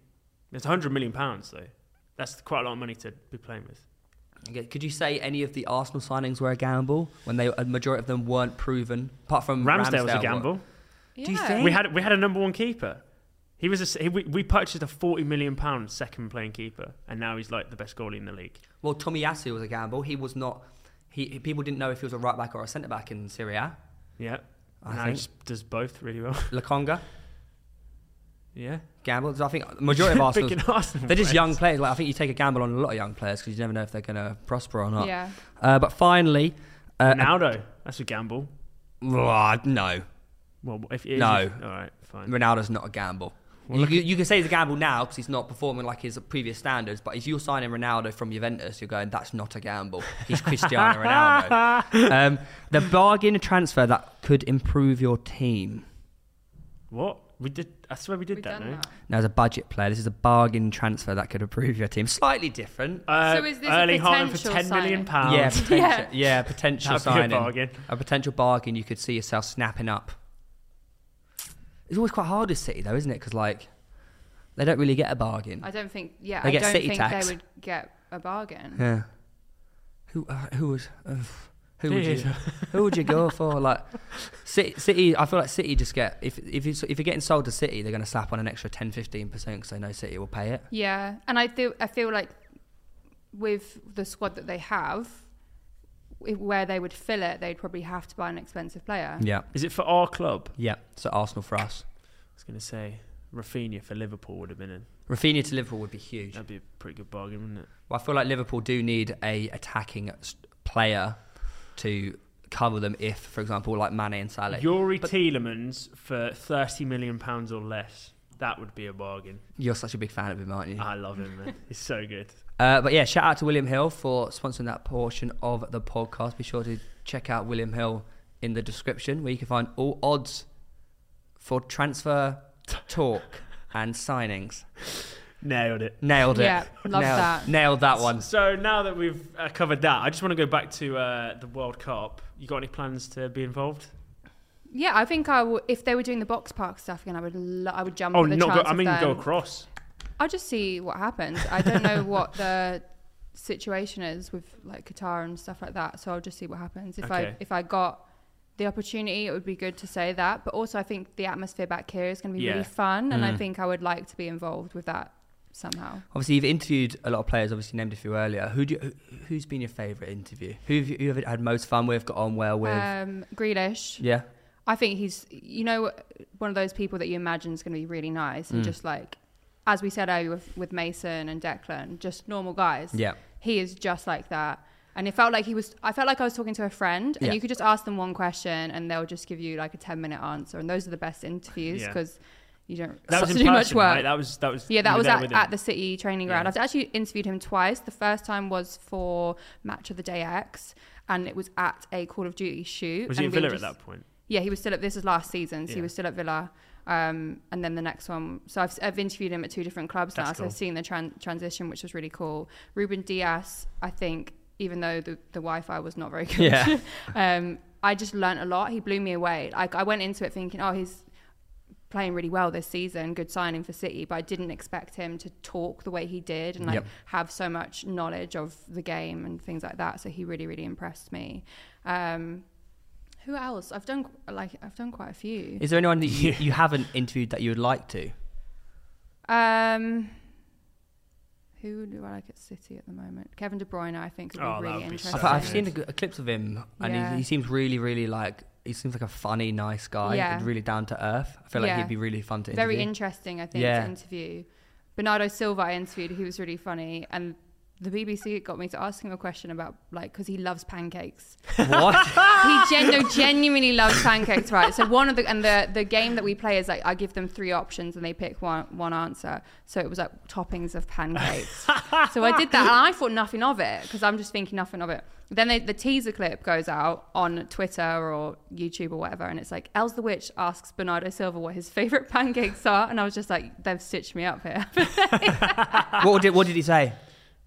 S2: It's hundred million pounds though. That's quite a lot of money to be playing with.
S1: Okay, Could you say any of the Arsenal signings were a gamble when they a majority of them weren't proven? Apart from
S2: Ramsdale, was a
S1: Mm, what-
S2: gamble.
S3: yeah.
S1: Do you think-
S2: We had we had a number one keeper. He was a, s- he, we, we purchased a forty million pound second playing keeper, and now he's like the best goalie in the league.
S1: Well, Tomiyasu was a gamble. He was not. He he- people didn't know if he was a right back or a centre back in Syria.
S2: Yeah,
S1: I
S2: and now he
S1: think.
S2: just does both really well.
S1: Lakonga
S2: yeah,
S1: gamble. So I think the majority of Arsenal.
S2: Picking Arsenal
S1: They're just
S2: players.
S1: young players. Like I think you take a gamble on a lot of young players because you never know if they're going to prosper or not.
S3: Yeah.
S1: Uh, but finally, uh,
S2: Ronaldo, that's a gamble.
S1: uh, no,
S2: Well, if it is,
S1: No.
S2: if- all right, fine.
S1: Ronaldo's not a gamble. you, you, you can say he's a gamble now because he's not performing like his previous standards. But if you're signing Ronaldo from Juventus, you're going, that's not a gamble. He's Cristiano Ronaldo. Um, the bargain transfer that could improve your team.
S2: What we did? I swear we did
S3: We've
S2: that.
S3: done
S2: No.
S3: that.
S1: Now, as a budget player, this is a bargain transfer that could improve your team. Slightly different.
S2: Uh,
S3: So is this a
S2: Erling Haaland for
S3: potential
S2: ten million
S3: signing?
S2: pounds?
S1: yeah, potential, yeah.
S3: Yeah.
S1: potential
S2: That'd be a
S1: signing.
S2: bargain.
S1: A potential bargain you could see yourself snapping up. It's always quite hard with City, though, isn't it? Because, like, they don't really get a bargain.
S3: I don't think. Yeah.
S1: They
S3: I
S1: get
S3: don't
S1: city
S3: think
S1: tax.
S3: they would get a bargain.
S1: Yeah. Who uh, who was uh, who would you
S2: Jeez.
S1: who would you go for? Like City, City, I feel like City just get if if you if you're getting sold to City, they're going to slap on an extra 10 15 percent because they know City will pay it.
S3: Yeah, and I feel I feel like with the squad that they have, i- where they would fill it, they'd probably have to buy an expensive player.
S1: Yeah,
S2: Is it for our club?
S1: yeah. So Arsenal for us,
S2: I was going to say Rafinha for Liverpool would have been in.
S1: Rafinha to Liverpool would be huge.
S2: That'd be a pretty good bargain, wouldn't it?
S1: Well, I feel like Liverpool do need a attacking s- player to cover them if, for example, like Mane and Salah.
S2: Yuri
S1: But-
S2: Tielemans for thirty million pounds or less. That would be a bargain.
S1: You're such a big fan of him, aren't you?
S2: I love him, man. He's so good.
S1: Uh, but yeah, shout out to William Hill for sponsoring that portion of the podcast. Be sure to check out William Hill in the description where you can find all odds for transfer talk and signings.
S2: Nailed it.
S1: Nailed it.
S3: Yeah, love
S1: Nailed-
S3: that.
S1: Nailed that one.
S2: So now that we've uh, covered that, I just want to go back to uh, the World Cup. You got any plans to be involved?
S3: Yeah, I think I would. If they were doing the box park stuff again, I would. Lo- I would jump.
S2: Oh,
S3: at the
S2: not go,
S3: chance
S2: I
S3: of
S2: mean, go
S3: them.
S2: across.
S3: I'll just see what happens. I don't know what the situation is with like Qatar and stuff like that, so I'll just see what happens. If
S2: Okay.
S3: I if I got the opportunity, it would be good to say that. But also, I think the atmosphere back here is going to be
S2: Yeah.
S3: really fun, and I
S1: Mm.
S3: think I would like to be involved with that somehow.
S1: Obviously, you've interviewed a lot of players. Obviously, named a few earlier. Who do you, who- who's been your favourite interview? Who have you, who have you had most fun with? Got on well with?
S3: Um, Grealish,
S1: yeah.
S3: I think he's, you know, one of those people that you imagine is going to be really nice and
S1: Mm.
S3: just like, as we said earlier with, with Mason and Declan, just normal guys.
S1: Yeah.
S3: He is just like that. And it felt like he was, I felt like I was talking to a friend and
S1: Yeah.
S3: you could just ask them one question and they'll just give you like a 10 minute answer. And those are the best interviews
S2: Yeah.
S3: because you don't
S2: That
S3: have
S2: was in
S3: to do
S2: person,
S3: much work.
S2: right? That was that was.
S3: Yeah,
S2: you
S3: that
S2: were
S3: was
S2: there
S3: at,
S2: with him.
S3: at the City training ground.
S2: Yeah.
S3: I've actually interviewed him twice. The first time was for Match of the Day X, and it was at a Call of Duty shoot.
S2: Was he in
S3: and we
S2: Villa
S3: just-
S2: at that point?
S3: yeah, he was still at this is last season, so
S2: Yeah.
S3: he was still at Villa. Um, and then the next one, so I've, I've interviewed him at two different clubs now,
S2: That's
S3: so
S2: cool.
S3: I've seen the tran- transition, which was really cool. Ruben Diaz, I think, even though the, the Wi Fi was not very good,
S1: Yeah.
S3: um, I just learnt a lot. He blew me away. Like, I went into it thinking, oh, he's playing really well this season, good signing for City, but I didn't expect him to talk the way he did and like
S1: Yep.
S3: have so much knowledge of the game and things like that. So he really, really impressed me. Um, who else? I've done qu- like I've done quite a few.
S1: Is there anyone that you, you haven't interviewed that you would like to?
S3: Um, who do I like at City at the moment? Kevin De Bruyne, I think, would be
S2: Oh, that
S3: really
S2: would be so
S3: interesting.
S1: I've, I've
S2: good.
S1: seen a, g- a clips of him, and
S3: Yeah.
S1: he, he seems really, really like he seems like a funny, nice guy,
S3: Yeah.
S1: and really down to earth. I feel like
S3: Yeah.
S1: he'd be really fun to
S3: very
S1: interview.
S3: interesting, I think,
S1: Yeah.
S3: to interview. Bernardo Silva, I interviewed. He was really funny, and the BBC got me to ask him a question about like because he loves pancakes.
S1: what?
S3: he gen- no, genuinely loves pancakes, right? So one of the and the the game that we play is like I give them three options and they pick one one answer. So it was like toppings of pancakes. so I did that and I thought nothing of it because I'm just thinking nothing of it. Then they, the teaser clip goes out on Twitter or YouTube or whatever, and it's like Els the Witch asks Bernardo Silva what his favorite pancakes are, and I was just like, they've stitched me up here.
S1: what did what did he say?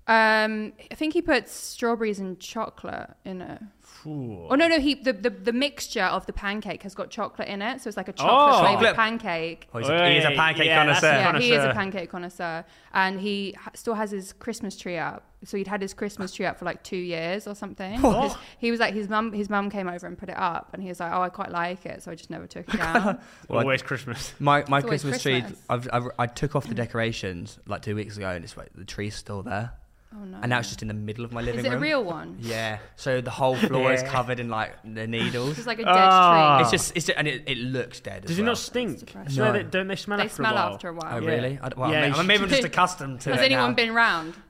S3: um, I think he put strawberries and chocolate in it.
S2: Ooh.
S3: Oh no no he the, the the mixture of the pancake has got chocolate in it so it's like a chocolate
S1: Chocolate.
S3: flavored pancake.
S1: Oh, he's, a, he is a
S2: Hey,
S1: pancake
S2: yeah, that's
S1: connoisseur.
S2: it.
S3: Yeah, he is a
S2: connoisseur.
S3: pancake connoisseur, and he ha- still has his Christmas tree up. So he'd had his Christmas tree up for like two years or something.
S1: What?
S3: His- He was like his mum. His mum came over and put it up, and he was like, "Oh, I quite like it," so I just never took it down.
S1: Well,
S2: Always Christmas.
S1: My my
S3: It's always
S1: Christmas tree,
S3: Christmas.
S1: I've, I've, I took off the decorations like two weeks ago, and it's like the tree's still there,
S3: oh no!
S1: and now it's just in the middle of my living
S3: is it
S1: room.
S3: a real one?
S1: Yeah, so the whole floor is
S2: Yeah.
S1: covered in like the
S3: It's
S1: needles.
S3: just like a dead
S2: Ah.
S3: tree.
S1: It's just it's just, and it, it looks dead.
S2: Does
S1: as
S2: it
S1: well.
S2: not stink?
S3: depressing.
S1: No.
S2: Swear that- don't they smell
S3: they
S2: after
S3: smell
S2: a while?
S3: after a
S1: Oh
S3: while.
S2: Yeah.
S1: really? I, d- well,
S2: Yeah,
S1: maybe,
S2: you
S1: maybe I'm
S3: should-
S1: just accustomed to
S3: Has
S1: it
S3: anyone
S1: now.
S3: been round?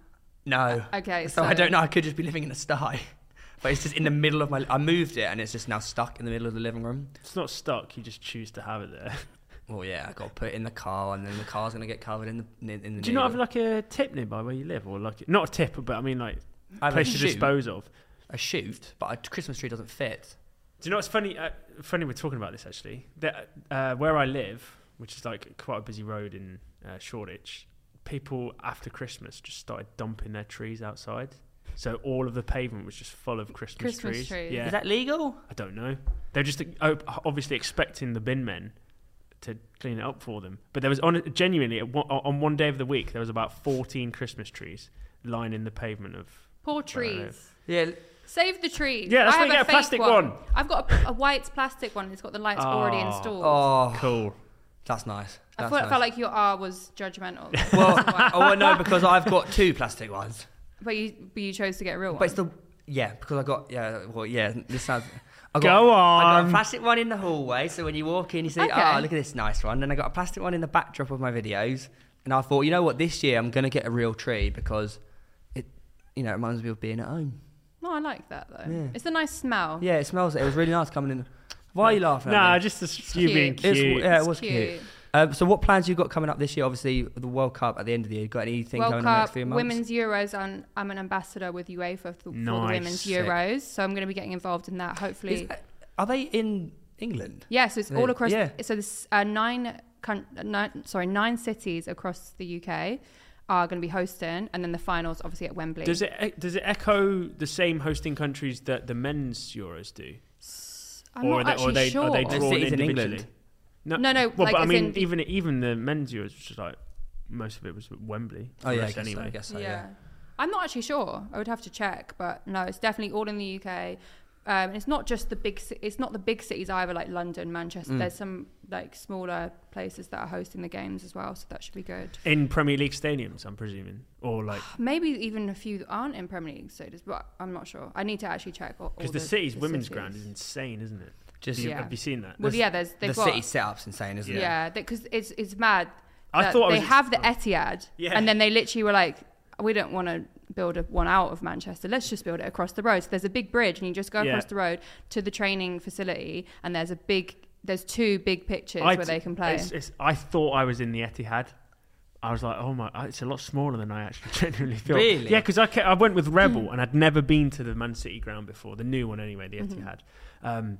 S1: No.
S3: Okay,
S1: So, I
S3: so-
S1: don't know. I could just be living in a sty, but it's just in the middle of my. I moved it, and it's just now stuck in the middle of the living room.
S2: It's not stuck. You just choose to have it there.
S1: Well, yeah, I got to put it in the car, and then the car's gonna get covered in the in, in the.
S2: Do you not have
S1: needle.
S2: like a tip nearby where you live, or like not a tip, but I mean like
S1: I have
S2: place to
S1: shoot-
S2: dispose of?
S1: A shoot, but a Christmas tree doesn't fit.
S2: Do you know what's funny? Uh, funny we're talking about this actually. That uh, where I live, which is like quite a busy road in uh, Shoreditch, people after Christmas just started dumping their trees outside. So all of the pavement was just full of Christmas,
S3: Christmas
S2: trees.
S3: trees.
S2: Yeah,
S1: Is that legal?
S2: I don't know. They're just uh, obviously expecting the bin men to clean it up for them. But there was on genuinely at one- on one day of the week there was about fourteen Christmas trees lining the pavement of.
S3: Poor
S2: know.
S3: trees.
S1: Yeah.
S3: Save the trees.
S2: Yeah, that's
S3: I
S2: where you
S3: have
S2: get a plastic
S3: fake
S2: one.
S3: I've got a, a white plastic one. It's got the lights already
S2: Oh.
S3: installed.
S1: Oh,
S2: Cool.
S1: that's nice.
S3: I
S1: That's
S3: thought it
S1: nice.
S3: felt like your R was judgmental.
S1: well, oh well, no, because I've got two plastic ones,
S3: but you but you chose to get a real one.
S1: but it's the yeah because I got yeah well yeah this sounds. I got,
S2: Go
S1: I got a
S2: on.
S1: plastic one in the hallway, so when you walk in, you see,
S3: Okay.
S1: oh, look at this nice one. Then I got a plastic one in the backdrop of my videos, and I thought, you know what, this year I'm gonna get a real tree because it, you know, it reminds me of being at home.
S3: No, I like that though.
S1: Yeah.
S3: It's a nice smell.
S1: Yeah, it smells. It was really nice coming in. Why are you laughing? at
S2: Nah,
S1: me?
S2: just as you
S3: cute.
S2: being
S3: It's-
S2: cute.
S1: It's- yeah, it was cute.
S3: cute.
S1: Um, so, what plans you got coming up this year? Obviously, the World Cup at the end of the year. You got anything
S3: World
S1: going on in the next
S3: Cup,
S1: few months?
S3: Women's Euros, and I'm an ambassador with UEFA for, for
S2: Nice.
S3: the Women's
S1: Sick.
S3: Euros, so I'm going to be getting involved in that. Hopefully,
S1: Is- uh, are they in England?
S3: Yeah, so it's
S1: Yeah.
S3: all across.
S1: Yeah.
S3: So there's uh, nine, coun- uh, nine, sorry, nine cities across the UK are going to be hosting, and then the finals obviously at Wembley.
S2: Does it eh, does it echo the same hosting countries that the men's Euros do,
S3: I'm
S2: or, are
S3: not
S2: they, or
S3: actually
S2: they
S3: sure.
S2: are they
S1: The
S2: drawn
S1: cities in
S2: individually?
S1: England.
S3: No, no,
S2: Well,
S3: like,
S2: but I
S3: as
S2: mean,
S3: in the-
S2: even even the men's Euros, which is like most of it was Wembley.
S1: Oh yeah,
S2: for
S1: I
S2: us
S1: guess
S2: anyway.
S1: so. I guess so, yeah.
S3: I'm not actually sure. I would have to check, but no, it's definitely all in the UK. Um, and it's not just the big. ci- It's not the big cities either, like London, Manchester.
S1: Mm.
S3: There's some like smaller places that are hosting the games as well, so that should be good.
S2: In Premier League stadiums, I'm presuming, or like
S3: Maybe even a few that aren't in Premier League stages, but I'm not sure. I need to actually check. all- all
S2: because the, city's
S3: the
S2: women's
S3: cities.
S2: ground is insane, isn't it?
S1: Just
S2: Do you-
S3: Yeah.
S2: Have you seen that?
S3: Well,
S1: The-
S3: yeah, there's they've
S1: the
S3: got
S1: city setup's insane, isn't it?
S3: yeah, because it's it's mad.
S2: I
S3: that
S2: thought I
S3: they
S2: was- Oh.
S3: have the Etihad,
S2: Yeah.
S3: and then they literally were like, we don't want to build a, one out of Manchester. Let's just build it across the road. So there's a big bridge, and you just go
S2: Yeah.
S3: across the road to the training facility, and there's a big. There's two big pitches
S2: I
S3: where
S2: d-
S3: they can play.
S2: it's- it's- I thought I was in the Etihad. I was like, oh my, it's a lot smaller than I actually genuinely feel.
S1: Really?
S2: Yeah, because I, ca- I went with Rebel
S3: Hmm.
S2: and I'd never been to the Man City ground before, the new one anyway, the
S3: Mm-hmm.
S2: Etihad. Um,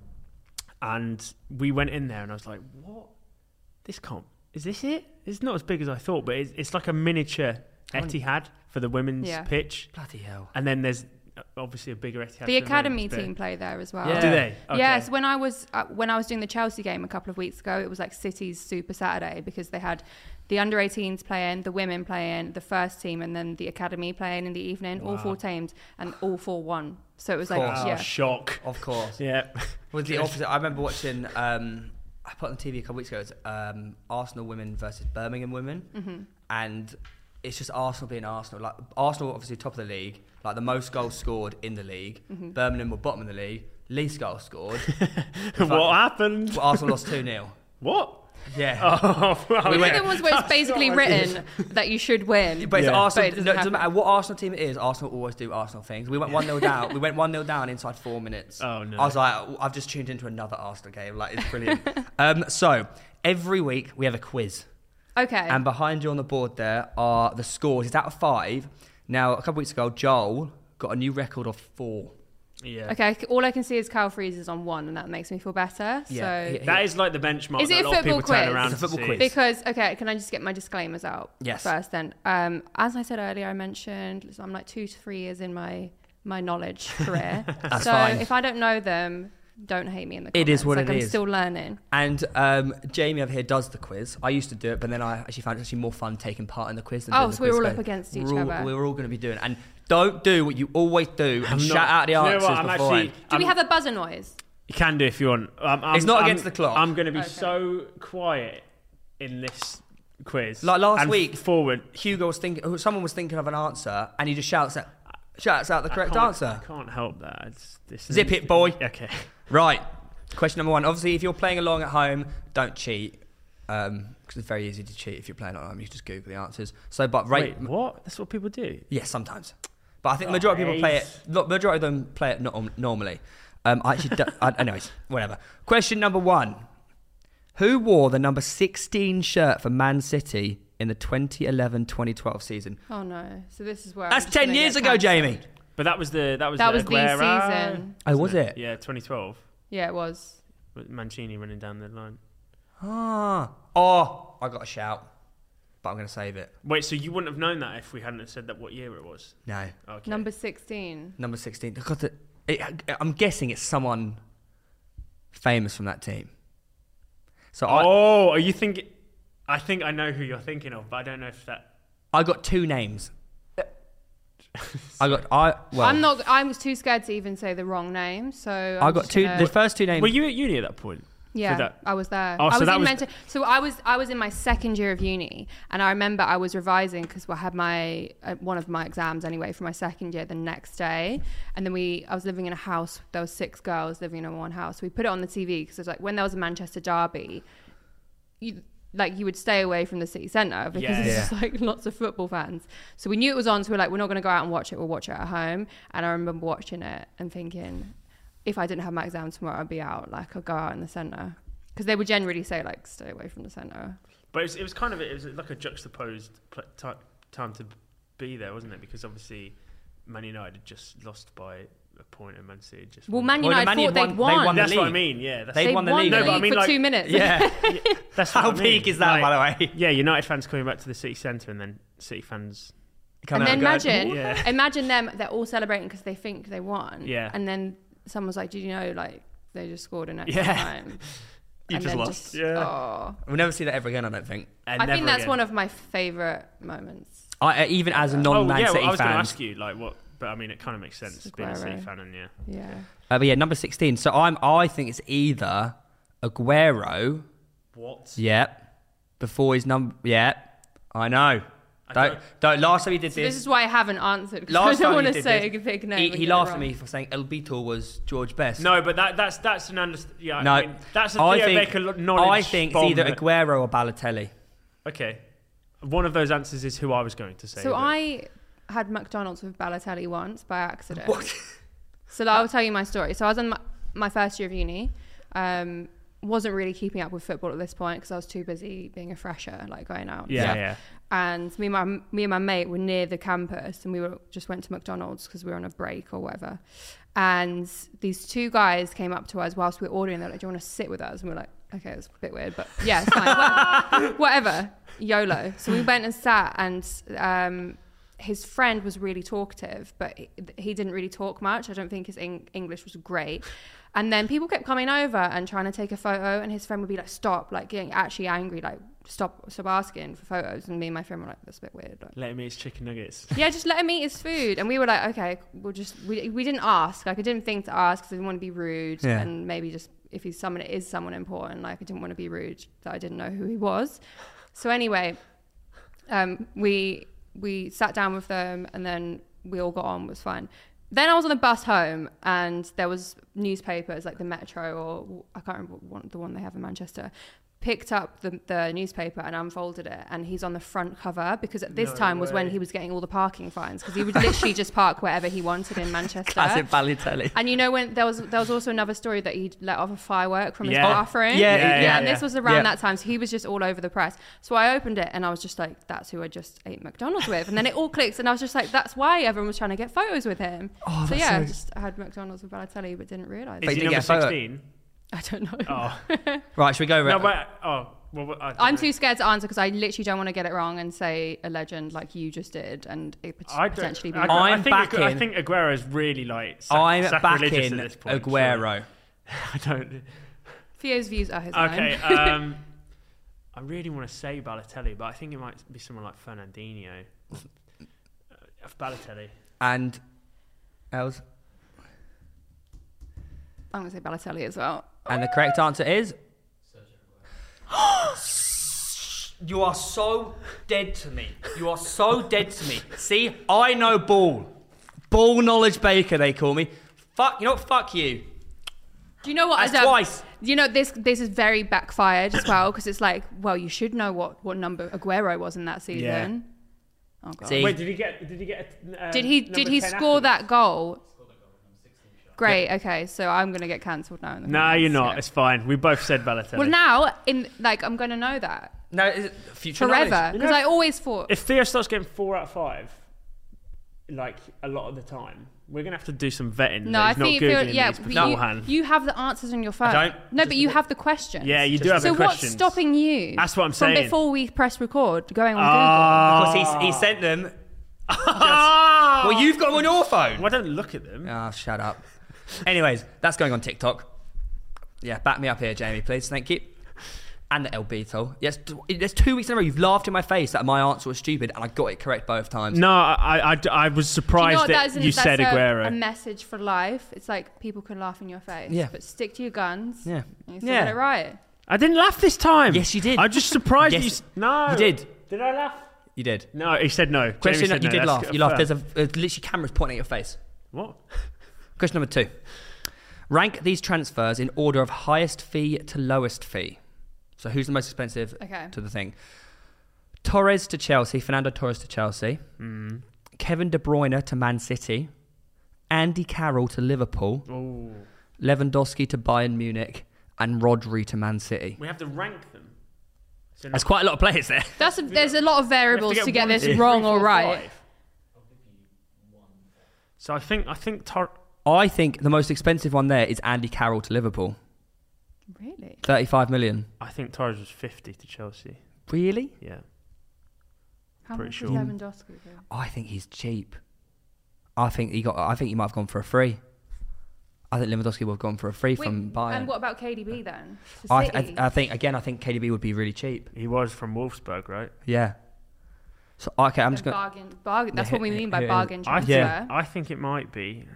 S2: and we went in there and I was like, what? This can't, is this it? It's not as big as I thought, but it's, it's like a miniature Etihad for the women's
S3: Yeah.
S2: pitch.
S1: Bloody hell.
S2: And then there's uh, obviously a bigger Etihad. for
S3: the academy
S2: men's, but-
S3: team play there as well.
S1: Yeah.
S2: Do they? Okay.
S3: Yes, when I was uh, when I was doing the Chelsea game a couple of weeks ago, it was like City's Super Saturday because they had the under 18s playing, the women playing, the first team, and then the academy playing in the evening. All four teams and all four won. So it was like
S1: Of course.
S2: Oh,
S3: yeah,
S2: shock.
S1: Of course.
S2: Yeah.
S1: Was the opposite. I remember watching. Um, I put on the TV a couple weeks ago. It's um, Arsenal women versus Birmingham women,
S3: Mm-hmm.
S1: and it's just Arsenal being Arsenal. Like Arsenal, obviously top of the league, like the most goals scored in the league.
S3: Mm-hmm.
S1: Birmingham were bottom of the league, least goals scored.
S2: what happened?
S1: but Arsenal lost two 0
S2: What?
S1: Yeah.
S2: Oh, well,
S1: We
S3: They're
S1: went-
S3: the ones where it's basically written that you should win.
S1: But it's
S2: Yeah.
S1: Arsenal.
S3: But it doesn't
S1: no, it doesn't
S3: happen.
S1: matter what Arsenal team it is. Arsenal always do Arsenal things. We went one 0 down. We went one 0 down inside four minutes.
S2: Oh, no.
S1: I was like, I've just tuned into another Arsenal game. Like it's brilliant. um, so every week we have a quiz.
S3: okay,
S1: And behind you on the board there are the scores. It's out of five. Now, a couple weeks ago, Joel got a new record of four.
S2: yeah.
S3: okay. I c- All I can see is Kyle Freeze is on one, and that makes me feel better.
S1: Yeah,
S3: so
S1: he-
S2: That is like the benchmark.
S3: Is
S2: that
S3: it
S2: a
S3: a
S2: lot of people
S3: football
S2: turn
S3: quiz?
S2: around
S1: It's a
S2: to
S1: football
S2: see.
S1: quiz.
S3: Because okay, can I just get my disclaimers out?
S1: Yes.
S3: First, then, um, as I said earlier, I mentioned I'm like two to three years in my my knowledge career. so
S1: fine.
S3: if I don't know them, don't hate me in the
S1: It
S3: comments.
S1: is what
S3: like,
S1: it
S3: I'm
S1: is.
S3: still learning.
S1: And um, Jamie over here does the quiz. I used to do it, but then I actually found it actually more fun taking part in the quiz. Than
S3: Oh,
S1: doing the
S3: so we're
S1: quiz
S3: all up
S1: first.
S3: against each
S1: we're all,
S3: other.
S1: We're all going to be doing it. And don't do what you always do and
S2: I'm
S1: shout
S2: not-
S1: out the
S2: Do you know
S1: answers
S2: what? I'm
S1: before.
S2: actually-
S3: Do we
S2: I'm-
S3: have a buzzer noise?
S2: You can do if you want. I'm, I'm,
S1: It's not
S2: I'm-
S1: against the clock.
S2: I'm going to be
S3: Okay.
S2: so quiet in this quiz.
S1: Like last
S2: and
S1: week-
S2: forward.
S1: Hugo was thinking, oh, someone was thinking of an answer, and he just shouts out, shouts out the
S2: I
S1: correct
S2: can't-
S1: answer.
S2: I can't help that. It's, this
S1: Zip
S2: is-
S1: it, boy.
S2: Okay.
S1: Right. Question number one. Obviously, if you're playing along at home, don't cheat. Because it's very easy to cheat if you're playing at home. You just Google the answers. So, but rate.
S2: Wait, what? That's what people do.
S1: Yeah, sometimes. But I think the majority of people play it. The majority of them play it norm- normally. Um, I actually. do I, anyways, whatever. Question number one. Who wore the number 16 shirt for Man City in the 2011-2012 season?
S3: Oh no! So this is where I'm
S1: That's
S3: Uh, just
S1: 10
S3: gonna
S1: years
S3: get
S1: ago,
S3: cancelled.
S1: Jamie.
S2: But that was the that was
S3: That
S2: the
S3: was the
S2: Aguero,
S3: season.
S1: Oh, was
S2: wasn't
S1: it?
S2: Yeah, 2012.
S3: Yeah, it was.
S2: With Mancini running down the line.
S1: Ah. Oh, I got a shout. But I'm going to save it.
S2: Wait, so you wouldn't have known that if we hadn't have said that what year it was?
S1: No.
S2: Okay.
S3: Number sixteen.
S1: Number 16. Because it, it, I'm guessing it's someone famous from that team. So
S2: Oh, are you thinking? I think I know who you're thinking of, but I don't know if that.
S1: I, I got two names. I got, I, well,
S3: I'm not. I was too scared to even say the wrong name. So i
S1: I got two, the first two names.
S2: Were you at uni at that point?
S3: Yeah,
S2: For that-
S3: I was there.
S2: Oh,
S3: I
S2: so
S3: was
S2: that
S3: in
S2: was-
S3: mental. So I was I was in my second year of uni, and I remember I was revising because I had my uh, one of my exams anyway for my second year the next day, and then we I was living in a house. There was six girls living in one house. We put it on the TV because it was like when there was a Manchester derby, you, like you would stay away from the city centre because
S2: Yeah,
S3: it's
S1: yeah.
S3: just like lots of football fans. So we knew it was on, so we're like, we're not going to go out and watch it. We'll watch it at home. And I remember watching it and thinking, if I didn't have my exam tomorrow, I'd be out. Like I'll go out in the centre because they would generally say like stay away from the centre.
S2: But it was, it was kind of it was like a juxtaposed pl- ti- time to be there, wasn't it? Because obviously, Man United had just lost by a point, and Man City had just
S3: Well,
S2: won.
S3: Man
S1: Well, the
S3: United
S1: Man United
S3: thought they'd
S1: won- they
S3: won.
S1: won the
S2: That's what I
S1: league.
S2: mean. Yeah, that's,
S1: They- won the league.
S2: No, but I mean,
S3: for
S2: like-
S3: two minutes.
S1: Yeah.
S2: that's
S1: How
S2: what I mean.
S1: big is that,
S2: Like,
S1: by the way?
S2: Yeah, United fans coming back to the city centre, and then City fans.
S1: Coming
S3: and then
S1: out going,
S3: imagine,
S1: "Ooh."
S2: Yeah.
S3: imagine them. They're all celebrating because they think they won.
S2: Yeah.
S3: And then someone's like, "Did you know like they just scored an extra
S2: Yeah.
S3: time?"
S1: You
S3: and
S1: just
S3: then
S1: lost.
S2: Yeah.
S3: Oh.
S1: We'll never see that ever again, I don't think.
S2: and
S3: I
S2: never
S3: think that's
S2: again.
S3: one of my favorite moments.
S1: I, uh, even as a
S2: Oh,
S1: non-Man
S2: yeah, well,
S1: City
S2: I was going to
S1: fan.
S2: ask you like what, but I mean, it kind of makes sense being a City
S3: Aguero.
S2: fan, and yeah,
S3: Yeah.
S1: Uh, but yeah, number 16. So I'm, I think it's either Aguero,
S2: what?
S1: yeah, before his number, yeah, I know.
S2: I
S1: Don't, don't, last time he did
S3: So
S1: this,
S3: this is why I haven't answered
S1: last
S3: because I
S1: time
S3: don't want
S1: he
S3: to
S1: did
S3: say
S1: this,
S3: a big name.
S1: he,
S3: and
S1: he
S3: get it
S1: laughed at
S3: wrong.
S1: me for saying El Beatle was George Best.
S2: No, but that that's that's an underst- yeah.
S1: no,
S2: I mean, that's a Theo
S1: I think,
S2: Baker lo- knowledge.
S1: I think it's
S2: bomb
S1: either
S2: that-
S1: Aguero or Balotelli.
S2: Okay. One of those answers is who I was going to say.
S3: So
S2: but-
S3: I had McDonald's with Balotelli once by accident. So I'll tell you my story. So I was in my, my first year of uni. Um, wasn't really keeping up with football at this point because I was too busy being a fresher, like going out.
S2: Yeah,
S1: Yeah.
S2: yeah.
S3: and me and my me and my mate were near the campus, and we were just went to McDonald's because we were on a break or whatever. And these two guys came up to us whilst we were ordering. They're like, "Do you want to sit with us?" And we were like, "Okay, it's a bit weird, but yeah, it's fine, Wha- whatever." YOLO. So we went and sat, and um, his friend was really talkative, but he, he didn't really talk much. I don't think his Eng- English was great. And then people kept coming over and trying to take a photo, and his friend would be like, "Stop!" Like getting actually angry, like stop, stop asking for photos. And me and my friend were like, "That's a bit weird." Like,
S2: Let him eat his chicken nuggets.
S3: yeah, just let him eat his food. And we were like, okay, we'll just, we, we didn't ask. Like, I didn't think to ask because I didn't want to be rude.
S1: Yeah.
S3: And maybe just if he's someone, it is someone important. Like, I didn't want to be rude that I didn't know who he was. So, anyway, um, we, we sat down with them and then we all got on, it was fine. Then I was on the bus home and there was newspapers like the Metro or I can't remember what one, the one they have in Manchester. Picked up the, the newspaper and unfolded it, and he's on the front cover because at this
S2: No
S3: time was when
S2: way.
S3: he was getting all the parking fines because he would literally just park wherever he wanted in Manchester.
S1: Classic Balotelli.
S3: And you know when there was there was also another story that he'd let off a firework from his
S2: Yeah.
S3: bathroom.
S1: Yeah,
S2: yeah, yeah,
S3: And
S1: yeah.
S3: this was around
S1: Yeah.
S3: that time, so he was just all over the press. So I opened it and I was just like, "That's who I just ate McDonald's with." And then it all clicks, and I was just like, "That's why everyone was trying to get photos with him."
S1: Oh,
S3: so
S1: that's
S3: yeah, I
S1: so-
S3: just had McDonald's with Balotelli, but didn't realize.
S1: But
S2: Is
S1: you
S2: he
S1: didn't
S2: number
S1: get a photo.
S2: sixteen?
S3: I don't know.
S2: Oh
S1: Right, should we go? Ra-
S2: no, but oh well. well, I don't
S3: I'm
S2: know.
S3: too scared to answer because I literally don't want to get it wrong and say a legend like you just did, and it pot-
S2: I don't-
S3: potentially be.
S2: I,
S3: wrong.
S2: I
S1: I'm
S2: think Agu- I
S1: backing-
S2: think Aguero is really like. Sac-
S1: I'm
S2: sacrilegious
S1: backing
S2: at this point,
S1: Aguero.
S2: so I don't.
S3: Theo's views are his own.
S2: Okay. Um, I really want to say Balotelli, but I think it might be someone like Fernandinho. Uh, Balotelli.
S1: And Els.
S3: I'm gonna say Balotelli as well.
S1: And the correct answer is. you are so dead to me. You are so dead to me. See, I know ball. Ball knowledge baker, they call me. Fuck, you know what? Fuck you.
S3: Do you know what?
S1: That's
S3: Azab?
S1: twice.
S3: You know this. This is very backfired as well because it's like, well, you should know what what number Aguero was in that season. Oh god.
S1: See?
S2: Wait, did he get? Did he get? Uh,
S3: did he
S2: number
S3: did he
S2: 10
S3: score
S2: afterwards?
S3: that goal? Great. Okay, so I'm gonna get cancelled now. in the
S2: No,
S3: comments,
S2: you're not.
S3: yeah.
S2: It's fine. We both said Balotelli.
S3: Well, now in like I'm gonna know that
S1: No, is it future
S3: forever
S1: knowledge?
S2: You
S3: because
S2: know-
S3: I always thought.
S2: if Theo starts getting four out of five, like a lot of the time, we're gonna have to do some vetting.
S3: No,
S2: that
S3: I
S2: he's not
S3: think
S2: googling
S3: Theo- yeah,
S2: these
S3: but
S2: beforehand.
S3: you, you have the answers on your phone.
S1: don't.
S3: No, but you have the questions.
S2: yeah, you do have
S3: so
S2: a
S3: what's
S2: question.
S3: stopping you?
S2: That's what I'm
S3: from
S2: saying.
S3: Before we press record, going on Google.
S2: Ah.
S1: Because he, he sent them.
S2: Ah!
S1: Well, you've got them on your phone.
S2: Well, don't look at them.
S1: Ah, shut up. Anyways, that's going on TikTok. Yeah, back me up here, Jamie, please. Thank you. And the El Beetle. Yes, t- there's two weeks in a row you've laughed in my face that my answer was stupid and I got it correct both times.
S2: No, I, I, I was
S3: Do
S2: surprised
S3: you know what
S2: that
S3: that is-
S2: you
S3: that's
S2: said
S3: a,
S2: Aguero.
S3: A message for life. It's like people can laugh in your face,
S1: Yeah.
S3: but stick to your guns.
S1: Yeah.
S3: and you still
S1: Yeah.
S3: get it right.
S2: I didn't laugh this time.
S1: Yes, you did.
S2: I'm just surprised
S1: Yes,
S2: you. s- No,
S1: you did.
S2: Did I laugh?
S1: You did.
S2: No, he said no.
S1: Question,
S2: Jamie said
S1: you
S2: no.
S1: did
S2: That's
S1: laugh.
S2: good.
S1: You laughed.
S2: Fair.
S1: There's a, uh, literally cameras pointing at your face.
S2: what?
S1: Question number two. Rank these transfers in order of highest fee to lowest fee. So who's the most expensive
S3: Okay.
S1: to the thing? Torres to Chelsea, Fernando Torres to Chelsea,
S2: Mm.
S1: Kevin De Bruyne to Man City, Andy Carroll to Liverpool,
S2: Oh,
S1: Lewandowski to Bayern Munich, and Rodri to Man City.
S2: we have to rank them. So
S1: That's quite a lot of players there.
S3: That's a, there's a lot of variables to get, this wrong or right.
S2: So I think I think Tor-
S1: I think the most expensive one there is Andy Carroll to Liverpool,
S3: Really?
S1: 35 million.
S2: I think Torres was fifty to Chelsea.
S1: Really?
S2: Yeah,
S3: How
S2: Pretty
S3: much
S2: sure.
S3: is Lewandowski? though?
S1: I think he's cheap. I think he got. I think he might have gone for a free. I think Lewandowski would have gone for a free from
S3: Wait,
S1: Bayern.
S3: and what about KDB then? To
S1: I,
S3: City?
S1: I, I think again. I think KDB would be really cheap.
S2: he was from Wolfsburg, right?
S1: Yeah. So okay, I'm
S3: The
S1: just gonna.
S3: bargain, bargain. That's
S1: Yeah,
S3: what we
S1: here-
S3: mean
S1: here
S3: by
S1: it is.
S3: bargain
S2: I
S3: transfer.
S2: think I think it might be.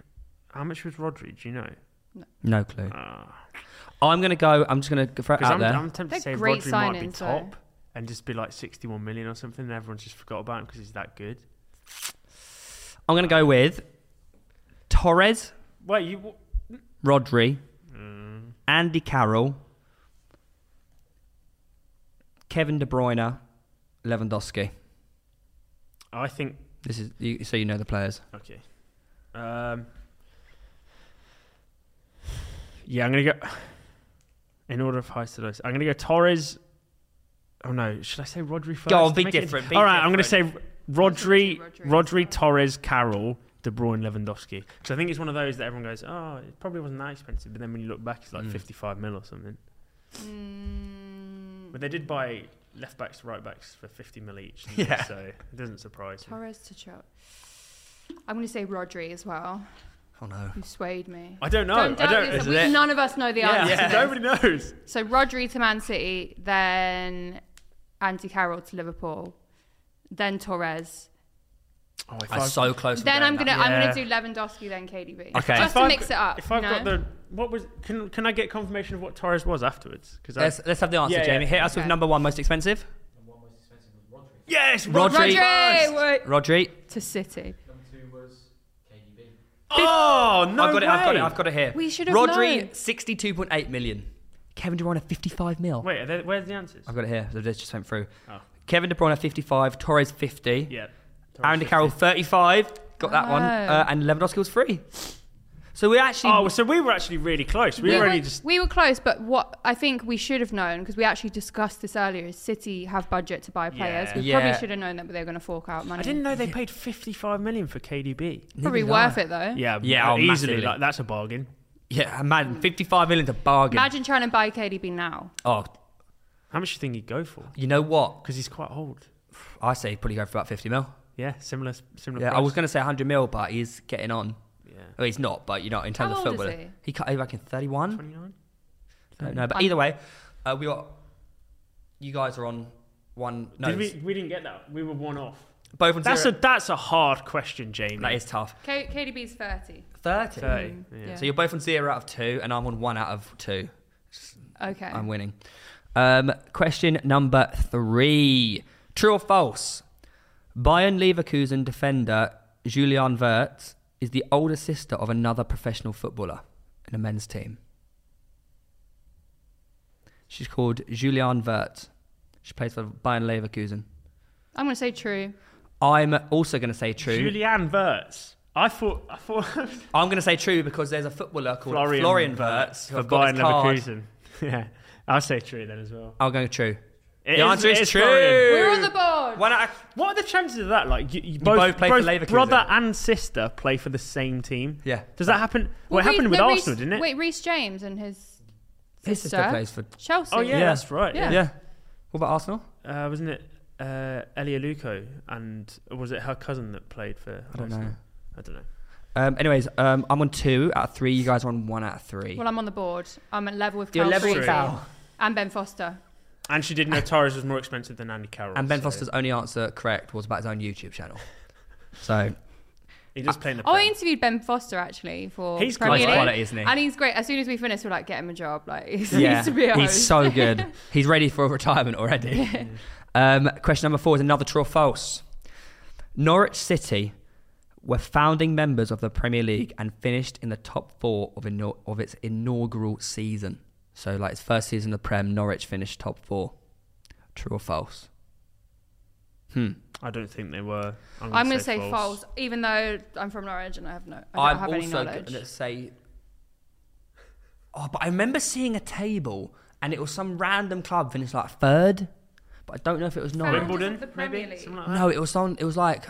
S2: How much was Rodri? Do you know?
S1: No clue.
S2: Because
S1: I'm gonna go. I'm just gonna go for it out
S2: I'm,
S1: there.
S2: I'm tempted
S3: They're
S2: to say
S3: great
S2: Rodri might be
S3: signings, though.
S2: top and just be like 61 million or something, and everyone's just forgot about him because he's that good.
S1: I'm gonna go with Torres,
S2: Wait, you
S1: Rodri, Andy Carroll, Kevin De Bruyne, Lewandowski.
S2: I think
S1: This is you, so you know the players.
S2: okay. Um, yeah, I'm gonna go in order of highest to lowest. I'm gonna go Torres. Oh no, should I say Rodri first?
S1: on,
S2: to
S1: be
S2: make it-
S1: different, be
S2: All right, I'm gonna say
S1: different.
S2: Rodri,
S3: Rodri,
S2: Rodri, Torres, Carroll, De Bruyne, Lewandowski. Because I think it's one of those that everyone goes, oh, it probably wasn't that expensive, but then when you look back, it's
S1: Mm.
S2: like 55 mil or something.
S3: Mm,
S2: But they did buy left backs, right backs for 50 mil each. didn't they?
S1: Yeah.
S2: So it doesn't surprise me.
S3: Torres to Chelsea. I'm going to say Rodri as well.
S1: Oh no.
S3: You swayed me.
S2: I don't know.
S3: Don't
S2: I
S3: doubt
S2: don't.
S3: this. We, none of us know the
S2: yeah,
S3: answer. to this.
S2: nobody knows.
S3: So Rodri to Man City, then Andy Carroll to Liverpool, then Torres.
S2: Oh, if
S1: I'm
S2: I've-
S1: so close. to
S3: Then I'm
S1: going
S3: gonna I'm
S2: Yeah.
S3: gonna do Lewandowski, then KDB.
S1: Okay.
S3: Just
S2: If I've
S3: to mix
S2: got-
S3: it up.
S2: If I've
S3: you
S2: got
S3: know?
S2: the what was can can I get confirmation of what Torres was afterwards? Because
S1: Let's, let's have the answer,
S2: Yeah, yeah.
S1: Jamie. Hit us with
S3: Okay.
S1: number one most expensive.
S4: Number one most expensive was Rodri.
S2: yes,
S1: Rodri.
S2: Rodri.
S3: Rodri
S2: first.
S3: wait.
S1: Rodri.
S3: to City.
S4: Number two was KDB.
S2: Oh no
S1: I've got it. I've got it.
S2: way.
S1: I've got it here.
S3: We should have
S1: Rodri,
S3: known.
S1: sixty-two point eight million. Kevin De Bruyne, fifty-five mil.
S2: Wait, are there, where's the answers?
S1: I've got it here. So this just went through.
S2: Oh.
S1: Kevin De Bruyne, fifty-five. Torres, fifty.
S2: Yeah.
S1: Aaron De Carroll, thirty-five. Got that one.
S3: Oh.
S1: Uh, and Lewandowski was free. So we actually.
S2: Oh, so we were actually really close. We,
S3: We
S2: were
S3: were,
S2: only just.
S3: we were close, but what I think we should have known because we actually discussed this earlier is City have budget to buy players.
S2: Yeah.
S3: We
S1: Yeah.
S3: probably should have known that, but they were going to fork out money.
S2: I didn't know they paid 55 million for KDB.
S3: probably
S1: Neither did I.
S3: worth it though.
S2: Yeah,
S1: Yeah, oh,
S2: easily.
S1: massively.
S2: Like, that's a bargain.
S1: Yeah, man, fifty-five million to bargain.
S3: Imagine trying to buy KDB now.
S1: Oh,
S2: How much do you think he'd go for?
S1: you know what?
S2: Because he's quite old.
S1: I say he'd probably go for about fifty mil.
S2: Yeah, similar, similar.
S1: Yeah, I
S2: price.
S1: was going to say hundred mil, but he's getting on.
S2: Yeah,
S1: Well, he's not, but you know, in terms
S3: How
S1: of
S3: old is
S1: football, uh,
S3: he?
S1: he cut. I reckon thirty-one.
S2: 29.
S1: No, no, but
S3: Um,
S1: either way, uh, we got. You guys are on one. No,
S2: Did we, we didn't get that. We were one off.
S1: both on
S2: That's a
S1: zero.
S2: that's a hard question, Jamie.
S1: that is tough.
S3: K- KDB's thirty.
S1: Thirty.
S2: Thirty.
S3: Mm,
S2: yeah.
S3: yeah.
S1: So you're both on zero out of two, and I'm on one out of two.
S3: Okay.
S1: I'm winning. Um, question number three: True or false? Bayern Leverkusen defender Julian Wirtz is the older sister of another professional footballer in a men's team. She's called Julian Wirtz. She plays for Bayern Leverkusen.
S3: I'm going to say true.
S1: I'm also going to say true.
S2: Julianne Verts. I thought I thought
S1: I'm going to say true because there's a footballer called Florian, Wirtz who
S2: for
S1: I've got his
S2: Bayern
S1: card.
S2: Leverkusen. Yeah, I'll say true then as well.
S1: I'll go true.
S2: It
S1: the answer
S2: it
S1: is true.
S2: Florian.
S3: We're on the board.
S1: One out of-
S2: What are the chances of that? Like you, you both,
S1: both play for Leverkusen.
S2: brother and sister play for the same team.
S1: Yeah.
S2: Does that happen? Well, it
S3: Reece-
S2: happened with
S3: no,
S2: Arsenal,
S3: Reece-
S2: didn't it?
S3: Wait, Reese James and his
S1: his sister
S3: sister?
S1: plays for.
S3: Chelsea.
S2: Oh yeah,
S1: Yeah.
S2: that's right.
S1: Yeah.
S3: Yeah.
S1: What about Arsenal?
S2: Uh, wasn't it uh, Elia Luco and was it her cousin that played for?
S1: I don't
S2: Arsenal?
S1: know.
S2: I don't know.
S1: Um, anyways, um, I'm on two out of three. You guys are on one out of three.
S3: Well, I'm on the board. I'm at level with
S1: You're
S3: Cal
S1: level
S2: with
S3: Freeze
S1: Cal.
S3: and Ben Foster.
S2: And she didn't know Torres was more expensive than Andy Carroll.
S1: and Ben
S2: so
S1: Foster's only answer correct was about his own YouTube channel. So
S2: He does play in the.
S3: Oh, I
S2: Prem.
S3: interviewed Ben Foster actually for
S2: He's
S1: he's
S3: Premier
S2: Really?
S1: quality,
S3: League.
S1: isn't he?
S3: And he's great. As soon as we finish, we're like, get him a job. Like, he needs to be a
S1: he's
S3: host.
S1: so good. He's ready for retirement already. Um, question number four is another true or false. Norwich City were founding members of the Premier League and finished in the top four of, inau- of its inaugural season. So like his first season of Prem, Norwich finished top four. True or false? Hmm.
S2: I don't think they were. I'm
S3: I'm going to say false, even though I'm from Norwich and I have no, I
S1: I'm
S3: don't have any
S1: also
S3: knowledge.
S1: going to say. Oh, but I remember seeing a table and it was some random club finished like third, but I don't know if it was Norwich.
S3: Wimbledon?
S2: Wimbledon,
S3: The Premier
S2: maybe
S3: League.
S2: something like that.
S1: No, it was on. It was like.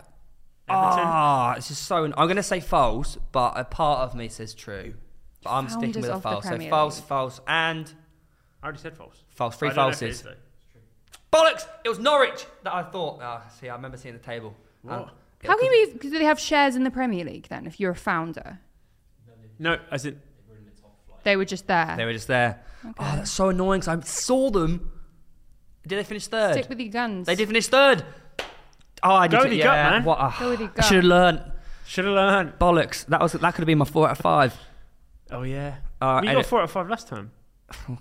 S2: Everton?
S1: Ah, this is so. I'm going to say false, but a part of me says true. But I'm sticking
S3: Founders
S1: with a
S3: of the
S1: false. So
S3: Premier
S1: false,
S3: League.
S1: false, and
S2: I already said false.
S1: false. Three
S2: I don't know if it
S1: falses.
S2: is, though.
S1: Bollocks! It was Norwich that I thought. Ah, see, I remember seeing the table.
S2: What?
S1: And-
S3: How can you be? Because they have shares in the Premier League then, if you're a founder.
S2: No, as in
S3: They were just there.
S1: They were just there. Oh, that's so annoying. 'cause I saw them. Did they finish third?
S3: Stick with your guns.
S1: They did finish third. Oh, I did.
S2: Go with your gut,
S1: yeah,
S2: man.
S1: What? a-
S3: Go with your
S1: I should have
S3: gut.
S1: learned.
S2: should have learned.
S1: Bollocks! That was that could have been my four out of five.
S2: Oh yeah.
S1: Uh,
S2: you
S1: and
S2: got
S1: it-
S2: four out of five last time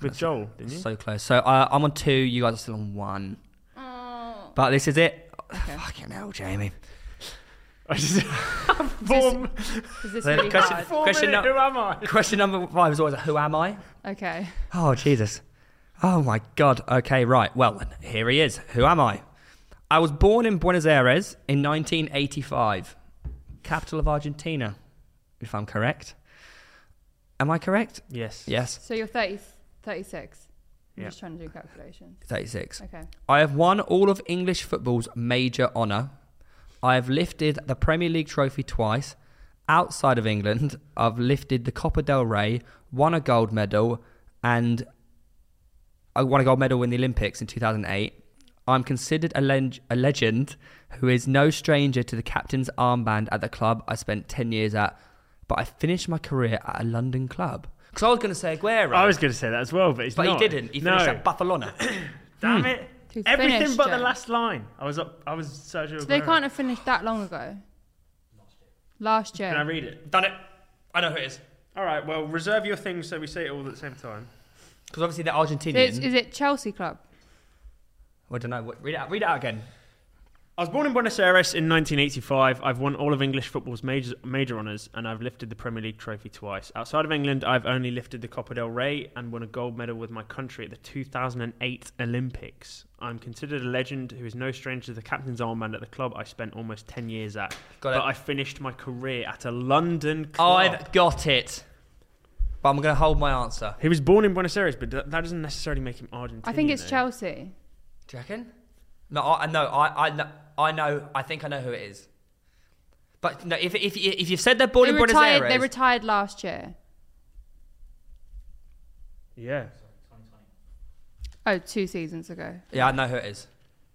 S2: with Joel, didn't you?
S1: So close. So uh, I'm on two. You guys are still on one.
S3: Oh.
S1: But this is it.
S3: Okay.
S1: Fucking hell, Jamie.
S2: I just boom.
S3: Is this
S1: Then
S3: really
S1: question-
S3: hard?
S2: Four
S1: Question
S2: minute,
S1: no-
S2: who am I?
S1: Question number five is always who am I?
S3: Okay.
S1: Oh Jesus. Oh my God. Okay, right. Well, here he is. Who am I? I was born in Buenos Aires in 1985, capital of Argentina, if I'm correct. Am I correct?
S2: Yes.
S1: Yes.
S3: So you're 30, 36. I'm
S2: Yeah.
S3: just trying to do calculations.
S1: 36.
S3: Okay.
S1: I have won all of English football's major honour. I have lifted the Premier League trophy twice. Outside of England, I've lifted the Copa del Rey, won a gold medal, and I won a gold medal in the Olympics in 2008. I'm considered a, len- a legend who is no stranger to the captain's armband at the club I spent 10 years at, but I finished my career at a London club. Because I was going to say Aguero,
S2: I was going to say that as well, but it's
S1: but
S2: not.
S1: he didn't. He
S2: no.
S1: finished Hmm. at Barcelona.
S2: Damn it.
S3: To
S2: Everything
S3: finish,
S2: but the
S3: Joe.
S2: last line. I was up. I was Sergio.
S3: So they
S2: Aguero.
S3: can't have finished that long ago. Last year.
S2: Can I read it?
S1: Done it. I know who it is.
S2: All right. Well, reserve your things so we say it all at the same time.
S1: Because obviously they're Argentinian.
S3: Is, is it Chelsea club?
S1: Well, I don't know. What- Read it out, read it out again.
S2: I was born in Buenos Aires in 1985. I've won all of English football's major, major honours and I've lifted the Premier League trophy twice. Outside of England, I've only lifted the Copa del Rey and won a gold medal with my country at the 2008 Olympics. I'm considered a legend who is no stranger to the captain's armband at the club I spent almost 10 years at.
S1: Got
S2: but
S1: it. Oh,
S2: I finished my career at a London club.
S1: I've got it. But I'm going to hold my answer.
S2: He was born in Buenos Aires, but that, that doesn't necessarily make him Argentinian.
S3: I think it's
S1: eh?
S2: though.
S3: Chelsea.
S1: Do you reckon? No, I no, I, I, know, I know. I think I know who it is. But no, if if if you've said they're born
S3: They
S1: in Buenos
S3: retired,
S1: Aires,
S3: they retired last year.
S2: Yeah.
S3: Oh, two seasons ago.
S1: yeah, I know who it is.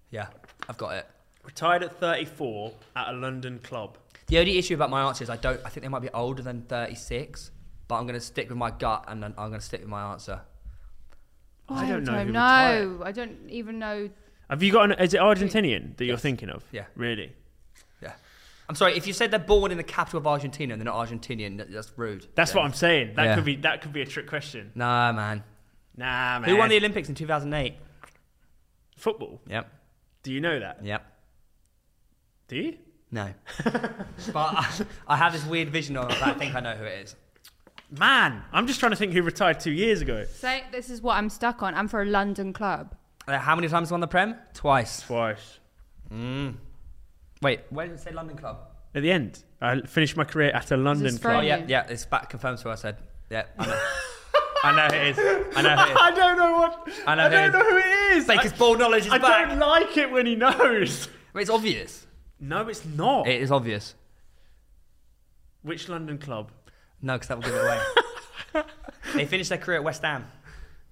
S1: Yeah, I've got it.
S2: Retired at 34 at a London club.
S1: The only issue about my answer is I don't. I think they might be older than 36. But I'm going to stick with my gut, and then I'm going to stick with my answer.
S2: I don't know who
S3: No, Oh, I don't even know.
S2: Have you got an? Is it Argentinian that you're thinking of?
S1: Yeah.
S2: Really?
S1: Yeah. I'm sorry if you said they're born in the capital of Argentina and they're not Argentinian. that- That's rude.
S2: That's what I'm saying. That
S1: Yeah.
S2: could be. That could be a trick question.
S1: Nah, man.
S2: Nah, man.
S1: Who won the Olympics in 2008?
S2: football?
S1: Yep.
S2: Do you know that?
S1: Yep.
S2: Do you?
S1: No. but I, I have this weird vision of it. I think I know who it is.
S2: Man, I'm just trying to think who retired two years ago.
S3: Say this is what I'm stuck on. I'm for a London club.
S1: Uh, how many times won the Prem? Twice.
S2: Twice.
S1: Wait, where did it say London Club?
S2: At the end, I finished my career at a London
S3: This is
S1: Oh,
S2: club.
S3: Friday.
S1: yeah, yeah, it's back confirmed to what I said. Yeah, I know. I know who it is. I know who it
S2: I don't know what.
S1: I
S2: I,
S1: know who it
S2: don't know who it is.
S1: is. Baker's ball knowledge is
S2: I, I
S1: back.
S2: don't like it when he knows.
S1: But It's obvious.
S2: No, it's not.
S1: It is obvious.
S2: Which London club?
S1: No, because that will give it away. they finished their career at West Ham.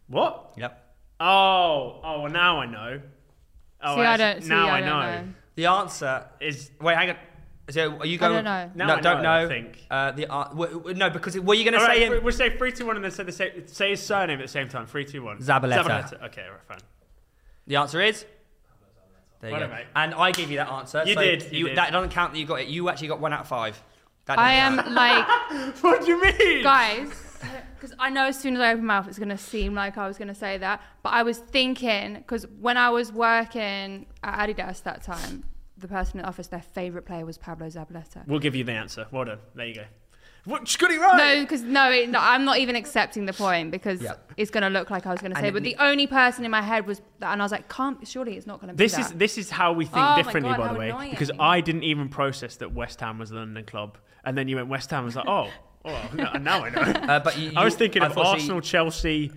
S2: What?
S1: Yep.
S2: Oh, oh, well, now I know. Oh,
S3: see, I
S2: actually,
S3: don't. See,
S2: now
S3: I,
S2: I,
S3: don't
S2: know.
S3: know.
S1: The answer
S2: Is
S1: Wait, hang on. So are you
S3: I
S1: going?
S3: don't
S2: know.
S1: No,
S2: Now I
S1: don't
S2: know, I
S1: know.
S2: think.
S1: Uh, the uh, w- w- no, because were you going to
S2: All
S1: say
S2: right,
S1: him?
S2: we- we'll say three, two, one, and then say the same, say his surname at the same time. Three, two, one.
S1: Zabaleta.
S2: Zabaleta. Okay, all right, fine.
S1: The answer is. There you
S2: Well
S1: go.
S2: done, mate.
S1: And I gave you that answer.
S2: You
S1: so
S2: did, you did.
S1: That doesn't count that you got it. You actually got one out of five. That doesn't
S3: I am
S1: count.
S3: like
S2: What do you mean?
S3: guys, because I know as soon as I open my mouth, it's going to seem like I was going to say that. But I was thinking, because when I was working at Adidas that time, the person in the office, their favorite player was Pablo Zabaleta.
S2: We'll give you the answer. Well done. There you go. What, Scuddy right?
S3: No, because no, it, no, I'm not even accepting the point because
S1: Yeah.
S3: it's going to look like I was going to
S1: And
S3: say.
S1: it
S3: But
S1: ne-
S3: the only person in my head was, that, and I was like, can't. Surely it's not going to be
S2: This
S3: that.
S2: is this is how we think
S3: Oh my
S2: differently,
S3: God,
S2: by
S3: how
S2: the way,
S3: annoying.
S2: because I didn't even process that West Ham was a London club, and then you went West Ham. I was like, oh, oh, no, now I know.
S1: Uh, but you,
S2: I was
S1: you-
S2: thinking of
S1: unfortunately-
S2: Arsenal, Chelsea,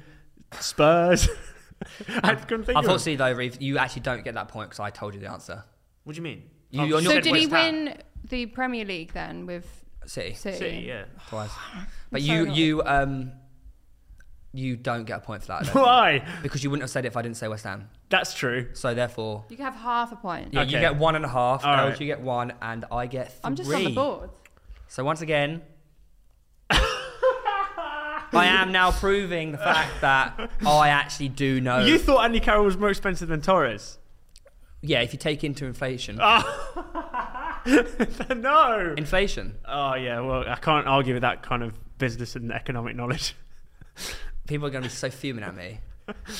S2: Spurs. I couldn't think of. them.
S1: Unfortunately, though, Reeve, you actually don't get that point because I told you the answer.
S2: What do you mean?
S1: You-
S2: Oh,
S1: you're
S2: you
S1: not-
S3: so
S2: said
S3: did he
S2: West Ham.
S3: win the Premier League then with
S1: City,
S3: City?
S2: City, yeah.
S1: twice. But
S3: so
S1: you,
S3: annoyed.
S1: you, um, you don't get a point for that I don't
S2: Why?
S1: think, because you wouldn't have said it if I didn't say West Ham.
S2: That's true.
S1: So therefore,
S3: You can have half a point.
S1: yeah, you
S2: Okay.
S1: get one and a half.
S2: All
S1: Elge,
S2: right.
S1: you get one, and I get three.
S3: I'm just on the board.
S1: So once again, I am now proving the fact that I actually do know.
S2: You thought Andy Carroll was more expensive than Torres?
S1: yeah, if you take into inflation,
S2: no.
S1: inflation,
S2: Oh yeah. Well, I can't argue with that kind of business and economic knowledge.
S1: people are going to be so fuming at me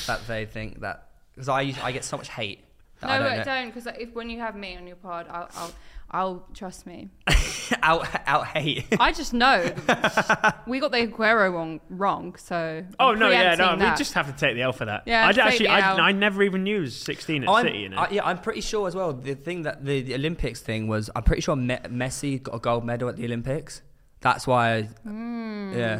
S1: that they think that because I I get so much hate. That
S3: No,
S1: I
S3: I
S1: don't
S3: don't,
S1: know.
S3: because if when you have me on your pod, I'll, I'll, I'll trust me.
S1: out out hate.
S3: I just know that we got the Aguero wrong, wrong. So
S2: Oh
S3: I'm
S2: no, yeah, no,
S3: preempting that.
S2: we just have to take the L for that.
S3: Yeah,
S2: I
S3: take
S2: actually,
S3: the
S2: I,
S3: L.
S2: I never even used 16 at
S1: I'm,
S2: City. You know,
S1: I- yeah, I'm pretty sure as well. The thing that the, the Olympics thing was, I'm pretty sure Me- Messi got a gold medal at the Olympics. That's why, yeah.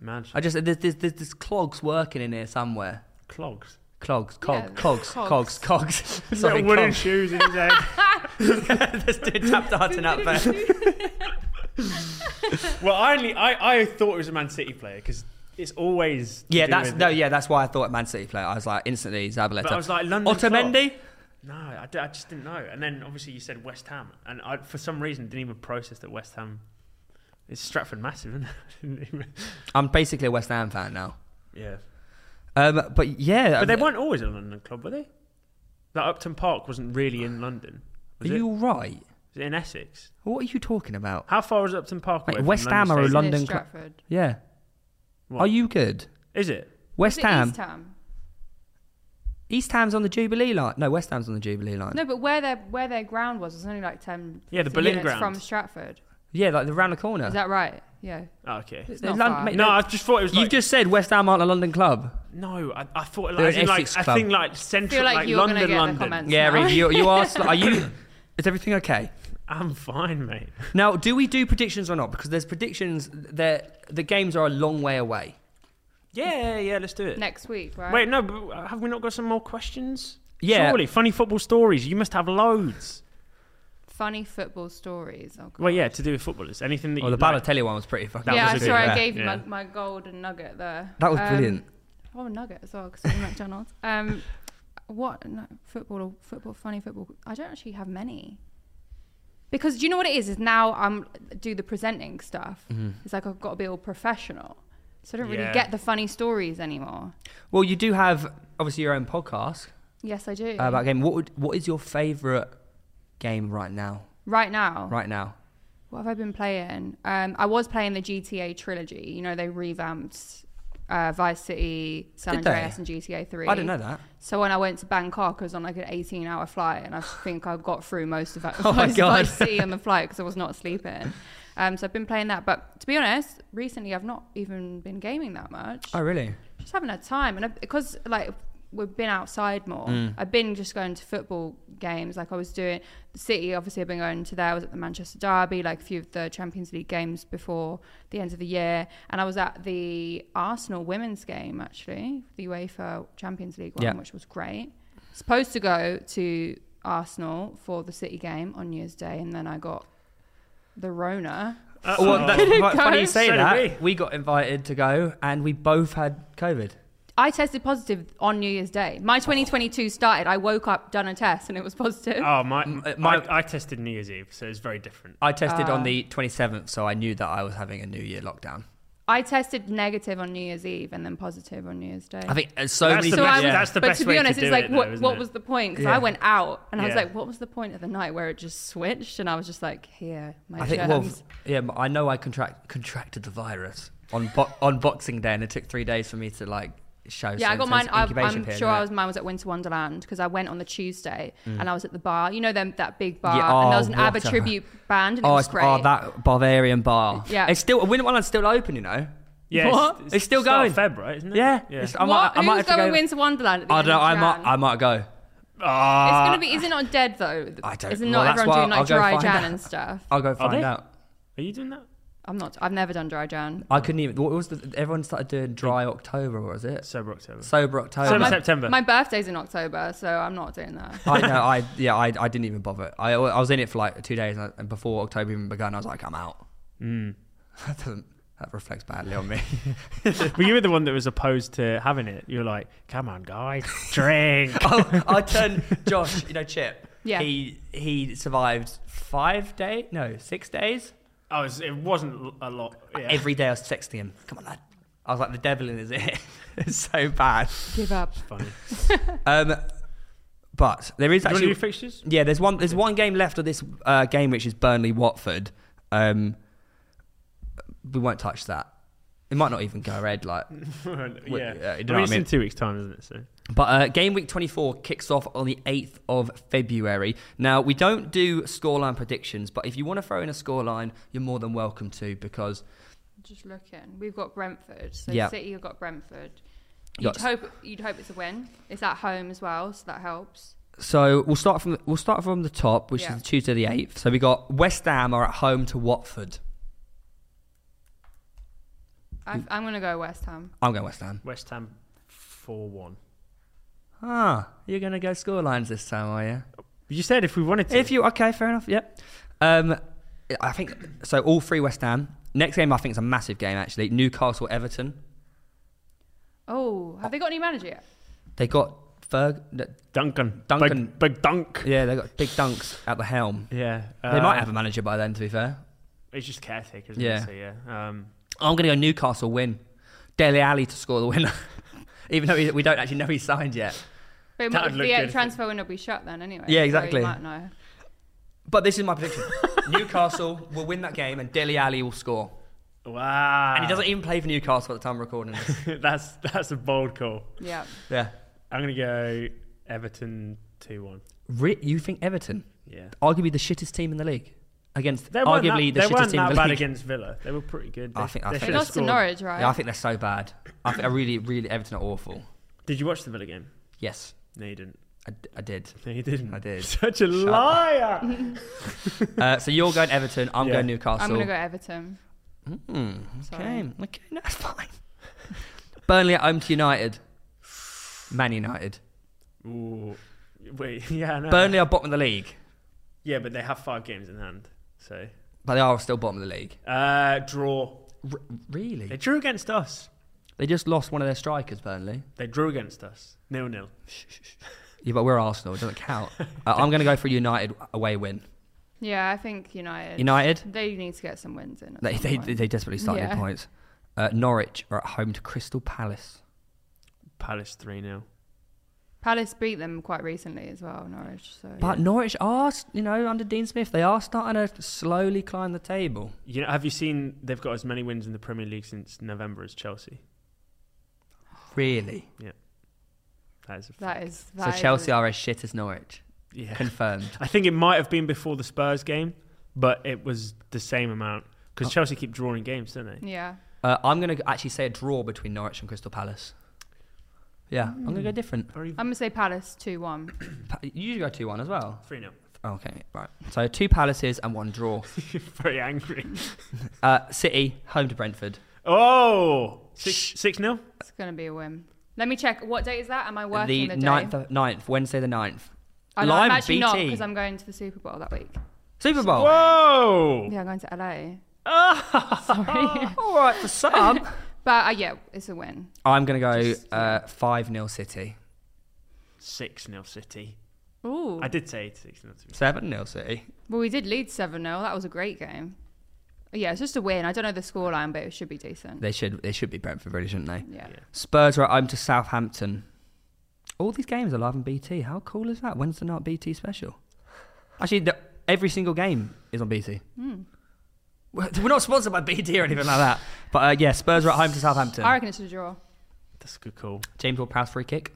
S2: man, sh-
S1: I just there's, there's, there's, there's clogs working in here somewhere.
S2: clogs.
S1: Clogs, cog,
S3: Yeah,
S1: cogs, cogs,
S3: cogs.
S1: cogs,
S2: Sorry,
S1: Sorry,
S2: wooden
S1: cogs.
S2: shoes in his head.
S1: this dude tap dancing up there.
S2: well, I only, I, I thought it was a Man City player because it's always to
S1: Yeah,
S2: do
S1: that's
S2: with-
S1: no, yeah, that's why I thought Man City player. I was like instantly Zabaleta.
S2: But I was like London. Klopp.
S1: Otamendi.
S2: No, I, d- I just didn't know. And then obviously you said West Ham, and I for some reason didn't even process that West Ham. It's Stratford massive, isn't it? I didn't even-
S1: I'm basically a West Ham fan now.
S2: yeah,
S1: Um, but yeah,
S2: but they weren't always a London club, were they? Like Upton Park wasn't really in London.
S1: Are
S2: Was it?
S1: you all right?
S2: Was it in Essex?
S1: What are you talking about?
S2: How far is Upton Park away?
S1: Wait,
S2: from
S1: West
S2: London
S1: Ham are a
S2: Stadium?
S1: London
S3: It is
S1: club.
S3: Stratford.
S1: Yeah.
S2: What?
S1: Are you good?
S2: Is it?
S1: West
S3: Is it
S1: Ham.
S3: East Ham.
S1: East Ham's on the Jubilee line. No, West Ham's on the Jubilee line.
S3: No, but where their where their ground was was only like ten.
S2: Yeah, the
S3: 15
S2: Berlin
S3: minutes
S2: ground.
S3: from Stratford.
S1: Yeah, like the round the corner.
S3: Is that right? Yeah.
S2: Oh, okay.
S3: It's
S1: They're
S3: not
S1: Lon-
S3: far.
S1: mate,
S2: No, I just thought it was
S1: You've
S2: like
S1: just said West Ham aren't a London club.
S2: no. I, I thought
S1: They're
S2: like, as
S1: an
S2: in, like
S1: Essex
S2: I
S1: club.
S2: think like central
S3: feel like
S2: like,
S3: you're gonna
S2: London,
S3: get the
S2: London.
S3: comments.
S1: Yeah,
S3: No.
S1: Reeve, you, you are. sl- Are you? Is everything okay?
S2: I'm fine, mate.
S1: Now, do we do predictions or not? Because there's predictions that the games are a long way away.
S2: Yeah, yeah. Let's do it.
S3: Next week, right?
S2: Wait, no. But uh, have we not got some more questions?
S1: Yeah.
S2: Surely, funny football stories. You must have loads.
S3: Funny football stories. Oh, God.
S2: Well, yeah, to do with footballers. Anything that
S1: Well,
S2: you
S1: the
S2: like.
S1: Balotelli one was pretty fucking.
S2: That
S3: yeah,
S2: was
S3: I'm
S2: a good
S3: sorry, I
S2: bet.
S3: gave you
S2: Yeah.
S3: my, my golden nugget there.
S1: That was
S3: Um,
S1: brilliant.
S3: Oh, a nugget as well, because I'm at McDonald's. Um, what no, football? Football? Funny football? I don't actually have many. Because do you know what it is? Is now I'm do the presenting stuff.
S1: Mm-hmm.
S3: It's like I've got to be all professional, so I don't
S2: Yeah.
S3: really get the funny stories anymore.
S1: Well, you do have obviously your own podcast
S3: Yes, I do.
S1: uh, about game. What would, what is your favorite game right now?
S3: right now,
S1: Right now,
S3: What have I been playing? Um, I was playing the GTA trilogy. You know, they revamped uh, Vice City, San
S1: Did they?
S3: Andreas, and GTA 3.
S1: I didn't know that.
S3: So when I went to Bangkok, I was on like an 18 hour flight, and I think I got through most of that.
S1: Oh my
S3: most
S1: God.
S3: Vice City on the flight because I was not sleeping. Um, so I've been playing that. But to be honest, recently I've not even been gaming that much.
S1: Oh, really?
S3: just haven't had time. And I, because, like, we've been outside more, I've been just going to football games. Like, I was doing the City, obviously, I've been going to there. I was at the Manchester Derby, like, a few of the Champions League games before the end of the year. And I was at the Arsenal women's game, actually, the UEFA Champions League one,
S1: Yeah.
S3: which was great. Supposed to go to Arsenal for the City game on New Year's Day, and then I got the Rona.
S2: Uh-oh.
S1: Well, that's right, funny you say
S2: So did
S1: that.
S2: we.
S1: we got invited to go, and we both had COVID.
S3: I tested positive on New Year's Day. My 2022 started. I woke up, done a test, and it was positive.
S2: Oh my!
S1: uh, my-
S2: I, I tested New Year's Eve, so it's very different.
S1: I tested
S3: Ah.
S1: on the 27th, so I knew that I was having a New Year lockdown.
S3: I tested negative on New Year's Eve and then positive on New Year's Day.
S1: I think uh, so
S2: That's
S1: many
S2: the
S3: so
S1: people-
S2: best-
S3: I,
S1: yeah.
S2: that's the
S3: but
S2: best
S3: to
S2: way
S3: be
S2: to
S3: honest,
S2: do
S3: it's
S2: it
S3: like
S2: though,
S3: what,
S2: isn't
S3: what
S2: it?
S3: was the point? Because
S1: Yeah.
S3: I went out and I was
S2: Yeah.
S3: like, what was the point of the night where it just switched? And I was just like, here, my
S1: I
S3: germs.
S1: think, well, yeah, I know I contract, contracted the virus on bo- on Boxing Day, and it took three days for me to like show.
S3: Yeah, I got
S1: centres,
S3: mine. I,
S1: incubation
S3: I'm
S1: period,
S3: sure
S1: innit?
S3: I was mine was at Winter Wonderland because I went on the Tuesday and I was at the bar. You know them that big bar,
S1: Mm. Yeah,
S3: and
S1: oh,
S3: there was an ABBA
S1: what a-
S3: tribute band, and
S1: oh,
S3: it was
S1: it's-
S3: great.
S1: oh, that Bavarian bar.
S3: Yeah.
S1: it's still Winter Wonderland's still open, you know.
S2: Yeah,
S1: What?
S2: It's,
S1: It's still
S2: start
S1: going.
S2: of Feb, right? Isn't it?
S1: Yeah,
S2: yeah.
S1: It's- I might,
S3: what?
S1: I might
S3: Who's
S1: have to
S3: going
S1: go.
S3: Winter Wonderland? At the
S1: I
S3: end
S1: don't.
S3: of
S1: I might.
S3: Jan?
S1: I might go.
S3: It's
S2: Ah,
S3: gonna be. Is it not dead though?
S1: Uh, I don't-
S3: Isn't
S1: well,
S3: not
S1: that's
S3: everyone doing
S1: why
S3: like
S1: I'll go
S3: dry
S1: find
S3: Jan
S1: out.
S3: and stuff?
S1: I'll go find
S2: they?
S1: out.
S2: Are you doing that?
S3: I'm not. I've never done dry Jan.
S1: I couldn't even. What was the? Everyone started doing dry October, was it?
S2: Sober October.
S1: Sober October.
S2: Sober
S3: my,
S2: September.
S3: My birthday's in October, so I'm not doing that.
S1: I know. I yeah. I, I didn't even bother. I, I was in it for like two days, and, I, and before October even began, I was like, I'm out.
S2: Mm.
S1: That doesn't. That reflects badly on me.
S2: But you were the one that was opposed to having it. You were like, "Come on, guys, drink."
S1: oh, I turned Josh. You know Chip.
S3: Yeah.
S1: He he survived five days. No, six days.
S2: oh, it's- it wasn't a lot. Yeah.
S1: Every day I was texting him. Come on, lad. I was like, the devil in his ear. it's so bad.
S3: Give up.
S2: funny.
S1: Um, but there is
S2: Do you want
S1: actually
S2: to do fixtures?
S1: yeah. There's one. There's one game left of this uh, game, which is Burnley Watford. Um, we won't touch that. It might not even go red. Like,
S2: yeah.
S1: you know
S2: I mean,
S1: what I
S2: it's in
S1: mean?
S2: two weeks' time, isn't it? So
S1: But uh, game week 24 kicks off on the 8th of February. Now, we don't do scoreline predictions, but if you want to throw in a scoreline, you're more than welcome to because
S3: Just looking. We've got Brentford. So
S1: Yeah.
S3: City have got Brentford. You'd
S1: Got-
S3: hope you'd hope it's a win. It's at home as well, so that helps.
S1: so we'll start from the, we'll start from the top, which
S3: Yeah.
S1: is Tuesday the 8th. So we got West Ham are at home to Watford. Mm.
S3: i I'm gonna go West Ham.
S1: I'm going West Ham.
S2: West Ham four-one.
S1: Ah, you're going to go scorelines this time, are you?
S2: You said if we wanted to.
S1: If you okay, fair enough. Yep. Um, I think so. All three West Ham. Next game, I think is a massive game actually. Newcastle Everton.
S3: Oh, have they got any manager yet?
S1: They got Ferg.
S2: Duncan,
S1: Duncan.
S2: big, big dunk.
S1: Yeah, they got big dunks at the helm.
S2: Yeah, um,
S1: they might have a manager by then, to be fair.
S2: It's just caretakers. Isn't
S1: Yeah.
S2: It? So, yeah. Um,
S1: I'm going to go Newcastle win. Dele Alli to score the winner. Even though he- we don't actually know he's signed yet.
S3: But it
S2: That
S3: might,
S2: would look
S3: the uh,
S2: good if
S3: transfer window will be shut then anyway.
S1: Yeah,
S3: so you
S1: exactly.
S3: might know.
S1: But this is my prediction. Newcastle will win that game and Dele Alli will score.
S2: wow.
S1: And he doesn't even play for Newcastle at the time of recording this.
S2: doesn't. that's that's a bold call.
S3: Yeah.
S1: yeah.
S2: I'm gonna go Everton two-one.
S1: Re- you think Everton,
S2: Yeah.
S1: arguably the shittest team in the league, against
S2: They weren't
S1: arguably
S2: that,
S1: the
S2: they
S1: shittest
S2: weren't
S1: team in
S2: that
S1: the
S2: bad
S1: league.
S2: against Villa. They were pretty good. They,
S1: I think- I
S2: they
S1: think-
S3: They
S2: should've
S3: lost to
S2: scored.
S3: Norwich, right?
S1: Yeah, I think they're so bad. I, think, I really, really, Everton are awful.
S2: Did you watch the Villa game?
S1: Yes,
S2: No, you didn't.
S1: I, d- I did.
S2: No, you didn't.
S1: I did.
S2: Such a
S1: Shut up.
S2: liar.
S1: Uh, so you're going Everton, I'm
S2: Yeah.
S1: going Newcastle.
S3: I'm gonna go Everton.
S1: Mm, okay,
S3: Sorry.
S1: okay, no, that's fine. Burnley at home to United. Man United.
S2: Ooh. Wait. Yeah. I know.
S1: Burnley are bottom of the league,
S2: Yeah, but they have five games in hand. So
S1: but they are still bottom of the league.
S2: uh, draw.
S1: R- really?
S2: They
S1: They,
S2: drew against us.
S1: just lost one of their strikers, Burnley.
S2: They drew against us. Nil nil.
S1: Yeah, but we're Arsenal. It doesn't count. uh, I'm going to go for a United away win.
S3: Yeah, I think United.
S1: United?
S3: They need to get some wins in. at
S1: They,
S3: some
S1: they,
S3: point.
S1: they desperately start
S3: Yeah.
S1: their points. Uh, Norwich are at home to Crystal Palace.
S2: Palace three 0
S3: Palace beat them quite recently as well, Norwich. So
S1: But Norwich are, you know, under Dean Smith, they are starting to slowly climb the table.
S2: You know, have you seen they've got as many wins in the Premier League since November as Chelsea?
S1: Really?
S2: That is a fact.
S3: that is
S1: so
S3: that is-
S1: Chelsea are as shit as Norwich.
S2: Yeah.
S1: Confirmed.
S2: I think it might have been before the Spurs game, but it was the same amount because
S1: Oh.
S2: Chelsea keep drawing games, don't they?
S3: Yeah.
S1: Uh, I'm going to actually say a draw between Norwich and Crystal Palace. Yeah, I'm going to
S3: Hmm.
S1: go different.
S2: Or even
S3: I'm gonna say Palace two one.
S1: Pa- You usually go 2 1 as well. Oh,
S2: three 0
S1: Okay, right. So two Palaces and one draw.
S2: Very angry.
S1: Uh, City, home to Brentford.
S2: Oh,
S1: Shh.
S2: six six nil.
S3: It's gonna be a win. Let me check. What date is that? Am I
S1: the
S3: working the, day?
S1: ninth, of- ninth, Wednesday the 9th.
S3: Oh, no, I'm
S1: Live
S3: actually not
S1: BT.
S3: because I'm going to the Super Bowl that week.
S1: Super Bowl.
S2: Whoa.
S3: Yeah, I'm going to LA.
S2: Ah.
S3: Sorry.
S1: All right, for some.
S3: but uh, yeah, it's a win.
S1: I'm going to
S3: Just-
S1: go uh, 5 0 City.
S2: Six 0 City.
S3: Ooh.
S2: I did say six 0 to be
S1: 7 0 City.
S3: Well, we did lead 7 0. That was a great game. Yeah, it's just a win. I don't know the scoreline, but it should be decent.
S1: They should, they should be Brentford, really, shouldn't they?
S3: Yeah.
S2: Yeah.
S1: Spurs are at home to Southampton. All these games are live on BT. How cool is that? Wednesday night BT special. Actually, the, every single game is on BT. We're we're not sponsored by BT or anything like that. But uh, yeah, Spurs are at home to Southampton.
S3: I reckon it's a draw.
S2: That's good call.
S1: James Ward Prowse free kick.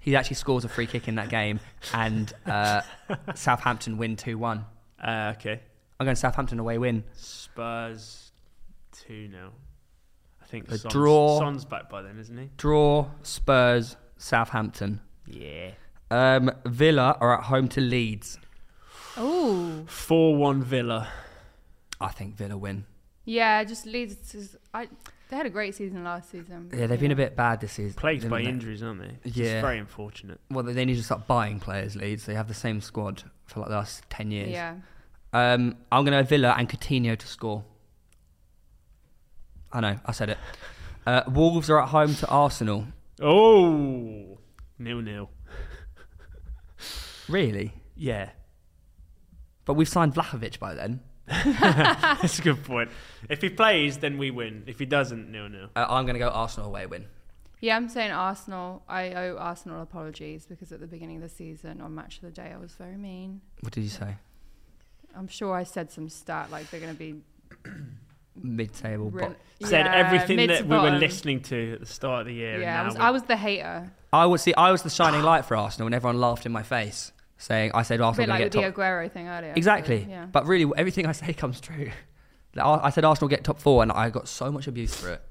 S1: He actually scores a free kick in that game, and uh, Southampton win 2 1.
S2: Uh, okay.
S1: I'm going Southampton away win.
S2: Spurs 2 0. I think
S1: A
S2: Son's,
S1: draw.
S2: Son's back by then, isn't he?
S1: Draw, Spurs, Southampton.
S2: Yeah.
S1: Um, Villa are at home to Leeds.
S3: Ooh.
S2: 4 1 Villa.
S1: I think Villa win.
S3: Yeah, just Leeds. is- I they had a great season last season.
S1: Yeah, they've been a bit bad this season.
S2: Plagued by
S1: haven't they?
S2: injuries, aren't they?
S1: Yeah.
S2: It's very unfortunate.
S1: Well, they need to start buying players, Leeds. They have the same squad for like the last 10 years.
S3: Yeah.
S1: Um, I'm going to Villa and Coutinho to score. I know, I said it. Uh, Wolves are at home to Arsenal.
S2: Oh! Nil nil.
S1: Really?
S2: Yeah.
S1: But we've signed Vlahovic by then.
S2: That's a good point. If he plays, then we win. If he doesn't, nil nil.
S1: Uh, I'm going to go Arsenal away win.
S3: Yeah, I'm saying Arsenal. I owe Arsenal apologies because at the beginning of the season on Match of the Day, I was very mean.
S1: What did you say?
S3: I'm sure I said some stat like they're going to be.
S1: Mid table.
S3: ri-
S2: Said
S3: Yeah,
S2: everything
S3: mid to
S2: that we were
S3: bottom.
S2: listening to at the start of the year.
S3: Yeah, I
S2: and
S3: was,
S2: now
S3: I was the hater.
S1: I was see. I was the shining light for Arsenal, and everyone laughed in my face, saying, "I said
S3: A bit
S1: Arsenal going
S3: like
S1: to
S3: the
S1: get top."
S3: Aguero thing earlier. actually.
S1: Exactly.
S3: Yeah.
S1: But really, everything I say comes true. Like, I I said Arsenal get top four, and I got so much abuse for it.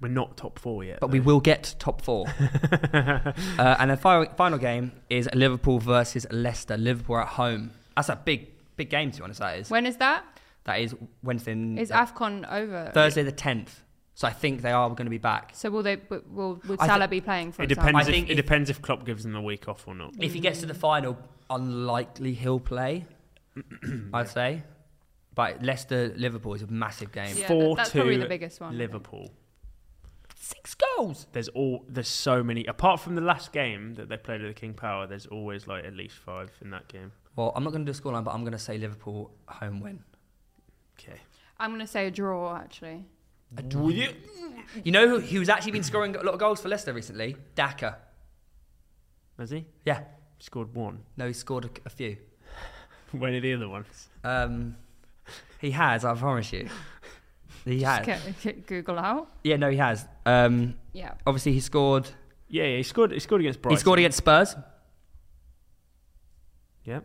S2: we're not top four yet.
S1: But we will get top four. uh, and the final, final game is Liverpool versus Leicester. Liverpool at home. That's a big, big game. To be honest, that is.
S3: when is that?
S1: that is Wednesday. n-
S3: Is Afcon over?
S1: Thursday the tenth. So I think they are going to be back.
S3: So will they? but Will would
S1: I thi-
S3: Salah be playing? For
S2: It
S3: example?
S2: depends.
S1: I
S2: If,
S1: think
S2: it
S1: if-
S2: depends if Klopp gives them a week off or not.
S1: If he gets to the final, unlikely he'll play. I'd say. But Leicester Liverpool is a massive game.
S3: Yeah,
S2: Four
S3: that- that's
S2: two
S3: probably the biggest one. I think.
S2: Liverpool.
S1: Six goals.
S2: There's all. There's so many. Apart from the last game that they played at the King Power, there's always like at least five in that game.
S1: Well, I'm not going to do a scoreline, but I'm going to say Liverpool home win.
S2: Okay.
S3: I'm going to say a draw actually.
S1: You know who, who's actually been scoring a lot of goals for Leicester recently? Daka.
S2: Has he
S1: Yeah.
S2: scored one?
S1: No, he scored a, a few.
S2: When are the other ones?
S1: Um, he has, I promise you. He has.
S3: Just get- get Google out.
S1: Yeah, no, he has. Um,
S3: Yeah.
S1: obviously, he scored.
S2: Yeah, yeah, he scored. He scored against Brighton.
S1: He scored against Spurs.
S2: Yeah.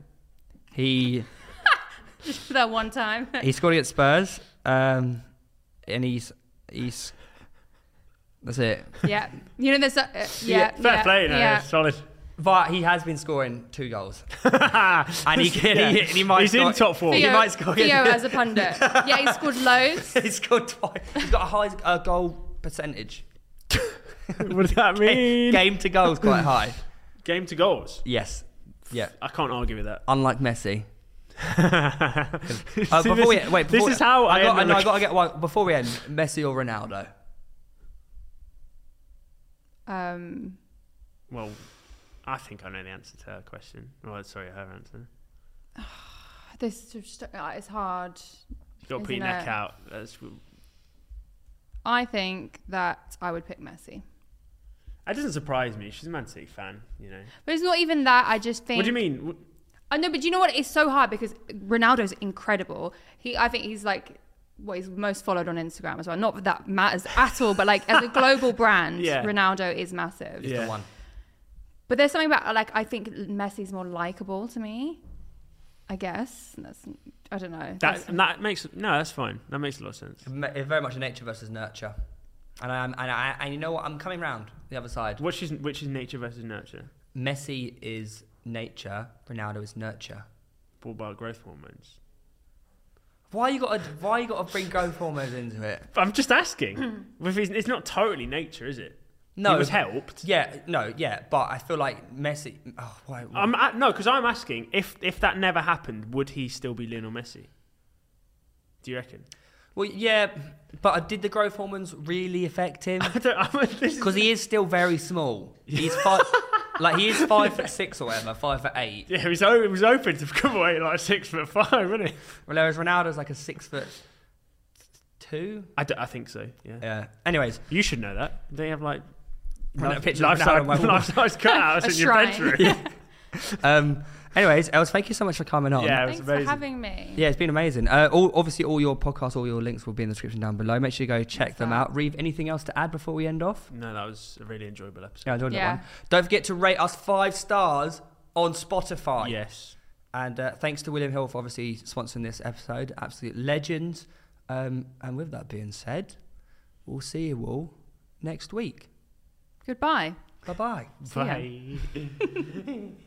S1: He
S3: Just for that one time.
S1: he scored against Spurs, um, and he's he's. That's it.
S3: yeah. You know, there's. A, uh, yeah.
S2: Fair
S3: yeah,
S2: play. No,
S3: yeah.
S2: Solid.
S1: But he has been scoring two goals, and he and he,
S2: Yeah.
S1: and he might.
S2: He's
S1: score,
S2: in top four.
S1: He
S3: Theo,
S1: might score.
S3: Theo as a pundit. Yeah, he scored loads.
S1: he scored twice. He's got a high uh, goal percentage.
S2: what does that mean?
S1: Game to goals quite high.
S2: Game to goals.
S1: Yes. Yeah.
S2: I can't argue with that.
S1: Unlike Messi.
S2: See,
S1: Uh, before
S2: this,
S1: we, wait,
S2: this
S1: before,
S2: is how I,
S1: I got.
S2: end
S1: no,
S2: the
S1: I got to get one before we end. Messi or Ronaldo?
S3: Um,
S2: Well, I think I know the answer to her question. Well, sorry, her answer.
S3: this is just, uh, it's hard.
S2: You've got to put
S3: Isn't
S2: your neck
S3: it?
S2: out. That's,
S3: I think that I would pick Messi.
S2: that doesn't surprise me. She's a Man City fan, you know.
S3: But it's not even that. I just think.
S2: What do you mean? W-
S3: I know, but you know what? It's so hard because Ronaldo's incredible. He, I think he's like what he's most followed on Instagram as well. Not that that matters at all, but like as a global brand,
S2: Yeah.
S3: Ronaldo is massive.
S2: Yeah.
S1: The one.
S3: But there's something about like I think Messi's more likable to me. I guess that's I don't know.
S2: That's, that makes no. That's fine. That makes a lot of sense.
S1: Me- it's very much a nature versus nurture. And I'm and I and you know what? I'm coming round the other side.
S2: Which is which is nature versus nurture?
S1: Messi is nature. Ronaldo is nurture.
S2: What about growth hormones?
S1: Why you got to Why you got to bring growth hormones into it?
S2: I'm just asking. If it's, it's not totally nature, is it?
S1: No.
S2: it was helped.
S1: Yeah, no, yeah, but I feel like Messi. Oh, why,
S2: I'm, I, no, because I'm asking if if that never happened, would he still be Lionel Messi? Do you reckon?
S1: well, yeah, but did the growth hormones really affect him?
S2: I don't. I'm, this is-
S1: Because he is still very small. He's five, like he is five foot six or whatever, five foot eight.
S2: Yeah, it was, o- it was open to come away like six foot five, wasn't it?
S1: Whereas Ronaldo's like a six foot two.
S2: I, d- I think so, yeah.
S1: Yeah. Anyways,
S2: You should know that. They have like
S1: Put a picture of Ronaldo
S2: life-size
S1: on my wall.
S2: life-size cutouts
S3: A
S2: in your
S3: shrine.
S2: bedroom.
S1: Um, anyways, Els, thank you so much for coming on.
S2: Yeah. That was
S3: Thanks for
S2: amazing.
S3: having me.
S1: Yeah, it's been amazing. Uh, all, obviously, all your podcasts, all your links will be in the description down below. Make sure you go check them out. Reeve, anything else to add before we end off?
S2: No, that was a really enjoyable episode.
S1: Yeah, I enjoyed
S3: Yeah.
S1: that one. Don't forget to rate us five stars on Spotify.
S2: Yes.
S1: And uh, thanks to William Hill for obviously sponsoring this episode. Absolute legend. Um, and with that being said, we'll see you all next week.
S3: Goodbye.
S1: Bye bye.
S3: See ya.
S2: Bye.